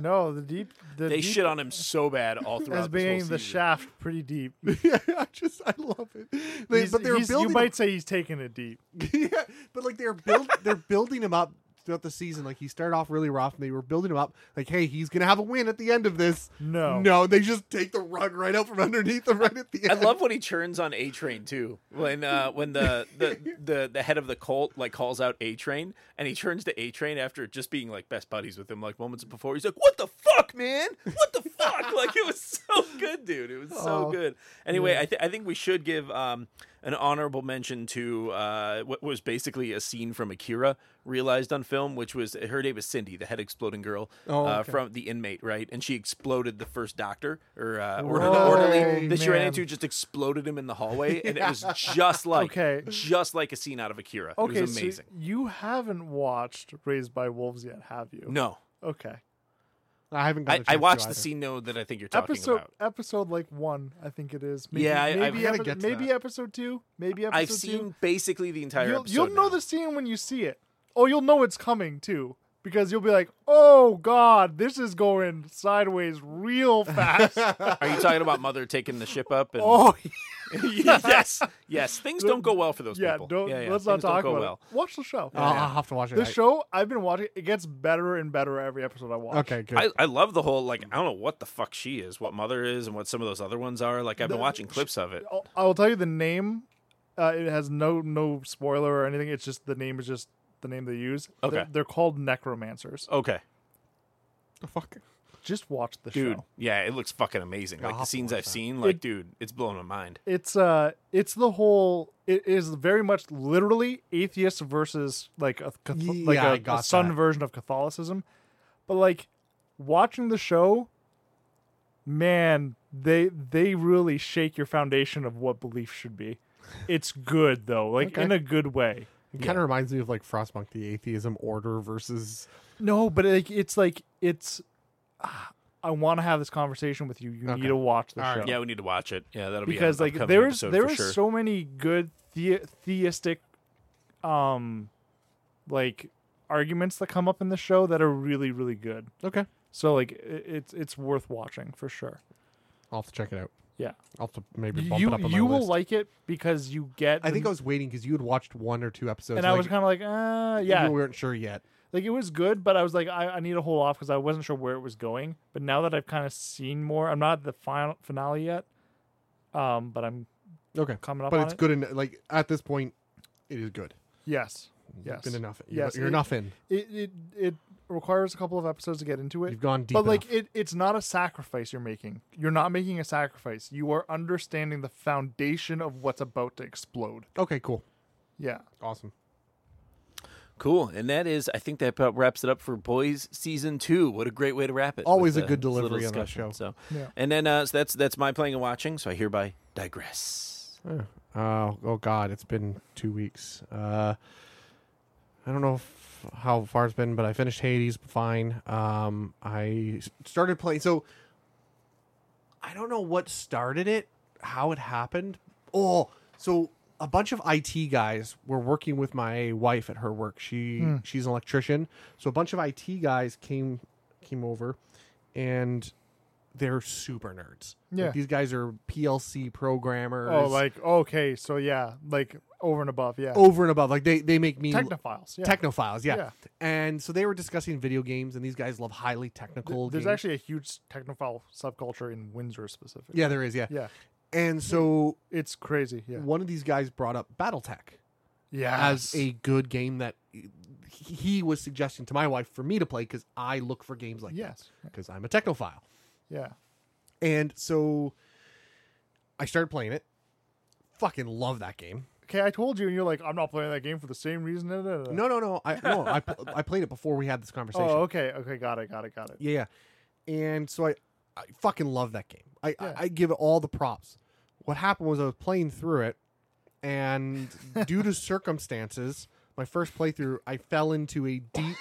Speaker 4: No, the deep. The
Speaker 2: They
Speaker 4: deep
Speaker 2: shit on him so bad all throughout
Speaker 4: as
Speaker 2: this whole
Speaker 4: being the
Speaker 2: season.
Speaker 4: shaft pretty deep.
Speaker 3: yeah, I just I love it. They,
Speaker 4: He's-
Speaker 3: but they're
Speaker 4: he's-
Speaker 3: building
Speaker 4: you might say he's taking it deep.
Speaker 3: <laughs> yeah, but like they're build they're building him up throughout the season. Like he started off really rough, and they were building him up. Like, hey, he's gonna have a win at the end of this.
Speaker 4: No.
Speaker 3: no, they just take the rug right out from underneath him right at the
Speaker 2: I
Speaker 3: end.
Speaker 2: love when he churns on A Train too. When uh, when the, the the the head of the cult like calls out A Train and he turns to A Train after just being like best buddies with him like moments before. He's like, "What the fuck, man? What the fuck?" like it was so good, dude. It was so
Speaker 4: Oh,
Speaker 2: good. Anyway, I th- I think we should give um an honorable mention to uh, what was basically a scene from Akira realized on film, which was her name was Cindy, the head exploding girl
Speaker 3: Oh,
Speaker 2: uh,
Speaker 3: okay.
Speaker 2: from the inmate, right? And she exploded the first doctor or uh, order-
Speaker 4: Whoa,
Speaker 2: orderly that she ran
Speaker 4: man.
Speaker 2: into just exploded him in
Speaker 4: <laughs>
Speaker 2: the hallway, and it was just like
Speaker 4: Okay.
Speaker 2: just like a scene out of Akira.
Speaker 4: Okay,
Speaker 2: it was amazing.
Speaker 4: so you haven't watched Raised by Wolves yet, have you?
Speaker 2: no,
Speaker 4: Okay.
Speaker 3: I haven't. Got
Speaker 2: I,
Speaker 3: a
Speaker 2: I
Speaker 3: chance
Speaker 2: watched
Speaker 3: to
Speaker 2: the
Speaker 3: either.
Speaker 2: scene note that I think you're talking
Speaker 4: Episode
Speaker 2: about.
Speaker 4: episode like one, I think it is. Maybe,
Speaker 2: Yeah, I- I've-
Speaker 4: maybe,
Speaker 2: I
Speaker 3: gotta
Speaker 4: epi-
Speaker 3: get to
Speaker 4: maybe
Speaker 3: that.
Speaker 4: episode two. Maybe episode
Speaker 2: I've
Speaker 4: two.
Speaker 2: seen basically the entire
Speaker 4: You'll,
Speaker 2: episode.
Speaker 4: you'll know
Speaker 2: now.
Speaker 4: the scene when you see it. Oh, you'll know it's coming too, because you'll be like, "Oh God, this is going sideways
Speaker 2: <laughs>
Speaker 4: real fast."
Speaker 2: Are
Speaker 4: <laughs>
Speaker 2: you talking about Mother taking the ship up? And...
Speaker 4: oh
Speaker 2: <laughs> yes, yes. Things don't go well for those
Speaker 4: yeah,
Speaker 2: people.
Speaker 4: don't
Speaker 2: yeah, yeah.
Speaker 4: let's not
Speaker 2: Things don't
Speaker 4: talk
Speaker 2: go
Speaker 4: about
Speaker 2: well.
Speaker 4: it. Watch the show.
Speaker 3: I'll, I'll have to watch it.
Speaker 4: The
Speaker 3: I-
Speaker 4: show I've been watching it gets better and better every episode I watch.
Speaker 3: Okay, good.
Speaker 2: I, I love the whole like I don't know what the fuck she is, what mother is, and what some of those other ones are. Like I've been
Speaker 4: The-
Speaker 2: watching clips of it.
Speaker 4: I'll, I'll tell you the name. Uh, it has no no spoiler or anything. It's just the name is just the name they use. They're-
Speaker 2: Okay.
Speaker 4: they're, called necromancers.
Speaker 2: Okay,
Speaker 3: the fuck.
Speaker 4: Just watch the
Speaker 2: dude.
Speaker 4: show.
Speaker 2: Yeah, it looks fucking amazing. Like
Speaker 3: I'll
Speaker 2: the
Speaker 3: have to
Speaker 2: scenes
Speaker 3: watch
Speaker 2: I've
Speaker 3: that.
Speaker 2: seen, like dude, it's blowing my mind.
Speaker 4: It's uh, it's the whole. It is very much literally atheist versus like a Cath-
Speaker 3: Yeah,
Speaker 4: like
Speaker 3: I
Speaker 4: a- a,
Speaker 3: got
Speaker 4: sun
Speaker 3: that.
Speaker 4: version of Catholicism, but like watching the show, man, they they really shake your foundation of what belief should be. It's good though, like
Speaker 3: Okay.
Speaker 4: in a good way.
Speaker 3: It kind of reminds me of like Frostpunk, the atheism order versus.
Speaker 4: No, but like it's like it's. <sighs> ah, I want to have this conversation with you. You
Speaker 3: Okay.
Speaker 4: need to watch the
Speaker 3: All
Speaker 4: show
Speaker 3: right.
Speaker 2: Yeah, we need to watch it. Yeah, that'll
Speaker 4: because
Speaker 2: be an
Speaker 4: like
Speaker 2: upcoming
Speaker 4: there's
Speaker 2: episode
Speaker 4: there
Speaker 2: for
Speaker 4: are
Speaker 2: sure.
Speaker 4: so many good the- theistic, um, like arguments that come up in the show that are really really good.
Speaker 3: Okay,
Speaker 4: So like it, it's it's worth watching for sure.
Speaker 3: I'll have to check it out.
Speaker 4: Yeah,
Speaker 3: I'll have to maybe bump it
Speaker 4: you
Speaker 3: up on my
Speaker 4: you will
Speaker 3: list.
Speaker 4: like it because you get.
Speaker 3: I
Speaker 4: the-
Speaker 3: think I was waiting because you had watched one or two episodes,
Speaker 4: and I was kind of like, uh, yeah,
Speaker 3: you weren't sure yet.
Speaker 4: like it was good, but I was like, I, I need to hold off because I wasn't sure where it was going. But now that I've kind of seen more, I'm not at the final finale yet. Um, but I'm
Speaker 3: Okay,
Speaker 4: coming up
Speaker 3: but
Speaker 4: on
Speaker 3: it's
Speaker 4: it.
Speaker 3: good and like at this point, it is good.
Speaker 4: Yes, yes,
Speaker 3: Been enough. You're,
Speaker 4: Yes,
Speaker 3: you're
Speaker 4: it-
Speaker 3: enough in.
Speaker 4: It it it requires a couple of episodes to get into it.
Speaker 3: You've gone deep.
Speaker 4: but like
Speaker 3: enough.
Speaker 4: it, it's not a sacrifice you're making. You're not making a sacrifice. You are understanding the foundation of what's about to explode.
Speaker 3: okay, cool,
Speaker 4: Yeah.
Speaker 3: awesome.
Speaker 2: cool. And that is, I think that about wraps it up for Boys season two. What a great way to wrap it.
Speaker 3: Always
Speaker 2: with
Speaker 3: a good
Speaker 2: this little
Speaker 3: delivery on that
Speaker 2: discussion.
Speaker 3: show.
Speaker 2: So,
Speaker 4: Yeah.
Speaker 2: and then uh, so that's that's my playing and watching. So I hereby digress.
Speaker 3: Oh, oh God, it's been two weeks. Uh, I don't know if, how far it's been, but I finished Hades fine. Um, I s- started playing. So I don't know what started it, how it happened. Oh, so a bunch of IT guys were working with my wife at her work. She
Speaker 4: Hmm.
Speaker 3: she's an electrician, so a bunch of IT guys came came over, and they're super nerds. Like,
Speaker 4: Yeah.
Speaker 3: these guys are PLC programmers
Speaker 4: Oh, like okay, so yeah, like over and above, yeah.
Speaker 3: over and above. Like they they make me
Speaker 4: Technophiles. Yeah.
Speaker 3: technophiles, yeah.
Speaker 4: Yeah.
Speaker 3: And so they were discussing video games, and these guys love highly technical.
Speaker 4: There's
Speaker 3: games.
Speaker 4: actually a huge technophile subculture in Windsor specifically.
Speaker 3: yeah, there is, yeah.
Speaker 4: Yeah.
Speaker 3: And so
Speaker 4: It's crazy. Yeah.
Speaker 3: one of these guys brought up BattleTech
Speaker 4: Yeah.
Speaker 3: as a good game that he was suggesting to my wife for me to play because I look for games like that
Speaker 4: yes.
Speaker 3: because I'm a technophile.
Speaker 4: Yeah.
Speaker 3: And so I started playing it. Fucking love that game.
Speaker 4: Okay, I told you, and you're like, I'm not playing that game for the same reason. da, da, da, da."
Speaker 3: No, no, no. I no. I, pl- I played it before we had this conversation.
Speaker 4: <laughs> Oh, okay. Okay, got it. Got it. Got it.
Speaker 3: Yeah, yeah. And so I, I fucking love that game. I,
Speaker 4: Yeah.
Speaker 3: I, I give it all the props. What happened was I was playing through it,
Speaker 4: <laughs>
Speaker 3: and due to circumstances, my first
Speaker 4: <coughs>
Speaker 3: playthrough, I fell into a deep.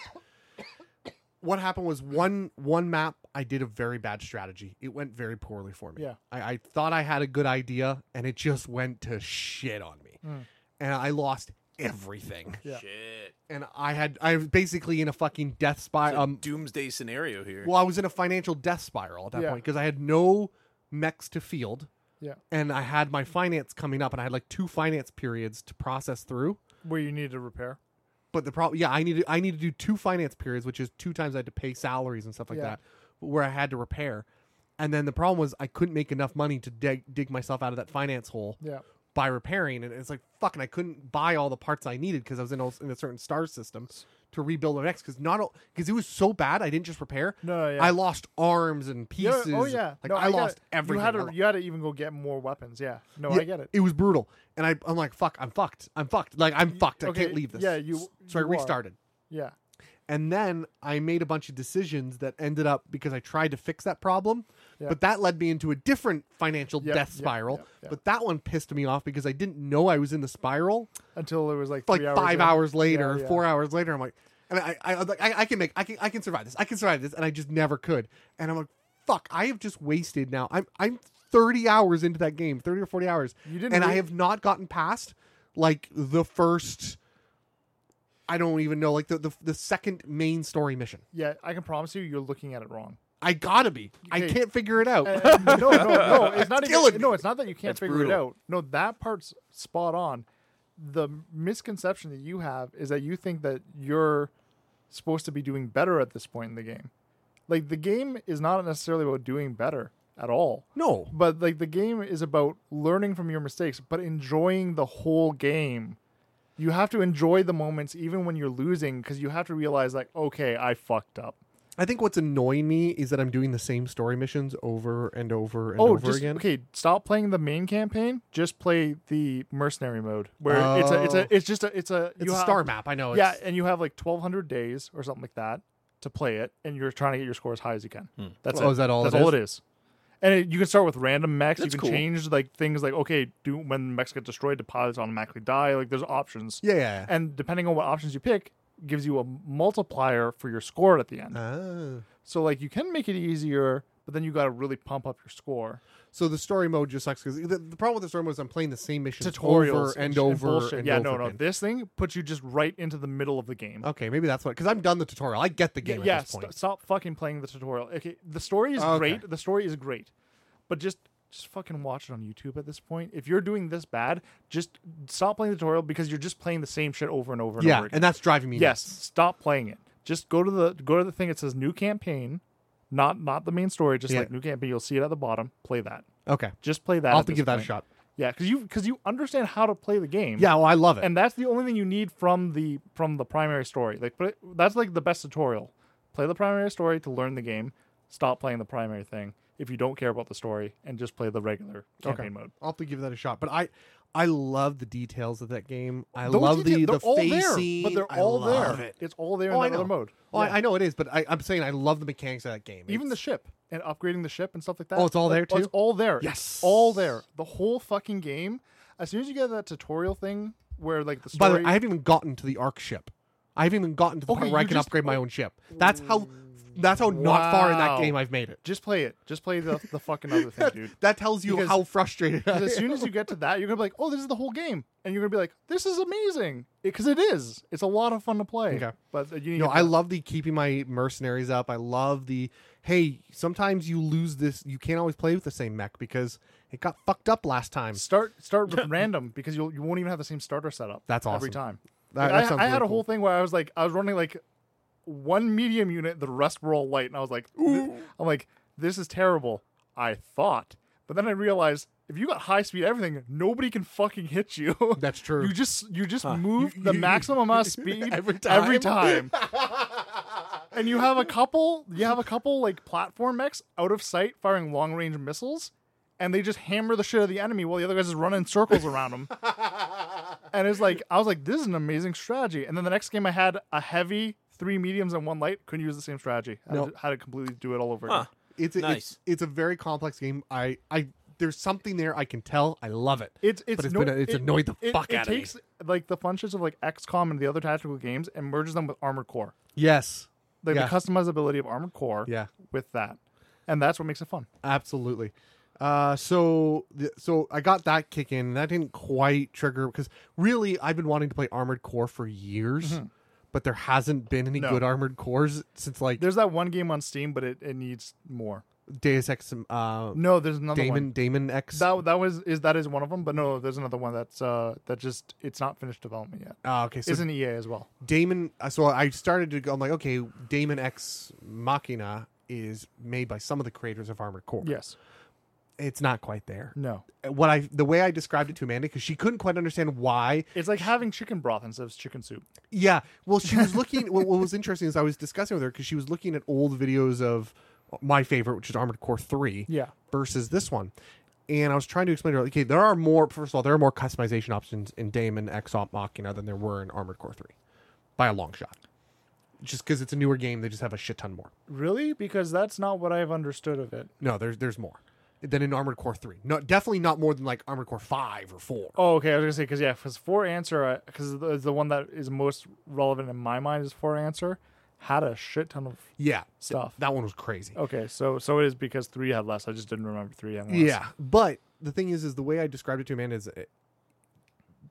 Speaker 3: What happened was one one map I did a very bad strategy. It went very poorly for me.
Speaker 4: Yeah.
Speaker 3: I, I thought I had a good idea and it just went to shit on me.
Speaker 4: Hmm.
Speaker 3: And I lost
Speaker 4: <laughs>
Speaker 3: everything.
Speaker 4: Yeah.
Speaker 5: Shit.
Speaker 3: And I had I was basically in a fucking death spiral. Um
Speaker 5: Doomsday scenario here.
Speaker 3: well, I was in a financial death spiral at that
Speaker 4: Yeah.
Speaker 3: point because I had no mechs to field
Speaker 4: Yeah.
Speaker 3: and I had my finance coming up and I had like two finance periods to process through.
Speaker 4: Where you need to repair.
Speaker 3: But the problem, yeah, I need to, I need to do two finance periods, which is two times I had to pay salaries and stuff like
Speaker 4: Yeah.
Speaker 3: that, where I had to repair. And then the problem was I couldn't make enough money to dig, dig myself out of that finance hole
Speaker 4: Yeah.
Speaker 3: by repairing, and it's like fucking I couldn't buy all the parts I needed because I was in, a, in a certain star system to rebuild my next because not because it was so bad I didn't just repair.
Speaker 4: No, yeah.
Speaker 3: I lost arms and
Speaker 4: Yeah,
Speaker 3: pieces.
Speaker 4: oh yeah.
Speaker 3: like
Speaker 4: no,
Speaker 3: I,
Speaker 4: get
Speaker 3: lost
Speaker 4: it.
Speaker 3: everything.
Speaker 4: You had
Speaker 3: I
Speaker 4: to
Speaker 3: lo-
Speaker 4: you had to even go get more weapons. Yeah. No,
Speaker 3: yeah,
Speaker 4: I get it.
Speaker 3: was brutal, and I, I'm like, fuck, I'm fucked. I'm fucked. Like I'm fucked. I
Speaker 4: okay,
Speaker 3: can't leave this.
Speaker 4: yeah, you-
Speaker 3: So I
Speaker 4: you are.
Speaker 3: restarted.
Speaker 4: Yeah.
Speaker 3: And then I made a bunch of decisions that ended up because I tried to fix that problem,
Speaker 4: Yeah.
Speaker 3: but that led me into a different financial
Speaker 4: Yep,
Speaker 3: death
Speaker 4: yep,
Speaker 3: spiral.
Speaker 4: yep, yep.
Speaker 3: But that one pissed me off because I didn't know I was in the spiral.
Speaker 4: Until it was like
Speaker 3: Like
Speaker 4: three hours
Speaker 3: five
Speaker 4: in.
Speaker 3: hours later,
Speaker 4: Yeah, yeah.
Speaker 3: four hours later, I'm like, and I, I, I, was like, I, I can make, I can, I can survive this. I can survive this, and I just never could. And I'm like, fuck, I have just wasted now. I'm, I'm 30 hours into that game, 30 or 40 hours,
Speaker 4: You didn't
Speaker 3: and I
Speaker 4: re-
Speaker 3: have not gotten past like the first. I don't even know, like the, the the second main story mission.
Speaker 4: Yeah, I can promise you, you're looking at it
Speaker 3: <laughs>
Speaker 4: wrong.
Speaker 3: I gotta be. I
Speaker 4: Hey.
Speaker 3: can't figure it out.
Speaker 4: Uh, no, no, no. It's not
Speaker 3: killing
Speaker 4: even. No, it's not that you can't
Speaker 2: That's
Speaker 4: figure it
Speaker 2: brutal.
Speaker 4: out. No, that part's spot on. The misconception that you have is that you think that you're supposed to be doing better at this point in the game. Like the game is not necessarily about doing better at all.
Speaker 3: no.
Speaker 4: But like the game is about learning from your mistakes, but enjoying the whole game. You have to enjoy the moments even when you're losing because you have to realize like, okay, I fucked up.
Speaker 3: I think what's annoying me is that I'm doing the same story missions over and over and
Speaker 4: oh,
Speaker 3: over
Speaker 4: just,
Speaker 3: again.
Speaker 4: okay. Stop playing the main campaign. Just play the mercenary mode, where it's a, it's
Speaker 3: Oh.
Speaker 4: a, it's just a, it's a,
Speaker 3: It's
Speaker 4: you
Speaker 3: a
Speaker 4: have-
Speaker 3: star map. I know.
Speaker 2: Oh,
Speaker 3: It's,
Speaker 4: Yeah, uh, and you have like twelve hundred days or something like that to play it, and you're trying to get your score as high as you can.
Speaker 2: Hmm.
Speaker 4: That's
Speaker 3: Oh,
Speaker 4: it.
Speaker 3: is that all
Speaker 4: That's
Speaker 3: it
Speaker 4: all
Speaker 3: is?
Speaker 4: it is. And it, you can start with random mechs. you
Speaker 2: That's
Speaker 4: can
Speaker 2: cool.
Speaker 4: change like things like okay, do when mechs get destroyed, the pilots automatically die. Like there's options,
Speaker 3: Yeah. yeah, yeah.
Speaker 4: and depending on what options you pick, gives you a multiplier for your score at the end.
Speaker 3: Ah.
Speaker 4: So like you can make it easier, but then you got to really pump up your score.
Speaker 3: So the story mode just sucks because the, the problem with the story mode is I'm playing the same missions
Speaker 4: tutorials
Speaker 3: over
Speaker 4: and,
Speaker 3: and
Speaker 4: sh-
Speaker 3: over and,
Speaker 4: bullshit. yeah,
Speaker 3: over
Speaker 4: no, no.
Speaker 3: again.
Speaker 4: This thing puts you just right into the middle of the game.
Speaker 3: Okay, maybe that's what. Because I'm done the tutorial. I get the game
Speaker 4: yeah,
Speaker 3: at this
Speaker 4: st-
Speaker 3: point.
Speaker 4: stop fucking playing the tutorial. Okay, the story is
Speaker 3: Oh, Okay.
Speaker 4: great. The story is great, but just just fucking watch it on YouTube at this point. If you're doing this bad, just stop playing the tutorial because you're just playing the same shit over and over and
Speaker 3: yeah,
Speaker 4: over again.
Speaker 3: and that's driving me.
Speaker 4: yes,
Speaker 3: nuts.
Speaker 4: stop playing it. Just go to the go to the thing. It says new campaign, not not the main story. Just
Speaker 3: Yeah.
Speaker 4: like new campaign, you'll see it at the bottom. Play that.
Speaker 3: Okay.
Speaker 4: Just play that.
Speaker 3: I'll
Speaker 4: at
Speaker 3: have to
Speaker 4: this
Speaker 3: give that a
Speaker 4: point.
Speaker 3: shot.
Speaker 4: Yeah, because you because you understand how to play the game.
Speaker 3: Yeah. Well, I love it.
Speaker 4: and that's the only thing you need from the from the primary story. Like, but that's like the best tutorial. Play the primary story to learn the game. Stop playing the primary thing if you don't care about the story, and just play the regular campaign mode.
Speaker 3: I'll have to give that a shot. But I, I love the details of that game. I
Speaker 4: Those
Speaker 3: love
Speaker 4: details-
Speaker 3: the the
Speaker 4: they're all
Speaker 3: facing.
Speaker 4: there, but they're
Speaker 3: I
Speaker 4: all
Speaker 3: love
Speaker 4: there.
Speaker 3: it.
Speaker 4: It's all there
Speaker 3: Oh, I
Speaker 4: in the
Speaker 3: know.
Speaker 4: other mode.
Speaker 3: Oh,
Speaker 4: Yeah.
Speaker 3: I, I know it is, but I, I'm saying I love the mechanics of that game.
Speaker 4: even the
Speaker 3: It's-
Speaker 4: ship and upgrading the ship and stuff like that.
Speaker 3: Oh, it's all
Speaker 4: Like,
Speaker 3: there,
Speaker 4: It's
Speaker 3: too?
Speaker 4: all there. It's
Speaker 3: Yes.
Speaker 4: all there. The whole fucking game. As soon as you get that tutorial thing where like the story.
Speaker 3: By the way, I haven't even gotten to the arc ship. I haven't even gotten to the
Speaker 4: Okay,
Speaker 3: point where I
Speaker 4: you
Speaker 3: can
Speaker 4: just-
Speaker 3: upgrade my own ship. That's how. That's how not far in that
Speaker 4: Wow.
Speaker 3: game I've made it.
Speaker 4: just play it. Just play the, the fucking other
Speaker 3: <laughs>
Speaker 4: thing, dude.
Speaker 3: That tells you
Speaker 4: Because-
Speaker 3: how frustrated. I
Speaker 4: Because
Speaker 3: <laughs>
Speaker 4: as
Speaker 3: am.
Speaker 4: soon as you get to that, you're gonna be like, "Oh, this is the whole game," and you're gonna be like, "This is amazing," because it is. It's a lot of fun to play.
Speaker 3: Okay.
Speaker 4: But you need.
Speaker 3: You know,
Speaker 4: to-
Speaker 3: I love the keeping my mercenaries up. I love the hey. Sometimes you lose this. You can't always play with the same mech because it got fucked up last time.
Speaker 4: start start with random because you'll you won't even have the same starter setup.
Speaker 3: That's
Speaker 4: Every
Speaker 3: awesome.
Speaker 4: time.
Speaker 3: That-
Speaker 4: Like,
Speaker 3: that
Speaker 4: I,
Speaker 3: sounds
Speaker 4: I had
Speaker 3: really
Speaker 4: a whole
Speaker 3: cool.
Speaker 4: thing where I was like, I was running like one medium unit, the rest were all light, and I was like, th- I'm like, this is terrible. I thought, but then I realized. If you got high speed everything, nobody can fucking hit you. <laughs>
Speaker 3: That's true.
Speaker 4: You just you just move the maximum
Speaker 3: <laughs>
Speaker 4: amount of speed
Speaker 3: Every
Speaker 4: Every time.
Speaker 3: <laughs>
Speaker 4: and you have a couple you have a couple like platform mechs out of sight firing long range missiles and they just hammer the shit out of the enemy while the other guys just run in circles around
Speaker 3: <laughs>
Speaker 4: them and it's like i was like this is an amazing strategy and then the next game i had a heavy three mediums and one light couldn't use the same strategy I
Speaker 3: No.
Speaker 4: had to- had to completely do it all over again
Speaker 3: It's a, it's
Speaker 5: Nice.
Speaker 3: it's a very complex game. I I there's something there I can tell. I love it.
Speaker 4: it's it's
Speaker 3: but it's
Speaker 4: no-
Speaker 3: been a, it's
Speaker 4: it-
Speaker 3: annoyed the
Speaker 4: it-
Speaker 3: fuck
Speaker 4: it
Speaker 3: out
Speaker 4: takes
Speaker 3: of me.
Speaker 4: like the functions of like xcom and the other tactical games and merges them with armored core
Speaker 3: Yes.
Speaker 4: like
Speaker 3: Yeah.
Speaker 4: the customizability of armored core
Speaker 3: Yeah.
Speaker 4: with that and that's what makes it fun.
Speaker 3: Absolutely. Uh, so th- so I got that kick in. That didn't quite trigger because really I've been wanting to play Armored Core for years, but there hasn't been any
Speaker 4: Mm-hmm. No.
Speaker 3: good Armored Cores since like
Speaker 4: There's that one game on Steam, but it, it needs more.
Speaker 3: Deus Ex. Uh,
Speaker 4: No, there's another
Speaker 3: Damon
Speaker 4: one.
Speaker 3: Damon X.
Speaker 4: That that was is that is one of them, but no, there's another one that's uh that just it's not finished development yet.
Speaker 3: Ah, okay, so
Speaker 4: Isn't EA as well?
Speaker 3: Damon. uh, So I started to go. I'm like, okay, Damon X Machina is made by some of the creators of Armored Core.
Speaker 4: Yes.
Speaker 3: it's not quite there.
Speaker 4: No.
Speaker 3: What I the way I described it to Amanda because she couldn't quite understand why
Speaker 4: It's like having chicken broth instead of chicken soup.
Speaker 3: Yeah. Well,
Speaker 4: <laughs>
Speaker 3: she was looking. what, what was interesting is I was discussing with her because she was looking at old videos of my favorite, which is Armored Core Three,
Speaker 4: Yeah.
Speaker 3: versus this one, and I was trying to explain to her, okay, there are more. First of all, there are more customization options in Daemon X Op Machina than there were in Armored Core Three, by a long shot. Just because it's a newer game, they just have a shit ton more.
Speaker 4: Really? Because that's not what I've understood of it.
Speaker 3: No, there's there's more than in Armored Core Three. No, definitely not more than like Armored Core Five or Four.
Speaker 4: Oh, okay. I was gonna say because yeah, because four answer because the, the one that is most relevant in my mind is four answer had a shit ton of
Speaker 3: Yeah,
Speaker 4: Stuff.
Speaker 3: That one was crazy.
Speaker 4: Okay, so so it is because three had less. I just didn't remember three had less.
Speaker 3: Yeah, but the thing is, is the way I described it to Amanda is, uh,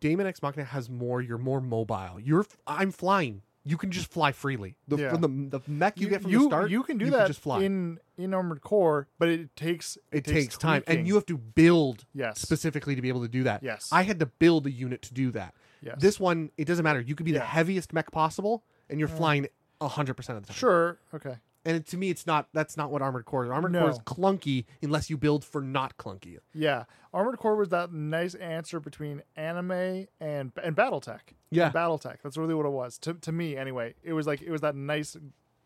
Speaker 3: Damon X Machina has more. You're more mobile. You're I'm flying. You can just fly freely. The,
Speaker 4: Yeah.
Speaker 3: From the the mech you, get from
Speaker 4: you,
Speaker 3: the start,
Speaker 4: You can do that
Speaker 3: just fly.
Speaker 4: in in armored core, but it takes
Speaker 3: it, takes, time, and
Speaker 4: tweaking.
Speaker 3: you have to build
Speaker 4: Yes.
Speaker 3: specifically to be able to do that.
Speaker 4: Yes.
Speaker 3: I had to build a unit to do that.
Speaker 4: Yes.
Speaker 3: This one, it doesn't matter. You could be the heaviest mech possible, and you're flying hundred percent of the time.
Speaker 4: sure okay
Speaker 3: And it- to me, it's not. That's not what armored core. is. Armored core is
Speaker 4: No.
Speaker 3: clunky unless you build for not clunky.
Speaker 4: yeah armored core was that nice answer between anime and and BattleTech
Speaker 3: Yeah.
Speaker 4: and BattleTech that's really what it was to to me anyway it was like it was that nice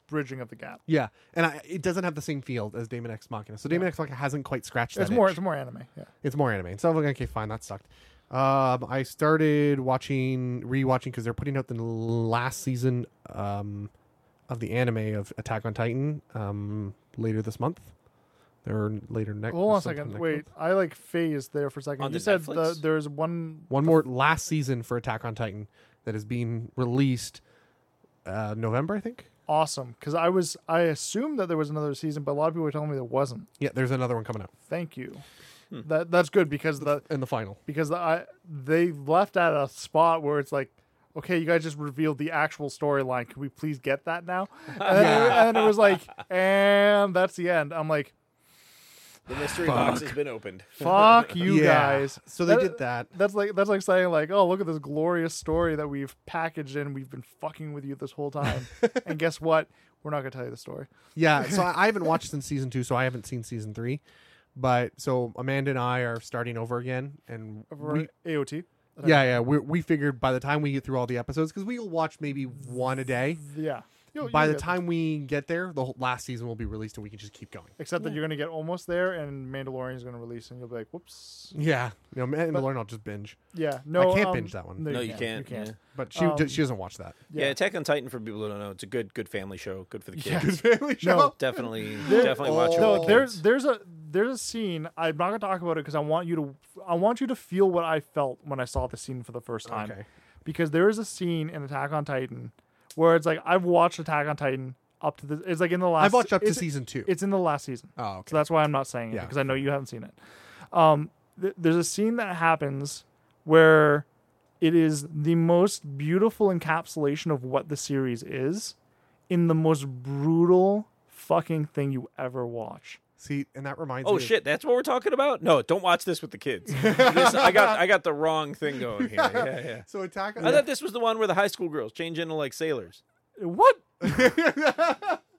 Speaker 4: bridging of the gap.
Speaker 3: Yeah, and I, it doesn't have the same feel as Damon X Machina. So Damon X Machina hasn't quite scratched that.
Speaker 4: It's more
Speaker 3: itch.
Speaker 4: it's more anime yeah
Speaker 3: It's more anime. And so I'm like, okay, fine, that sucked. Um, I started watching, rewatching because they're putting out the last season um, of the anime of Attack on Titan um, later this month, or later next.
Speaker 4: hold on a
Speaker 3: sometime
Speaker 4: second
Speaker 3: next
Speaker 4: wait
Speaker 3: month.
Speaker 4: I like phased there for a second
Speaker 5: On
Speaker 4: you
Speaker 5: the
Speaker 4: said
Speaker 5: Netflix?
Speaker 4: the, there's one
Speaker 3: One more last season for Attack on Titan that is being released uh, November, I think.
Speaker 4: awesome because I was I assumed that there was another season but a lot of people were telling me there wasn't
Speaker 3: Yeah, there's another one coming out,
Speaker 4: thank you that that's good because the
Speaker 3: and the final.
Speaker 4: because the, I they left at a spot where it's like, okay, you guys just revealed the actual storyline. Can we please get that now? And, then it, and it was like, and that's the end. I'm like,
Speaker 5: The mystery box has been opened.
Speaker 4: fuck you
Speaker 3: Yeah.
Speaker 4: guys.
Speaker 3: So they did that.
Speaker 4: That's like that's like saying like, oh look at this glorious story that we've packaged in. We've been fucking with you this whole
Speaker 3: <laughs>
Speaker 4: time, and guess what? We're not gonna tell you the story. <laughs>
Speaker 3: Yeah, so I I haven't watched since season two, so I haven't seen season three. But so Amanda and I are starting over again, and
Speaker 4: For
Speaker 3: we,
Speaker 4: AOT.
Speaker 3: yeah, yeah, we we figured by the time we get through all the episodes, because we'll watch maybe one a day.
Speaker 4: Yeah. You'll-
Speaker 3: By
Speaker 4: you'll
Speaker 3: the
Speaker 4: get-
Speaker 3: time we get there, the whole last season will be released, and we can just keep going.
Speaker 4: Except that you're gonna get almost there, and Mandalorian is gonna release, and you'll be like, "Whoops."
Speaker 3: Yeah, you know, Mandalorian, I'll just binge.
Speaker 4: Yeah, no,
Speaker 3: can't
Speaker 4: um,
Speaker 3: binge that one.
Speaker 5: No, you can't.
Speaker 4: You can't.
Speaker 5: yeah.
Speaker 3: But she
Speaker 4: Um,
Speaker 3: she doesn't watch
Speaker 4: <laughs>
Speaker 3: that.
Speaker 5: Yeah.
Speaker 4: Yeah.
Speaker 5: Attack on Titan for people who don't know, it's a good good family show, good for the kids.
Speaker 3: Family show.
Speaker 5: Definitely
Speaker 4: There-
Speaker 5: definitely watch it.
Speaker 4: No,
Speaker 5: with the
Speaker 4: there's
Speaker 5: kids.
Speaker 4: there's a there's a scene. I'm not gonna talk about it because I want you to I want you to feel what I felt when I saw the scene for the first time.
Speaker 3: Okay.
Speaker 4: Because there is a scene in Attack on Titan where it's like I've watched Attack on Titan up to the it's like in the last
Speaker 3: I've watched up to
Speaker 4: it's-
Speaker 3: season two.
Speaker 4: It's in the last season.
Speaker 3: Oh, okay.
Speaker 4: So that's why I'm not saying it
Speaker 3: Yeah.
Speaker 4: because I know you haven't seen it. Um, th- there's a scene that happens where it is the most beautiful encapsulation of what the series is in the most brutal fucking thing you ever watch.
Speaker 3: See, and that reminds me.
Speaker 5: Oh
Speaker 3: of-
Speaker 5: shit, that's what we're talking about? No, don't watch this with the kids. This- I got I got the wrong thing going here.
Speaker 4: <laughs>
Speaker 5: Yeah, yeah.
Speaker 3: So Attack on
Speaker 5: I thought this was the one where the high school girls change into like sailors.
Speaker 4: What?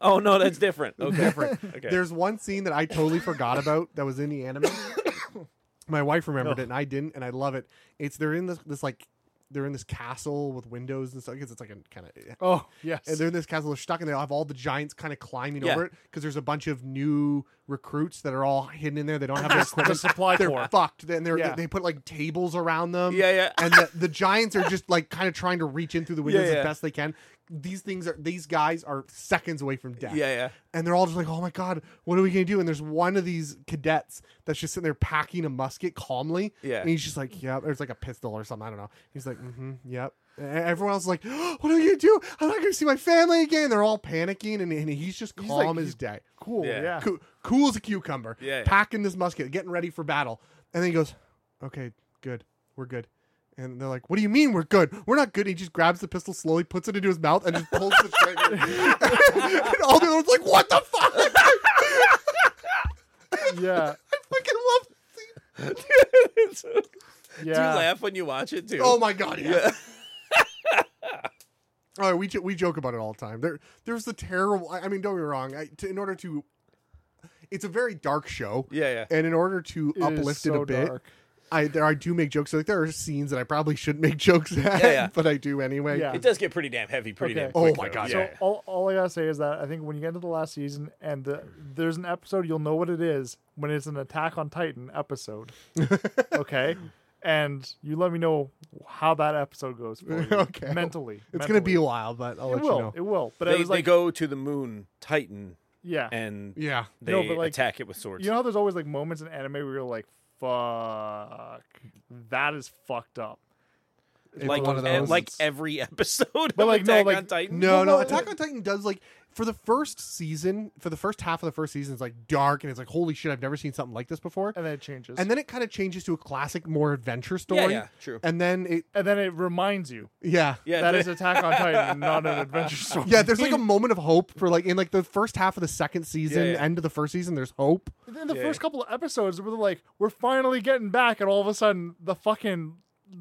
Speaker 5: Oh no, that's different. Okay.
Speaker 3: different.
Speaker 5: Okay.
Speaker 3: There's one scene that I totally forgot about that was in the anime. <coughs> My wife remembered
Speaker 5: Oh.
Speaker 3: it and I didn't, and I love it. It's they're in this this like they're in this castle with windows and stuff because it's like a kind of
Speaker 4: Oh yes.
Speaker 3: and they're in this castle. They're stuck, and they have all the giants kind of climbing
Speaker 5: Yeah.
Speaker 3: over it because there's a bunch of new recruits that are all hidden in there. They don't have
Speaker 5: <coughs>
Speaker 3: their
Speaker 4: the
Speaker 3: equipment.
Speaker 4: supply
Speaker 3: They're
Speaker 4: corps.
Speaker 3: fucked. Then they're,
Speaker 4: Yeah.
Speaker 3: they put like tables around them.
Speaker 5: Yeah, yeah.
Speaker 3: And the, the giants are just like kind of trying to reach in through the windows
Speaker 5: <laughs> yeah.
Speaker 3: as best they can. These things are these guys are seconds away from death.
Speaker 5: Yeah, <laughs> yeah.
Speaker 3: And they're all just like, "Oh my god, what are we gonna do?" And there's one of these cadets that's just sitting there packing a musket calmly.
Speaker 5: Yeah.
Speaker 3: And he's just like, "Yep." Or it's like a pistol or something. I don't know. He's like, "Mm-hmm, yep." And everyone else is like, <gasps> what are you going to do? I'm not going to see my family again. They're all panicking, and, and he's just
Speaker 4: like-
Speaker 3: calm as day.
Speaker 4: Cool.
Speaker 5: Yeah.
Speaker 4: Yeah.
Speaker 3: Cool, cool as a cucumber.
Speaker 5: Yeah, yeah.
Speaker 3: Packing this musket, getting ready for battle. And then he goes, okay, good. We're good. And they're like, what do you mean we're good? We're not good. He just grabs the pistol slowly, puts it into his mouth, and just pulls the trigger. <laughs> and all the other ones like, what the fuck?
Speaker 4: Yeah.
Speaker 3: I fucking love
Speaker 4: <laughs>
Speaker 5: <laughs> Do you
Speaker 4: yeah.
Speaker 5: laugh when you watch it too?
Speaker 3: Oh my god, yes. All right, we jo- we joke about it all the time. There, there's the terrible. I I mean, don't get me wrong. I, to, in order to, it's a very dark show.
Speaker 5: Yeah, yeah.
Speaker 3: And in order to
Speaker 4: is
Speaker 3: uplift it
Speaker 4: so
Speaker 3: a bit,
Speaker 4: dark.
Speaker 3: I there I do make jokes. Like there are scenes that I probably shouldn't make <laughs> jokes at,
Speaker 5: Yeah, yeah.
Speaker 3: but I do anyway.
Speaker 4: Yeah.
Speaker 5: It does get pretty damn heavy, pretty
Speaker 4: Okay.
Speaker 5: damn.
Speaker 3: Oh
Speaker 5: quick,
Speaker 3: my
Speaker 5: though.
Speaker 3: God,
Speaker 5: Yeah.
Speaker 3: yeah.
Speaker 4: All, all I gotta say is that I think when you get into the last season and the, there's an episode, you'll know what it is when it's an Attack on Titan
Speaker 3: <laughs>
Speaker 4: episode. okay, and you let me know how that episode goes.
Speaker 3: <laughs>
Speaker 4: For you,
Speaker 3: Okay.
Speaker 4: mentally,
Speaker 3: It's gonna be a
Speaker 4: mentally.
Speaker 3: while, but I'll
Speaker 4: It
Speaker 3: let
Speaker 4: will.
Speaker 3: you know.
Speaker 4: It will. But
Speaker 5: They,
Speaker 4: I was
Speaker 5: they
Speaker 4: like,
Speaker 5: go to the moon, Titan,
Speaker 4: yeah.
Speaker 5: and
Speaker 3: yeah,
Speaker 5: they
Speaker 4: No, but, like,
Speaker 5: attack it with swords.
Speaker 4: You know how there's always like moments in anime where you're like, "Fuck, that is fucked up."
Speaker 5: like
Speaker 3: one of
Speaker 5: and
Speaker 3: those.
Speaker 5: like every <laughs> episode.
Speaker 4: But,
Speaker 5: of
Speaker 4: like, no,
Speaker 5: Attack
Speaker 4: like-
Speaker 5: on Titan.
Speaker 3: No, no.
Speaker 4: no,
Speaker 3: Attack on Titan does like for the first season, for the first half of the first season, it's like dark and it's like holy shit, I've never seen something like this before.
Speaker 4: And then it changes.
Speaker 3: And then it kind of changes to a classic, more adventure story.
Speaker 5: yeah, true.
Speaker 3: And then it,
Speaker 4: and then it reminds you
Speaker 3: yeah,
Speaker 5: Yeah,
Speaker 4: that
Speaker 5: the-
Speaker 4: is Attack on Titan, and not an
Speaker 3: <laughs>
Speaker 4: adventure story.
Speaker 3: yeah.
Speaker 4: <laughs>
Speaker 3: There's like a moment of hope for like in like the first half of the second season,
Speaker 5: Yeah, yeah.
Speaker 3: end of the first season. There's hope.
Speaker 4: And then the first couple of episodes were like, we're finally getting back, and all of a sudden the fucking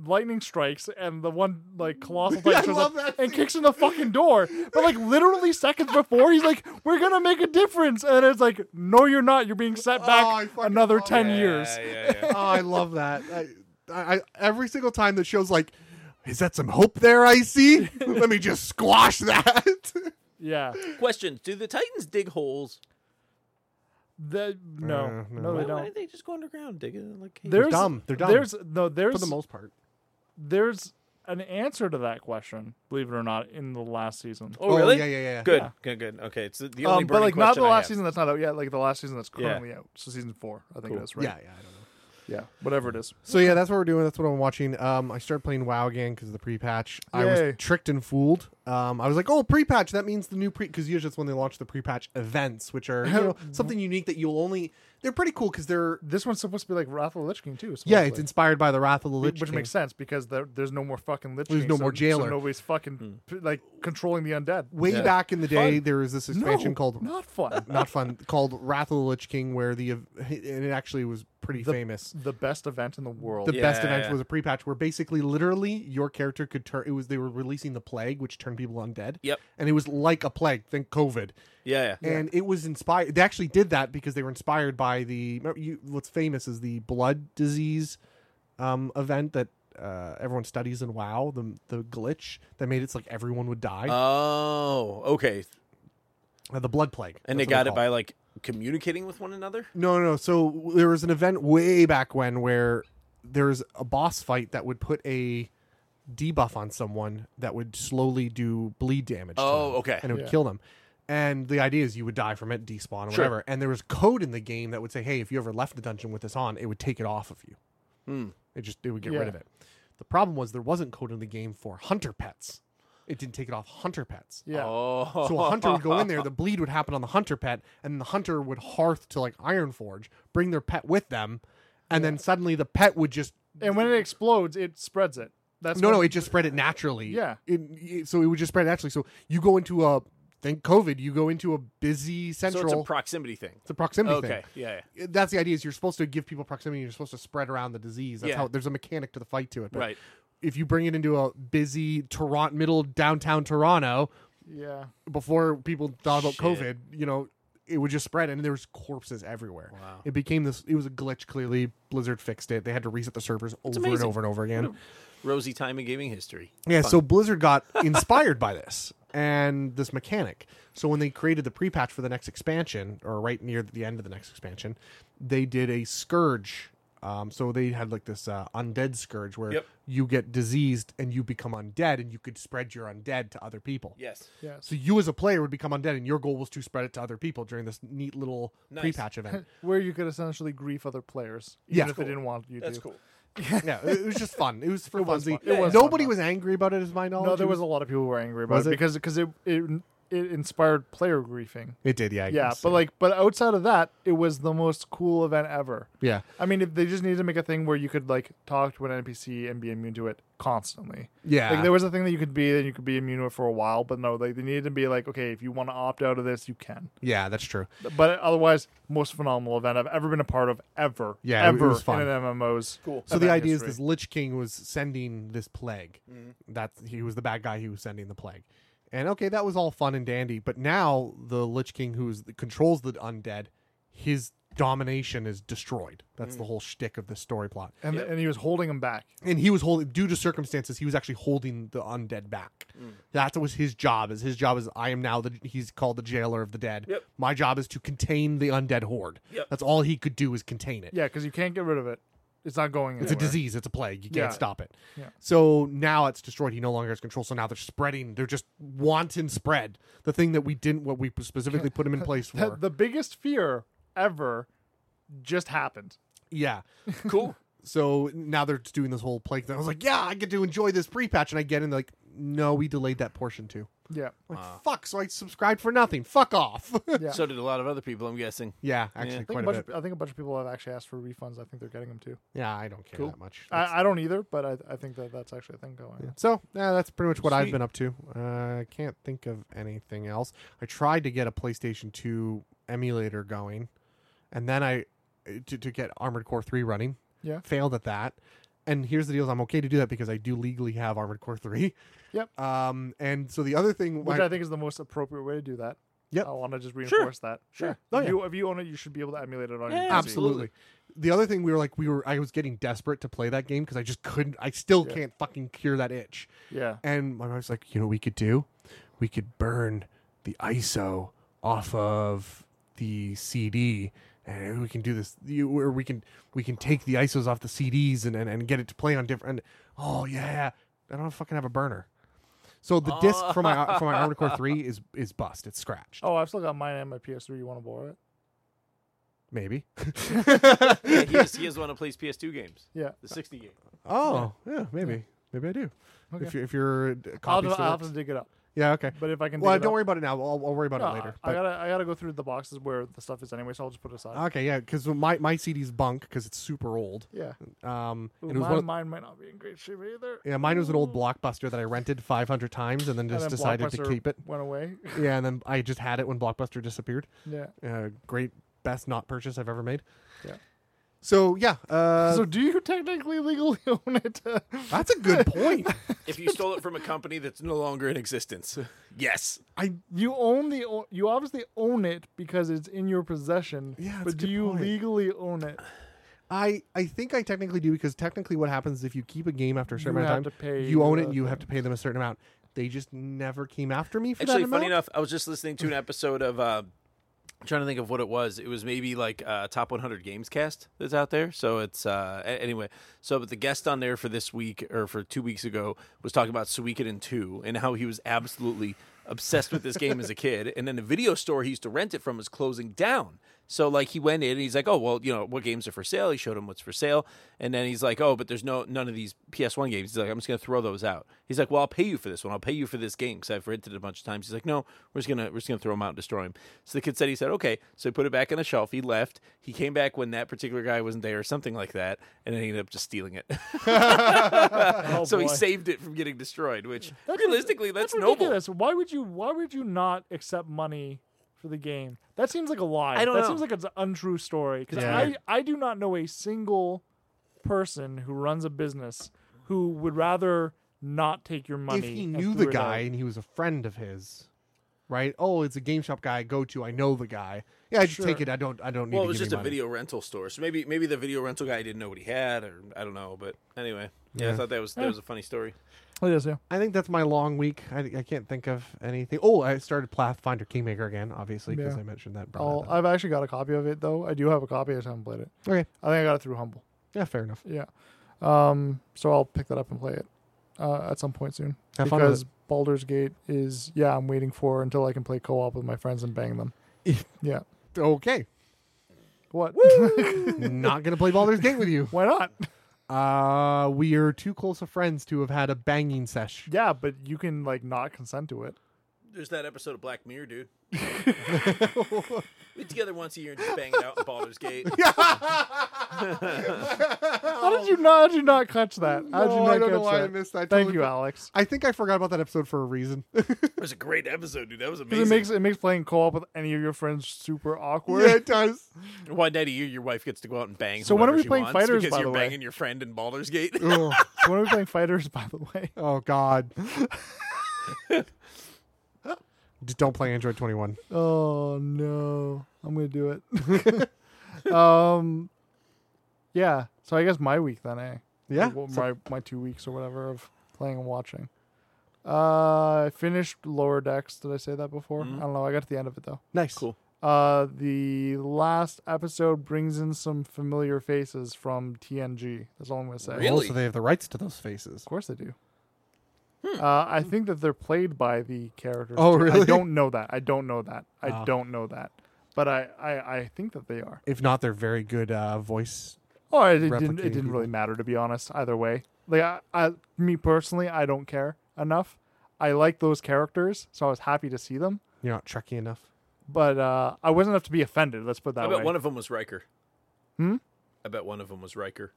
Speaker 4: lightning strikes, and the one like colossal
Speaker 3: Yeah, <laughs> I
Speaker 4: titan shows
Speaker 3: love
Speaker 4: up
Speaker 3: that
Speaker 4: and kicks in the fucking door. But like literally seconds before, he's like, "We're gonna make a difference," and it's like, "No, you're not. You're being set
Speaker 3: Oh, I
Speaker 4: back
Speaker 3: fucking
Speaker 4: another
Speaker 3: love
Speaker 4: ten
Speaker 5: yeah,
Speaker 4: years."
Speaker 5: Yeah, yeah.
Speaker 3: oh, I love that. I, I, I every single time that show's like, is that some hope there? I see. <laughs> Let me just squash that.
Speaker 4: <laughs>
Speaker 3: <laughs>
Speaker 4: Yeah.
Speaker 5: Questions: Do the Titans dig holes?
Speaker 4: The, no, no,
Speaker 3: no.
Speaker 5: Why,
Speaker 4: they
Speaker 5: why do
Speaker 4: don't.
Speaker 5: they just go underground, dig it? and, Like, cave?
Speaker 4: There's,
Speaker 3: dumb. They're dumb.
Speaker 4: There's no. There's
Speaker 3: for the most part.
Speaker 4: there's an answer to that question. Believe it or not, in the last season.
Speaker 5: oh, really?
Speaker 3: yeah, yeah, yeah, yeah.
Speaker 5: Good, good, good. Okay, it's the, the only.
Speaker 4: um, but like
Speaker 5: burning
Speaker 4: not the
Speaker 5: question I
Speaker 4: last
Speaker 5: have.
Speaker 4: season that's not out yet. Like the last season that's
Speaker 5: Yeah.
Speaker 4: currently out. So season four, I think it is right.
Speaker 3: Yeah, yeah. I don't know.
Speaker 4: yeah, whatever it is.
Speaker 3: So yeah, that's what we're doing. That's what I'm watching. Um, I started playing WoW again because of the pre-patch. I
Speaker 4: Yay.
Speaker 3: was tricked and fooled. Um, I was like, oh, pre-patch. That means the new pre. Because usually it's when they launch the pre-patch events, which are
Speaker 4: <laughs>
Speaker 3: you know, something unique that you'll only. They're pretty cool because they're.
Speaker 4: This one's supposed to be like Wrath of the Lich King too.
Speaker 3: Yeah,
Speaker 4: supposedly.
Speaker 3: it's inspired by the Wrath of the Lich,
Speaker 4: which makes sense because there, there's no more fucking Lich
Speaker 3: There's
Speaker 4: King,
Speaker 3: no
Speaker 4: so-
Speaker 3: more
Speaker 4: so
Speaker 3: jailer. Hmm.
Speaker 4: nobody's fucking p like controlling the undead.
Speaker 3: Way
Speaker 5: Yeah.
Speaker 3: back in the day, there was this expansion
Speaker 4: no,
Speaker 3: called
Speaker 4: <laughs> not fun.
Speaker 3: not fun called Wrath of the Lich King, where the ev- and it actually was pretty famous.
Speaker 4: the best event in the world.
Speaker 3: the best
Speaker 5: Yeah,
Speaker 3: event
Speaker 5: yeah.
Speaker 3: was a pre-patch where basically literally your character could turn it was they were releasing the plague which turned people undead
Speaker 5: Yep.
Speaker 3: and it was like a plague think covid
Speaker 5: Yeah, yeah.
Speaker 3: and it was inspired they actually did that because they were inspired by the remember you, what's famous is the blood disease um, event that uh, everyone studies in wow the, the glitch that made it so like everyone would die
Speaker 5: Uh, Oh, okay.
Speaker 3: Uh, the blood plague
Speaker 5: And
Speaker 3: that's
Speaker 5: they
Speaker 3: what
Speaker 5: got
Speaker 3: they're called.
Speaker 5: it by like communicating with one another.
Speaker 3: No, no, no. So w- there was an event way back when where there's a boss fight that would put a debuff on someone that would slowly do bleed damage. to
Speaker 5: Oh,
Speaker 3: them,
Speaker 5: okay.
Speaker 3: And it would
Speaker 4: Yeah.
Speaker 3: kill them. And the idea is you would die from it, despawn, or
Speaker 5: Sure.
Speaker 3: whatever. And there was code in the game that would say, "Hey, if you ever left the dungeon with this on, it would take it off of you.
Speaker 5: Hmm.
Speaker 3: It just it would get rid
Speaker 4: Yeah.
Speaker 3: of it." The problem was there wasn't code in the game for hunter pets. It didn't take it off hunter pets.
Speaker 4: yeah,
Speaker 5: Oh,
Speaker 3: So a hunter would go in
Speaker 5: <laughs>
Speaker 3: there, the bleed would happen on the hunter pet, and the hunter would hearth to like Ironforge, bring their pet with them, and then suddenly the pet would just
Speaker 4: and when it explodes, it spreads it. That's
Speaker 3: no,
Speaker 4: when-
Speaker 3: no, it just spread it naturally.
Speaker 4: Yeah.
Speaker 3: It, it- so it would just spread naturally. So you go into a think COVID, you go into a busy
Speaker 5: So
Speaker 3: central.
Speaker 5: it's a proximity thing.
Speaker 3: it's a proximity
Speaker 5: Okay,
Speaker 3: thing.
Speaker 5: yeah,
Speaker 3: That's the idea. Is you're supposed to give people proximity. You're supposed to spread around the disease. That's
Speaker 5: Yeah.
Speaker 3: how there's a mechanic to the fight to it. But
Speaker 5: yeah. right.
Speaker 3: If you bring it into a busy Toronto, middle downtown Toronto,
Speaker 4: yeah,
Speaker 3: before people thought about
Speaker 5: Shit.
Speaker 3: COVID, you know, it would just spread and there was corpses everywhere.
Speaker 5: Wow.
Speaker 3: It became this it was a glitch, clearly. Blizzard fixed it. They had to reset the servers over and
Speaker 5: amazing.
Speaker 3: over and over again.
Speaker 5: Rosy time in gaming history.
Speaker 3: Yeah, so Blizzard got inspired by this and this mechanic. So when they created the pre-patch for the next expansion, or right near the end of the next expansion, they did a scourge. Um, so they had like this uh, undead scourge where
Speaker 5: Yep.
Speaker 3: you get diseased and you become undead, and you could spread your undead to other people.
Speaker 5: Yes.
Speaker 4: yes.
Speaker 3: So you as a player would become undead, and your goal was to spread it to other people during this neat little pre-patch event.
Speaker 4: <laughs> Where you could essentially grief other players, even
Speaker 3: Yeah.
Speaker 4: if they didn't want you to.
Speaker 5: That's cool.
Speaker 3: yeah, it it was just fun. It was for
Speaker 4: fun.
Speaker 3: funsies.
Speaker 4: It was
Speaker 3: Nobody
Speaker 4: fun,
Speaker 3: was angry about it, as my knowledge.
Speaker 4: No, there
Speaker 3: It
Speaker 4: was a lot of people who were angry about
Speaker 3: Was
Speaker 4: it,
Speaker 3: it?
Speaker 4: because because it, it it inspired player griefing.
Speaker 3: It did, yeah. I
Speaker 4: Yeah,
Speaker 3: guess,
Speaker 4: but like, but outside of that, it was the most cool event ever.
Speaker 3: yeah,
Speaker 4: I mean, if they just needed to make a thing where you could like talk to an NPC and be immune to it constantly.
Speaker 3: yeah.
Speaker 4: Like there was a thing that you could be and you could be immune to it for a while, but no, like they needed to be like, okay, if you want to opt out of this, you can.
Speaker 3: yeah, that's true.
Speaker 4: But otherwise, most phenomenal event I've ever been a part of ever.
Speaker 3: Yeah, it- it
Speaker 4: ever
Speaker 3: was fun.
Speaker 4: in an MMO's. Cool.
Speaker 3: So the idea is this Lich King was sending this plague.
Speaker 2: Mm-hmm.
Speaker 3: That he was the bad guy who was sending the plague. And okay, that was all fun and dandy, but now the Lich King who is, controls the undead, his domination is destroyed. That's
Speaker 2: Mm.
Speaker 3: the whole shtick of the story plot.
Speaker 4: and and he was holding him back.
Speaker 3: and he was holding due to circumstances he was actually holding the undead back
Speaker 2: Mm.
Speaker 3: that was his job is his job is i am now the he's called the jailer of the dead
Speaker 2: Yep.
Speaker 3: my job is to contain the undead horde
Speaker 2: Yep.
Speaker 3: that's all he could do is contain it
Speaker 4: Yeah, because you can't get rid of it. It's not going.
Speaker 3: it's
Speaker 4: Anywhere.
Speaker 3: a disease it's a plague you
Speaker 4: Yeah.
Speaker 3: can't stop it
Speaker 4: Yeah.
Speaker 3: so now it's destroyed he no longer has control so now they're spreading they're just wanton spread the thing that we didn't what we specifically put him in place
Speaker 4: The,
Speaker 3: for
Speaker 4: the biggest fear ever just happened.
Speaker 3: Yeah. Cool. so now they're just doing this whole plague thing. I was like, yeah, I get to enjoy this pre patch. And I get in, like, no, we delayed that portion too.
Speaker 4: Yeah.
Speaker 3: I'm Like, fuck. So I subscribed for nothing. Fuck off. <laughs>
Speaker 4: Yeah.
Speaker 2: So did a lot of other people, I'm guessing.
Speaker 3: yeah, actually,
Speaker 2: I think
Speaker 4: I think,
Speaker 3: quite
Speaker 4: a
Speaker 3: a
Speaker 4: bunch
Speaker 3: bit.
Speaker 4: of, I think a bunch of people have actually asked for refunds. I think they're getting them too.
Speaker 3: yeah, I don't care that much. That's-
Speaker 4: I, I don't either, but I, I think that that's actually a thing going on.
Speaker 3: so yeah, that's pretty much what I've been up to. Uh, I can't think of anything else. I tried to get a PlayStation 2 emulator going, and then I uh, to, to get Armored Core 3 running.
Speaker 4: Yeah.
Speaker 3: failed at that. And here's the deal: is I'm okay to do that because I do legally have Armored Core 3.
Speaker 4: Yep.
Speaker 3: Um, and so the other thing,
Speaker 4: Which
Speaker 3: my-
Speaker 4: I think is the most appropriate way to do that.
Speaker 3: Yep.
Speaker 4: I want to just reinforce that.
Speaker 2: Sure.
Speaker 3: Oh,
Speaker 4: If
Speaker 3: yeah.
Speaker 4: you, if you own it, you should be able to emulate it on your PC.
Speaker 3: absolutely. The other thing we were like, we were I was getting desperate to play that game because I just couldn't. I still
Speaker 4: Yeah.
Speaker 3: can't fucking cure that itch.
Speaker 4: Yeah.
Speaker 3: And my wife's like, you know, what we could do, we could burn the ISO off of the CD, and we can do this. You, or we can we can take the ISOs off the CDs and and, and get it to play on different. And, oh yeah, I don't fucking have a burner. So the disc for
Speaker 4: <laughs>
Speaker 3: my for my Armored Core three is is bust. It's scratched.
Speaker 4: Oh, I've still got mine and my PS3. You want to borrow it?
Speaker 3: Maybe.
Speaker 2: Yeah, he, just, he just want to play PS2 games.
Speaker 4: Yeah.
Speaker 2: The 60 game.
Speaker 3: Oh, yeah, maybe. Maybe I do.
Speaker 4: Okay.
Speaker 3: If, you, if you're uh,
Speaker 4: I'll,
Speaker 3: copy
Speaker 4: do-
Speaker 3: still
Speaker 4: I'll have to
Speaker 3: works.
Speaker 4: dig it up.
Speaker 3: Yeah, okay.
Speaker 4: But if I can,
Speaker 3: Well,
Speaker 4: dig it
Speaker 3: don't
Speaker 4: up-
Speaker 3: worry about it now. I'll, I'll worry about
Speaker 4: No,
Speaker 3: it later.
Speaker 4: I
Speaker 3: But, Ah,
Speaker 4: gotta, I gotta go through the boxes where the stuff is anyway. So I'll just put it aside.
Speaker 3: okay, yeah, because my, my CD's bunk because it's super old.
Speaker 4: yeah.
Speaker 3: Um,
Speaker 4: Ooh,
Speaker 3: and
Speaker 4: mine,
Speaker 3: it was one of-
Speaker 4: mine might not be in great shape either.
Speaker 3: yeah, mine was an old Blockbuster that I rented 500 times and then
Speaker 4: And
Speaker 3: just
Speaker 4: then
Speaker 3: decided to
Speaker 4: Blockbuster
Speaker 3: keep it.
Speaker 4: <laughs> Went away.
Speaker 3: Yeah, and then I just had it when Blockbuster disappeared.
Speaker 4: yeah.
Speaker 3: Uh, great, best not purchase I've ever made.
Speaker 4: Yeah.
Speaker 3: So, yeah, uh,
Speaker 4: <laughs> so do you technically legally <laughs> own it?
Speaker 3: that's a good
Speaker 4: <laughs>
Speaker 3: point.
Speaker 2: If you stole it from a company that's no longer in existence. yes.
Speaker 3: I
Speaker 4: you own the o- you obviously own it because it's in your possession.
Speaker 3: Yeah, that's a
Speaker 4: but do
Speaker 3: good
Speaker 4: you
Speaker 3: point.
Speaker 4: legally own it?
Speaker 3: I I think I technically do because technically what happens is if you keep a game after a certain
Speaker 4: You
Speaker 3: amount
Speaker 4: have
Speaker 3: of
Speaker 4: to
Speaker 3: time,
Speaker 4: pay
Speaker 3: you own
Speaker 4: the
Speaker 3: it and you have
Speaker 4: thing.
Speaker 3: to pay them a certain amount. They just never came after me for
Speaker 2: Actually,
Speaker 3: that amount.
Speaker 2: funny enough, I was just listening to an episode of. Uh, I'm trying to think of what it was. It was maybe like uh, top 100 games cast that's out there. So it's uh, a- anyway. So, but the guest on there for this week or for two weeks ago was talking about Suikoden 2 and how he was absolutely obsessed with this game as a kid. And then the video store he used to rent it from was closing down. So like he went in and he's like, oh well, you know what games are for sale? He showed him what's for sale, and then he's like, oh, but there's no none of these PS1 games. He's like, I'm just gonna throw those out. He's like, well, I'll pay you for this one. I'll pay you for this game because I've rented it a bunch of times. He's like, no, we're just gonna we're just gonna throw them out and destroy them. So the kid said he said okay. So he put it back on a shelf. He left. He came back when that particular guy wasn't there or something like that, and then he ended up just
Speaker 4: <laughs>
Speaker 2: stealing it. <laughs> so he
Speaker 4: Oh, boy.
Speaker 2: saved it from getting destroyed. Which <laughs> realistically, that's, noble.
Speaker 4: ridiculous. Why would you? Why would you not accept money for the game? That seems like a lie.
Speaker 2: I don't
Speaker 4: that
Speaker 2: know.
Speaker 4: seems like it's an untrue story. Because
Speaker 3: Yeah.
Speaker 4: I, I do not know a single person who runs a business who would rather not take your money.
Speaker 3: if he
Speaker 4: and
Speaker 3: knew
Speaker 4: threw it
Speaker 3: the
Speaker 4: out.
Speaker 3: guy and he was a friend of his, right? Oh, it's a game shop guy I go to. I know the guy. Yeah, I just take
Speaker 4: Sure.
Speaker 3: it. I don't. I don't need.
Speaker 2: Well,
Speaker 3: to
Speaker 2: it was
Speaker 3: give
Speaker 2: just
Speaker 3: me
Speaker 2: a
Speaker 3: money.
Speaker 2: video rental store, so maybe maybe the video rental guy didn't know what he had, or I don't know. But anyway, yeah, I thought that was that was a funny story.
Speaker 4: It is, yeah.
Speaker 3: I think that's my long week. I, I can't think of anything. Oh, I started Pathfinder Kingmaker again, obviously, because
Speaker 4: Yeah.
Speaker 3: I mentioned that. brought
Speaker 4: I'll,
Speaker 3: that up.
Speaker 4: I've actually got a copy of it though. I do have a copy. I just haven't played it.
Speaker 3: Okay.
Speaker 4: I think I got it through Humble.
Speaker 3: Yeah, fair enough.
Speaker 4: Yeah. Um. So I'll pick that up and play it uh, at some point soon.
Speaker 3: Have fun with
Speaker 4: because Baldur's Gate is yeah. I'm waiting for until I can play co-op with my friends and bang them. yeah.
Speaker 3: Okay, <laughs>
Speaker 4: What?
Speaker 3: not gonna play Baldur's Gate with you. <laughs>
Speaker 4: Why not?
Speaker 3: Uh, we are too close of friends to have had a banging sesh.
Speaker 4: Yeah, but you can like not consent to it.
Speaker 5: There's that episode of Black
Speaker 4: <laughs>
Speaker 5: Mirror, dude. we together once a year and just bang it out in Baldur's Gate.
Speaker 4: <laughs> How did you not? How did you not catch that? How did you
Speaker 3: No,
Speaker 4: not
Speaker 3: I don't know
Speaker 4: catch
Speaker 3: why I
Speaker 4: that?
Speaker 3: missed that. I
Speaker 4: Thank
Speaker 3: totally
Speaker 4: you,
Speaker 3: for-
Speaker 4: Alex.
Speaker 3: I think I forgot about that episode for a reason. <laughs>
Speaker 5: It was a great episode, dude. That was
Speaker 4: 'Cause It
Speaker 5: amazing.
Speaker 4: makes it makes playing co-op with any of your friends super awkward.
Speaker 3: yeah, it does.
Speaker 5: One night a year, your wife gets to go out and bang.
Speaker 4: So when are
Speaker 5: whoever
Speaker 4: we
Speaker 5: she
Speaker 4: playing
Speaker 5: wants
Speaker 4: Fighters,
Speaker 5: Because
Speaker 4: by the
Speaker 5: you're
Speaker 4: way?
Speaker 5: banging your friend in Baldur's Gate. <laughs>
Speaker 3: Ugh.
Speaker 4: <laughs> when are we playing fighters, by the
Speaker 3: <laughs>
Speaker 4: way?
Speaker 3: oh God. Just don't play Android 21.
Speaker 4: Oh no, I'm gonna do it. <laughs>
Speaker 3: <laughs>
Speaker 4: um, yeah. So I guess my week then, eh?
Speaker 3: Yeah.
Speaker 4: Like, what- my my two weeks or whatever of playing and watching. Uh, I finished Lower Decks. Did I say that before? I don't know. I got to the end of it though.
Speaker 3: Mm-hmm. Nice. Cool.
Speaker 4: Uh, the last episode brings in some familiar faces from TNG. That's all I'm gonna say.
Speaker 3: Also, they have the rights to those faces.
Speaker 4: Of course they do. Uh, I think that they're played by the characters.
Speaker 3: Hmm. Oh,
Speaker 4: too. I
Speaker 3: really?
Speaker 4: don't know that. I don't know that. I
Speaker 3: Ah.
Speaker 4: don't know that. But I, I, I think that they are.
Speaker 3: If not, they're very good uh, voice.
Speaker 4: Oh, it, it
Speaker 3: Replicating
Speaker 4: didn't. It didn't
Speaker 3: people.
Speaker 4: really matter to be honest. Either way, like I, I, me personally, I don't care enough. I like those characters, so I was happy to see them.
Speaker 3: You're not Trekkie enough.
Speaker 4: But uh, I wasn't enough to be offended. Let's put it
Speaker 5: I
Speaker 4: that
Speaker 5: bet
Speaker 4: way.
Speaker 5: one of them was Riker.
Speaker 4: Hmm?
Speaker 5: I bet one of them was Riker.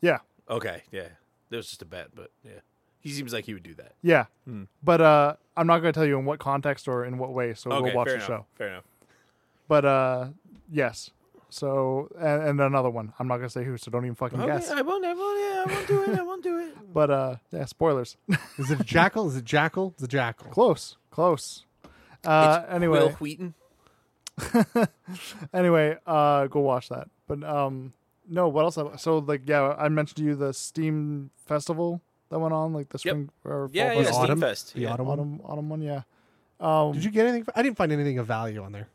Speaker 4: yeah,
Speaker 5: Okay, yeah. That was just a bet, but yeah. He seems like he would do that.
Speaker 4: yeah.
Speaker 5: Hmm.
Speaker 4: But uh, I'm not going to tell you in what context or in what way. So
Speaker 5: Okay,
Speaker 4: we'll watch
Speaker 5: fair
Speaker 4: the
Speaker 5: enough.
Speaker 4: show.
Speaker 5: Fair enough.
Speaker 4: But uh, yes. So and, and another one. I'm not gonna say who, so don't even fucking guess.
Speaker 5: I won't. I won't. Yeah, I won't do it. I won't do <laughs> it.
Speaker 4: But uh, yeah, spoilers. <laughs>
Speaker 3: Is it a jackal? Is it jackal? It's a jackal.
Speaker 4: close, close. Uh, anyway,
Speaker 5: Will Wheaton.
Speaker 4: <laughs> anyway, uh, go watch that. But um, no, what else? I, so like, yeah, I mentioned to you the Steam Festival that went on, like the spring or
Speaker 5: Yeah,
Speaker 4: fall
Speaker 5: yeah.
Speaker 4: festival.
Speaker 5: Steam
Speaker 3: autumn?
Speaker 5: Fest.
Speaker 3: The
Speaker 5: yeah.
Speaker 3: autumn one.
Speaker 4: autumn, autumn one, yeah. Um,
Speaker 3: Did you get anything? I didn't find anything of value on there.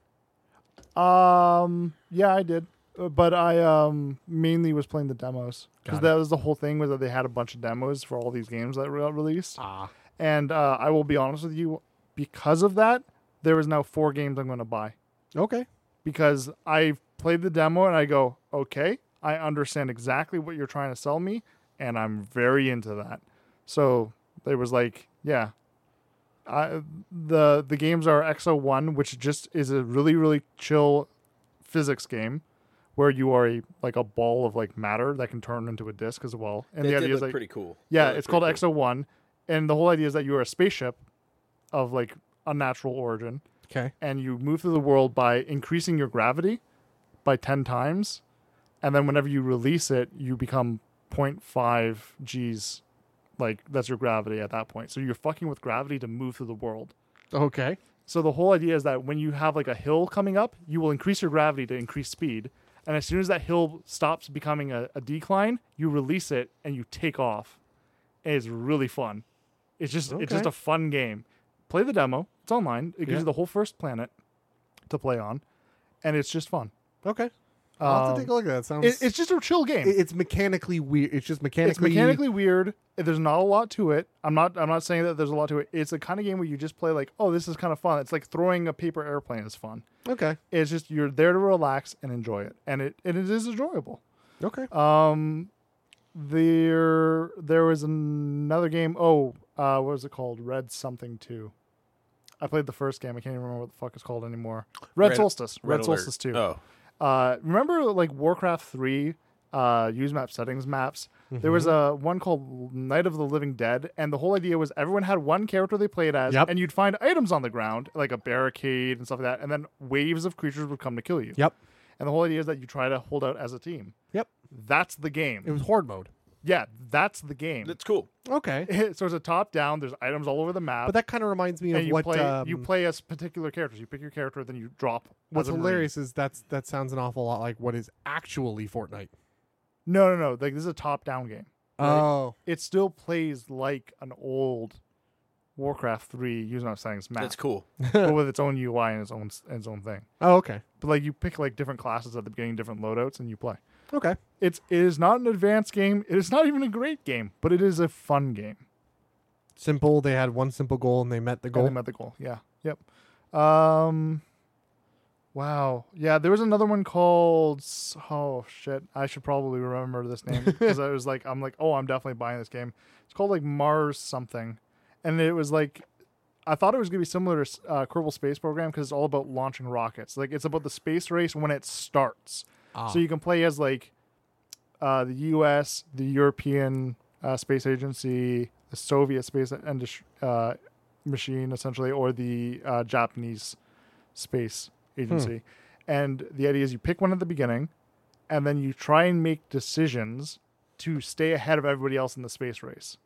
Speaker 4: Um, yeah, I did, Uh, but I um mainly was playing the demos because
Speaker 3: Got it.
Speaker 4: that was the whole thing was that they had a bunch of demos for all these games that were released.
Speaker 3: Ah.
Speaker 4: And uh, I will be honest with you, because of that, there is now four games I'm going to buy
Speaker 3: Okay.
Speaker 4: because I played the demo and I go, okay, I understand exactly what you're trying to sell me, and I'm very into that. So there was like, yeah, I, the the games are XO One, which just is a really really chill physics game where you are a like a ball of like matter that can turn into a disc as well. And
Speaker 5: That
Speaker 4: the
Speaker 5: did
Speaker 4: idea
Speaker 5: look
Speaker 4: is like,
Speaker 5: pretty cool.
Speaker 4: yeah,
Speaker 5: That
Speaker 4: it's
Speaker 5: looked
Speaker 4: called
Speaker 5: pretty
Speaker 4: XO One, and the whole idea is that you are a spaceship of like unnatural origin
Speaker 3: Okay.
Speaker 4: and you move through the world by increasing your gravity by 10 times and then whenever you release it you become 0.5 g's like that's your gravity at that point so you're fucking with gravity to move through the world
Speaker 3: Okay.
Speaker 4: so the whole idea is that when you have like a hill coming up you will increase your gravity to increase speed and as soon as that hill stops becoming a, a decline you release it and you take off and it's really fun it's just it's just
Speaker 3: Okay.
Speaker 4: a fun game play the demo. It's online. It gives
Speaker 3: Yeah.
Speaker 4: you the whole first planet to play on, and it's just fun.
Speaker 3: Okay. I'll have
Speaker 4: Um,
Speaker 3: to take a look at that. Sounds.
Speaker 4: It, it's just a chill game.
Speaker 3: it- it's mechanically weird. It's just mechanically.
Speaker 4: it's mechanically weird. There's not a lot to it. I'm not. I'm not saying that there's a lot to it. It's the kind of game where you just play like, oh, this is kind of fun. It's like throwing a paper airplane is fun.
Speaker 3: Okay.
Speaker 4: It's just you're there to relax and enjoy it, and it and it is enjoyable.
Speaker 3: Okay.
Speaker 4: Um, there there was another game. Oh, uh, what was it called? Red something two. I played the first game. I can't even remember what the fuck it's called anymore. Red,
Speaker 5: Red-
Speaker 4: Solstice. Red,
Speaker 5: Alert.
Speaker 4: Solstice two.
Speaker 5: Oh,
Speaker 4: Uh, remember like Warcraft three. Uh, use map settings maps. There was a one called Night of the Living Dead, and the whole idea was everyone had one character they played as,
Speaker 3: Yep.
Speaker 4: and you'd find items on the ground, like a barricade and stuff like that, and then waves of creatures would come to kill you.
Speaker 3: Yep.
Speaker 4: And the whole idea is that you try to hold out as a team.
Speaker 3: Yep.
Speaker 4: That's the game.
Speaker 3: It was horde mode.
Speaker 4: Yeah, that's the game.
Speaker 5: that's cool.
Speaker 3: Okay.
Speaker 4: <laughs> so it's a top down. There's items all over the map.
Speaker 3: But that kind of reminds me
Speaker 4: and
Speaker 3: of
Speaker 4: you
Speaker 3: what
Speaker 4: play
Speaker 3: um,
Speaker 4: you play as particular characters. You pick your character, then you drop.
Speaker 3: What's
Speaker 4: as a Marine.
Speaker 3: hilarious is that's that sounds an awful lot like what is actually Fortnite.
Speaker 4: No, no, no. Like this is a top down game.
Speaker 3: Oh,
Speaker 4: It still plays like an old Warcraft three user not settings map,
Speaker 5: That's cool.
Speaker 4: but with its own UI and its own and its own thing.
Speaker 3: oh, okay,
Speaker 4: But like you pick like different classes at the beginning, different loadouts, and you play.
Speaker 3: okay.
Speaker 4: It's it is not an advanced game. It is not even a great game, but it is a fun game.
Speaker 3: Simple. They had one simple goal and they met the
Speaker 4: Goal.
Speaker 3: goal.
Speaker 4: And they met the goal. Yeah. Yep. Um, Wow. Yeah, there was another one called. s- Oh shit! I should probably remember this
Speaker 3: <laughs>
Speaker 4: name because I was like, I'm like, oh, I'm definitely buying this game. It's called like Mars something, and it was like, I thought it was gonna be similar to uh, Kerbal Space Program because it's all about launching rockets. Like it's about the space race when it starts.
Speaker 3: Ah.
Speaker 4: So you can play as like uh, the U.S., the European uh, Space Agency, the Soviet space indus- uh, machine, essentially, or the uh, Japanese space agency.
Speaker 3: Hmm.
Speaker 4: And the idea is you pick one at the beginning, and then you try and make decisions to stay ahead of everybody else in the space race.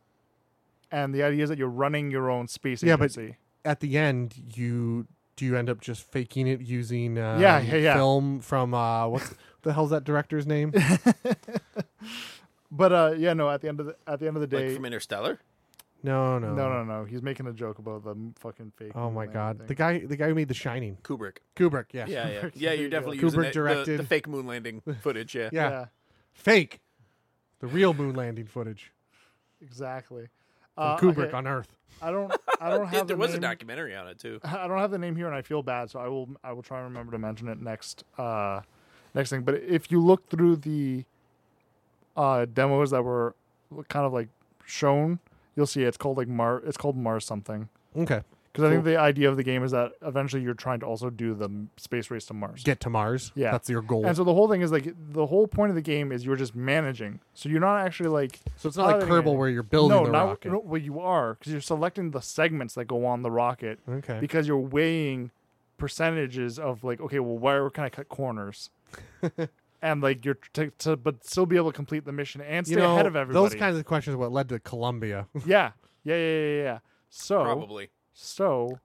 Speaker 4: And the idea is that you're running your own space
Speaker 3: Yeah, but-
Speaker 4: agency.
Speaker 3: At the end, you do you end up just faking it using uh,
Speaker 4: Yeah, yeah, yeah.
Speaker 3: film from uh, what's the hell's that director's name?
Speaker 4: But, uh, yeah, no. At the end of the at the end of the day,
Speaker 5: Like from Interstellar?
Speaker 3: No, no,
Speaker 4: no, no, no. He's making a joke about the fucking fake.
Speaker 3: Oh my
Speaker 4: moon and
Speaker 3: god,
Speaker 4: everything.
Speaker 3: the guy, the guy who made The Shining,
Speaker 5: Kubrick.
Speaker 3: Kubrick. Yeah,
Speaker 5: <laughs> Yeah, yeah. Yeah,
Speaker 4: There you
Speaker 5: you're
Speaker 4: go.
Speaker 5: definitely using
Speaker 3: Kubrick
Speaker 5: it- the-
Speaker 3: directed-
Speaker 5: The, fake
Speaker 4: <laughs>
Speaker 5: moon landing footage, yeah.
Speaker 3: yeah.
Speaker 4: yeah.
Speaker 3: Fake, the real moon landing footage
Speaker 4: Exactly.
Speaker 3: from
Speaker 4: Uh,
Speaker 3: Kubrick
Speaker 4: okay,
Speaker 3: on Earth.
Speaker 4: I
Speaker 3: <laughs>
Speaker 4: don't. I don't
Speaker 5: There-
Speaker 4: have. the
Speaker 5: there was a
Speaker 4: name.
Speaker 5: documentary on it too.
Speaker 4: <laughs> I don't have the name here, and I feel bad, so I will. I will try and remember to mention it next. Uh, next thing. But if you look through the uh, demos that were kind of like shown, you'll see it's called like Mar. It's called Mars something.
Speaker 3: Okay,
Speaker 4: Because I think the idea of the game is that eventually you're trying to also do the m- space race to Mars.
Speaker 3: get to Mars.
Speaker 4: Yeah.
Speaker 3: that's your goal.
Speaker 4: And so the whole thing is like the whole point of the game is you're just managing. So you're not actually like
Speaker 3: So it's not like
Speaker 4: piloting
Speaker 3: Kerbal
Speaker 4: it.
Speaker 3: where you're building
Speaker 4: no,
Speaker 3: the
Speaker 4: not,
Speaker 3: rocket.
Speaker 4: No, well, you are because you're selecting the segments that go on the rocket
Speaker 3: Okay.
Speaker 4: because you're weighing percentages of like, okay, well, where can I cut
Speaker 3: <laughs>
Speaker 4: corners? and like you're to, to but still be able to complete the mission and stay
Speaker 3: you know,
Speaker 4: ahead of everybody.
Speaker 3: those kinds of questions are what led to Columbia.
Speaker 4: <laughs> yeah. yeah, yeah, yeah, yeah, yeah. So
Speaker 5: Probably.
Speaker 4: so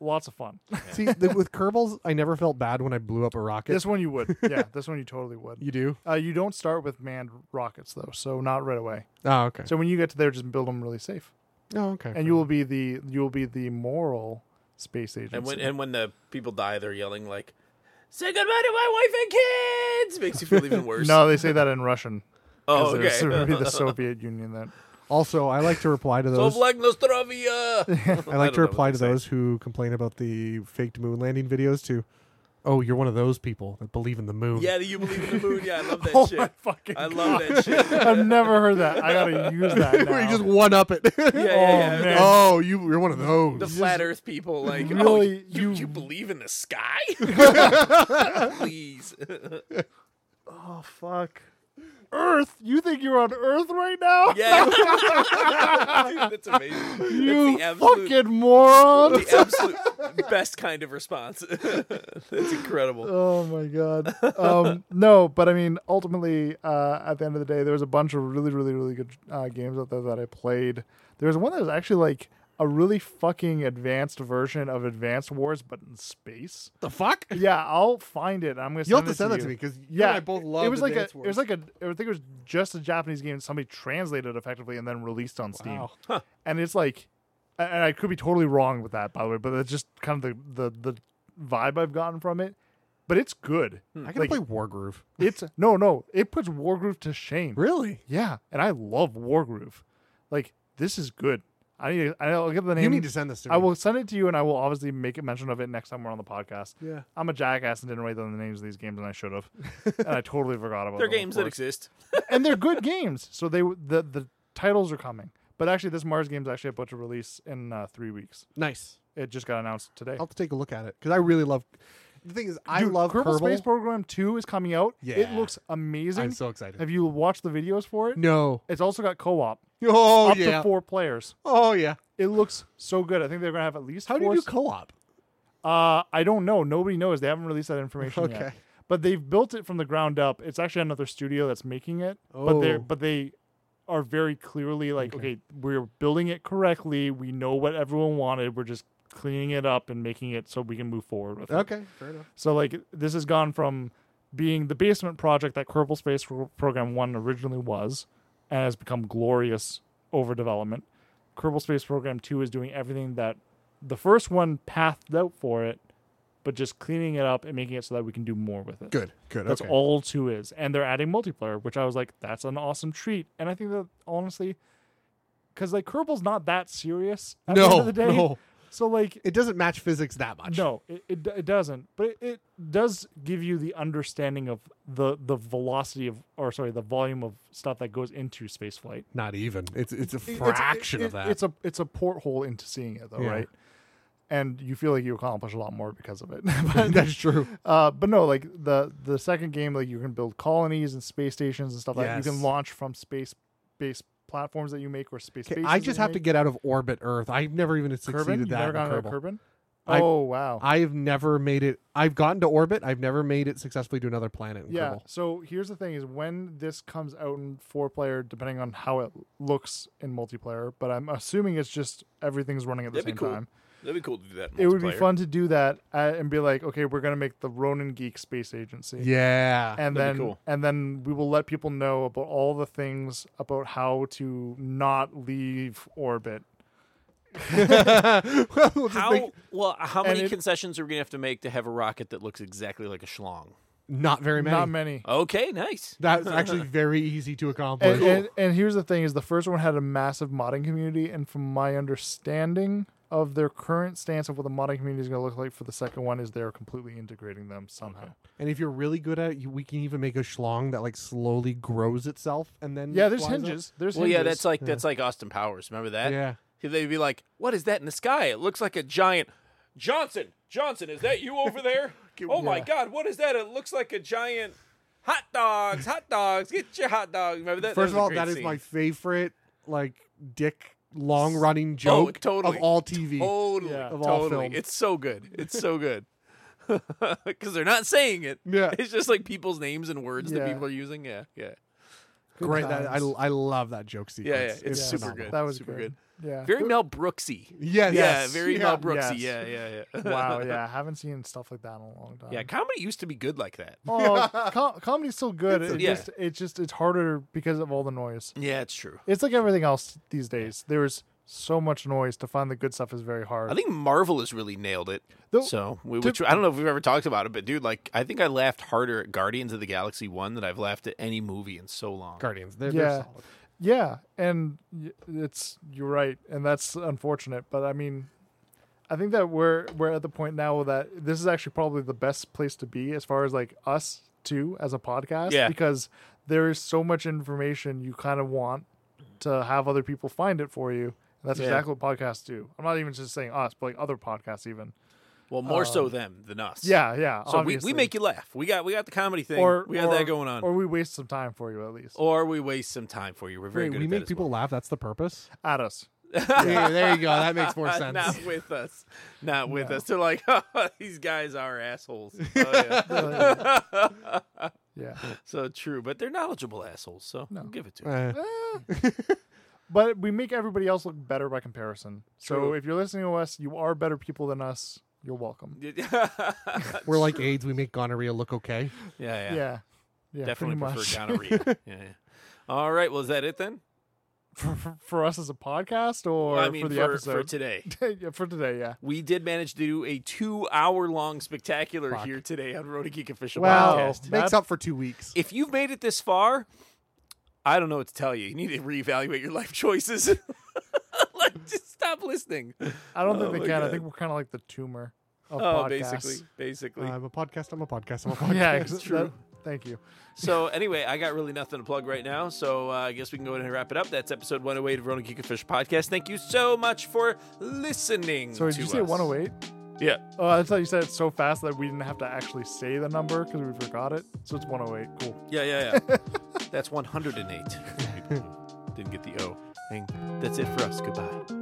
Speaker 4: lots of
Speaker 3: <laughs>
Speaker 4: fun.
Speaker 3: See, the, with Kerbals, I never felt bad when I blew up a rocket.
Speaker 4: this one you
Speaker 3: <laughs>
Speaker 4: would, yeah. This one you totally would.
Speaker 3: you do?
Speaker 4: Uh, you don't start with manned rockets though, so not right away.
Speaker 3: Oh, okay.
Speaker 4: So when you get to there, just build them really safe,
Speaker 3: oh, okay.
Speaker 4: and you will be the you will be the moral space agency.
Speaker 5: And when and when the people die they're yelling like Say goodbye to my wife and kids makes you
Speaker 4: <laughs>
Speaker 5: feel even worse.
Speaker 4: no, they say that in Russian. 'cause
Speaker 5: oh,
Speaker 4: there's-
Speaker 5: okay.
Speaker 4: there
Speaker 5: <laughs>
Speaker 4: would be the Soviet Union that
Speaker 3: also, I like to reply to
Speaker 5: So
Speaker 3: those.
Speaker 4: <laughs>
Speaker 5: Black Nostrovia.
Speaker 3: I like to reply to those who complain about the faked moon landing videos too. Oh, you're one of those people that believe in the moon.
Speaker 5: Yeah, do you believe in the moon? Yeah, I
Speaker 4: <laughs>
Speaker 5: love that
Speaker 4: Oh
Speaker 5: shit.
Speaker 4: my fucking
Speaker 5: I love that shit. Yeah,
Speaker 4: I've never heard that. I gotta use
Speaker 5: <laughs>
Speaker 4: that.
Speaker 3: <laughs> Where you
Speaker 4: now.
Speaker 3: just one up it. <laughs>
Speaker 5: yeah, yeah.
Speaker 4: man.
Speaker 3: oh, you, you're one of those.
Speaker 5: The flat Earth people, like, oh,
Speaker 4: Really,
Speaker 2: <laughs>
Speaker 5: you, you,
Speaker 4: you-
Speaker 5: believe in
Speaker 3: <laughs>
Speaker 5: the sky?
Speaker 4: <laughs>
Speaker 5: Please,
Speaker 4: oh fuck. Earth, you think you're on Earth right now?
Speaker 2: <laughs>
Speaker 5: yeah, Dude, that's amazing. That's
Speaker 4: you
Speaker 5: the absolute,
Speaker 4: fucking moron. <laughs>
Speaker 5: the absolute best kind of
Speaker 2: <laughs>
Speaker 5: response. that's incredible.
Speaker 4: Oh my
Speaker 3: <laughs>
Speaker 4: god. Um, no, but I mean, ultimately, uh, at the end of the day, there was a bunch of really, really, really good uh, games out there that I played. There was one that was actually like a really fucking advanced version of Advanced Wars, but in
Speaker 3: <laughs>
Speaker 4: space.
Speaker 3: the fuck?
Speaker 4: Yeah, I'll find it. I'm gonna.
Speaker 3: You'll have
Speaker 4: send it
Speaker 3: to send
Speaker 4: to
Speaker 3: that to
Speaker 4: you.
Speaker 3: me because you
Speaker 4: Yeah,
Speaker 3: and I both love
Speaker 4: it was like a,
Speaker 3: Advance
Speaker 4: it was like a, I think it was just a Japanese game. Somebody translated effectively and then released on Steam.
Speaker 3: Wow.
Speaker 4: And it's like, and I could be totally wrong with that, by the way, but that's just kind of the the, the vibe I've gotten from it. But it's good.
Speaker 3: I gotta
Speaker 4: Like,
Speaker 3: play Wargroove.
Speaker 4: It's no, no. It puts Wargroove to shame.
Speaker 3: Really?
Speaker 4: Yeah, and I love Wargroove. Like this is good. I need. To, I'll get the name.
Speaker 3: You need to send this to me.
Speaker 4: I will send it to you, and I will obviously make a mention of it next time we're on the podcast.
Speaker 3: Yeah.
Speaker 4: I'm a jackass and didn't write down the names of these games, and I should have, and
Speaker 3: <laughs>
Speaker 4: I totally forgot about.
Speaker 5: There are
Speaker 4: them, of
Speaker 5: games that
Speaker 4: course.
Speaker 5: exist.
Speaker 4: and they're good games. So they the the titles are coming, but actually this Mars game's actually about to release in uh, three weeks.
Speaker 3: Nice.
Speaker 4: It just got announced today.
Speaker 3: I'll have to take a look at it because I really love. The thing is, Oh, I
Speaker 4: Dude,
Speaker 3: love
Speaker 4: Kerbal,
Speaker 3: Kerbal.
Speaker 4: Space Program Two is coming out. it
Speaker 3: Yeah.
Speaker 4: looks amazing.
Speaker 3: I'm so excited.
Speaker 4: Have you watched the videos for it?
Speaker 3: no.
Speaker 4: It's also got co-op
Speaker 3: Oh
Speaker 4: up
Speaker 3: yeah.
Speaker 4: to four players.
Speaker 3: Oh yeah.
Speaker 4: It looks so good. I think they're gonna have at least.
Speaker 3: How do
Speaker 4: four
Speaker 3: you do
Speaker 4: s-
Speaker 3: co-op?
Speaker 4: uh, I don't know. Nobody knows. They haven't released that information yet.
Speaker 3: Okay.
Speaker 4: But they've built it from the ground up. It's actually another studio that's making it. But they
Speaker 3: Oh.
Speaker 4: but they are very clearly like, okay. we're building it correctly. We know what everyone wanted. We're just cleaning it up and making it so we can move forward with it.
Speaker 3: Okay. Fair enough.
Speaker 4: So like this has gone from being the basement project that Kerbal Space Pro- Program One originally was, and has become glorious overdevelopment. Kerbal Space Program Two is doing everything that the first one pathed out for it, but just cleaning it up and making it so that we can do more with it.
Speaker 3: Good. Good.
Speaker 4: That's
Speaker 3: okay.
Speaker 4: all two is, and they're adding multiplayer, which I was like, that's an awesome treat. And I think that honestly, because like Kerbal's not that serious. At the end
Speaker 3: No.
Speaker 4: of the day,
Speaker 3: no.
Speaker 4: So like
Speaker 3: It doesn't match physics that much.
Speaker 4: No, it, it, d- it doesn't. But it, it does give you the understanding of the the velocity of, or sorry, the volume of stuff that goes into spaceflight.
Speaker 3: Not even. It's it's a
Speaker 4: It's-
Speaker 3: fraction
Speaker 4: it-
Speaker 3: of that.
Speaker 4: It's a it's a porthole into seeing it though,
Speaker 3: Yeah.
Speaker 4: right? And you feel like you accomplish a lot more because of it. <laughs> but,
Speaker 3: <laughs> That's true.
Speaker 4: <laughs> uh, but no, like the the second game, like you can build colonies and space stations and stuff like that. You can
Speaker 3: Yes.
Speaker 4: launch from space based platforms that you make or space.
Speaker 3: Okay,
Speaker 4: bases
Speaker 3: I
Speaker 4: that
Speaker 3: just
Speaker 4: you
Speaker 3: have to
Speaker 4: make.
Speaker 3: get out of orbit Earth. I've never even
Speaker 4: Kerbin.
Speaker 3: succeeded
Speaker 4: You've
Speaker 3: that.
Speaker 4: never
Speaker 3: in
Speaker 4: gone to
Speaker 3: Kerbal.
Speaker 4: Kerbin?
Speaker 3: I've-
Speaker 4: Oh wow!
Speaker 3: I've never made it. I've gotten to orbit. I've never made it successfully to another planet. In
Speaker 4: Yeah.
Speaker 3: Kerbal.
Speaker 4: So here's the thing: is when this comes out in four player, depending on how it looks in multiplayer. But I'm assuming it's just everything's running at the
Speaker 2: That'd be
Speaker 4: same
Speaker 2: cool.
Speaker 4: time.
Speaker 2: That'd be cool to do that. in
Speaker 4: It would be
Speaker 2: multiplayer.
Speaker 4: fun to do that uh, and be like, okay, we're gonna make the Ronin Geek Space Agency.
Speaker 3: Yeah.
Speaker 4: And
Speaker 2: That'd
Speaker 4: then,
Speaker 2: be cool.
Speaker 4: and then we will let people know about all the things about how to not leave orbit.
Speaker 3: Well, just
Speaker 2: How
Speaker 3: think-
Speaker 2: well? How
Speaker 4: And
Speaker 2: many
Speaker 4: it-
Speaker 2: concessions are we gonna have to make to have a rocket that looks exactly like a schlong?
Speaker 3: not very many.
Speaker 4: Not many.
Speaker 2: Okay, nice.
Speaker 4: <laughs>
Speaker 3: That's actually very easy to accomplish.
Speaker 4: and, and, and here's the thing is the first one had a massive modding community and from my understanding of their current stance of what the modding community is going to look like for the second one is they're completely integrating them somehow
Speaker 3: And if you're really good at it, you, we can even make a schlong that like slowly grows itself and then
Speaker 4: yeah there's
Speaker 3: flies up.
Speaker 4: hinges there's
Speaker 2: Well,
Speaker 4: hinges.
Speaker 2: yeah, that's like that's like Austin Powers. Remember that?
Speaker 3: Yeah.
Speaker 2: They'd be like, "What is that in the sky? It looks like a giant Johnson. Johnson, is that you
Speaker 3: <laughs>
Speaker 2: over there? oh my God, what is that? It looks like a giant hot dogs. Hot dogs. Get your hot dogs. Remember that?
Speaker 3: First
Speaker 2: that was
Speaker 3: of
Speaker 2: a
Speaker 3: all,
Speaker 2: great
Speaker 3: that is
Speaker 2: scene.
Speaker 3: my favorite like dick long running joke
Speaker 2: Oh, totally.
Speaker 3: of all TV.
Speaker 2: totally,
Speaker 4: Yeah.
Speaker 3: Of all
Speaker 2: totally.
Speaker 3: film.
Speaker 2: It's so good. It's so good. <laughs> Because they're not saying it.
Speaker 3: Yeah.
Speaker 2: It's just like people's names and words that
Speaker 4: Yeah.
Speaker 2: people are using. Yeah, yeah,
Speaker 3: Great. That, I,
Speaker 4: times.
Speaker 3: I love that joke
Speaker 2: yeah,
Speaker 3: sequence.
Speaker 2: yeah. It's super good.
Speaker 4: that was
Speaker 2: super
Speaker 4: good. yeah
Speaker 2: Very Mel Brooksy.
Speaker 3: Uh, Yes.
Speaker 2: Yeah, very
Speaker 3: yeah.
Speaker 2: Mel
Speaker 4: Yes.
Speaker 2: Brooksy. Yeah, yeah, yeah.
Speaker 4: <laughs>
Speaker 3: <laughs>
Speaker 2: <laughs>
Speaker 4: wow yeah i haven't seen stuff like that in a long time
Speaker 2: Yeah, comedy used to be good like that.
Speaker 4: oh, com- comedy's still good it
Speaker 2: yeah.
Speaker 4: just it's just it's harder because of all the noise
Speaker 2: Yeah, it's true.
Speaker 4: it's like everything else these days there's so much noise to find the good stuff is very hard
Speaker 2: I think Marvel has really nailed it.
Speaker 4: Though-
Speaker 2: so, we,
Speaker 4: to-
Speaker 2: which I don't know if we've ever talked about it, but dude, like I think I laughed harder at Guardians of the Galaxy one than I've laughed at any movie in so long.
Speaker 3: Guardians. They're,
Speaker 4: Yeah.
Speaker 3: they're solid.
Speaker 4: Yeah, and y- it's you're right, and that's unfortunate. But I mean, I think that we're we're at the point now that this is actually probably the best place to be as far as like us too as a podcast,
Speaker 2: Yeah.
Speaker 4: because there is so much information you kind of want to have other people find it for you. And that's
Speaker 2: Yeah.
Speaker 4: exactly what podcasts do. I'm not even just saying us, but like other podcasts even.
Speaker 2: well, more
Speaker 3: Um,
Speaker 2: so them than us.
Speaker 4: Yeah, yeah.
Speaker 2: So we, we make you laugh. We got we got the comedy thing. we got that going on. Oh. Or,
Speaker 4: or we waste some time for you at least.
Speaker 2: we waste some time for you. We're very
Speaker 3: Wait,
Speaker 2: good
Speaker 3: we
Speaker 2: at
Speaker 3: make
Speaker 2: that as
Speaker 3: people laugh. That's the
Speaker 2: <laughs>
Speaker 3: purpose.
Speaker 4: at us.
Speaker 3: Yeah, there you go. That makes more
Speaker 2: well. Uh,
Speaker 3: sense.
Speaker 2: <laughs> Not with us. Not with us. They're like, <laughs> oh, these guys
Speaker 3: <laughs>
Speaker 2: are assholes. Oh, yeah.
Speaker 4: Yeah.
Speaker 2: <laughs> so true, but they're knowledgeable assholes. So I'll give it to 'em.
Speaker 3: Eh.
Speaker 4: But we make everybody else look better by comparison. So
Speaker 2: True.
Speaker 4: if you're listening to us, you are better people than us. You're welcome. <laughs>
Speaker 3: We're like AIDS. We make gonorrhea look okay.
Speaker 2: yeah,
Speaker 4: Yeah.
Speaker 2: yeah.
Speaker 4: Yeah.
Speaker 2: Definitely
Speaker 4: pretty
Speaker 2: prefer
Speaker 4: much.
Speaker 2: gonorrhea. yeah, yeah. All right. Well, is that it then?
Speaker 4: for, <laughs> for, for us as a podcast or
Speaker 2: Well, I mean,
Speaker 4: for the
Speaker 2: for, for
Speaker 4: episode?
Speaker 2: today.
Speaker 4: <laughs> yeah, for today, yeah.
Speaker 2: We did manage to do a two-hour-long spectacular here today on Road to Geek Official
Speaker 4: Wow.
Speaker 2: podcast.
Speaker 3: Makes
Speaker 4: That's-
Speaker 3: up for two weeks.
Speaker 2: If you've made it this far, I don't know what to tell you. You need to reevaluate your life choices. <laughs> like, just stop listening.
Speaker 4: I don't
Speaker 2: Oh
Speaker 4: think
Speaker 2: my
Speaker 4: they can. I
Speaker 2: God.
Speaker 4: think we're kind of like the tumor of
Speaker 2: Oh,
Speaker 4: podcasts.
Speaker 2: basically, basically.
Speaker 3: I'm a podcast. I'm a podcast. I'm a
Speaker 4: <laughs>
Speaker 3: podcast.
Speaker 2: <laughs>
Speaker 4: Yeah, ex- that- thank you.
Speaker 2: So anyway, I got really nothing to plug right now, so uh, I guess we can go ahead and wrap it up. That's episode 108 of Ronan Geek Fish podcast. Thank you so much for listening.
Speaker 4: So did
Speaker 2: to
Speaker 4: you say
Speaker 2: us.
Speaker 4: 108?
Speaker 2: Yeah.
Speaker 4: Oh, I thought you said it so fast that we didn't have to actually say the number because we forgot it. So it's 108. Cool.
Speaker 2: Yeah, yeah,
Speaker 4: <laughs>
Speaker 2: yeah. That's 108. Didn't get the O. Thing. That's it for us. Goodbye.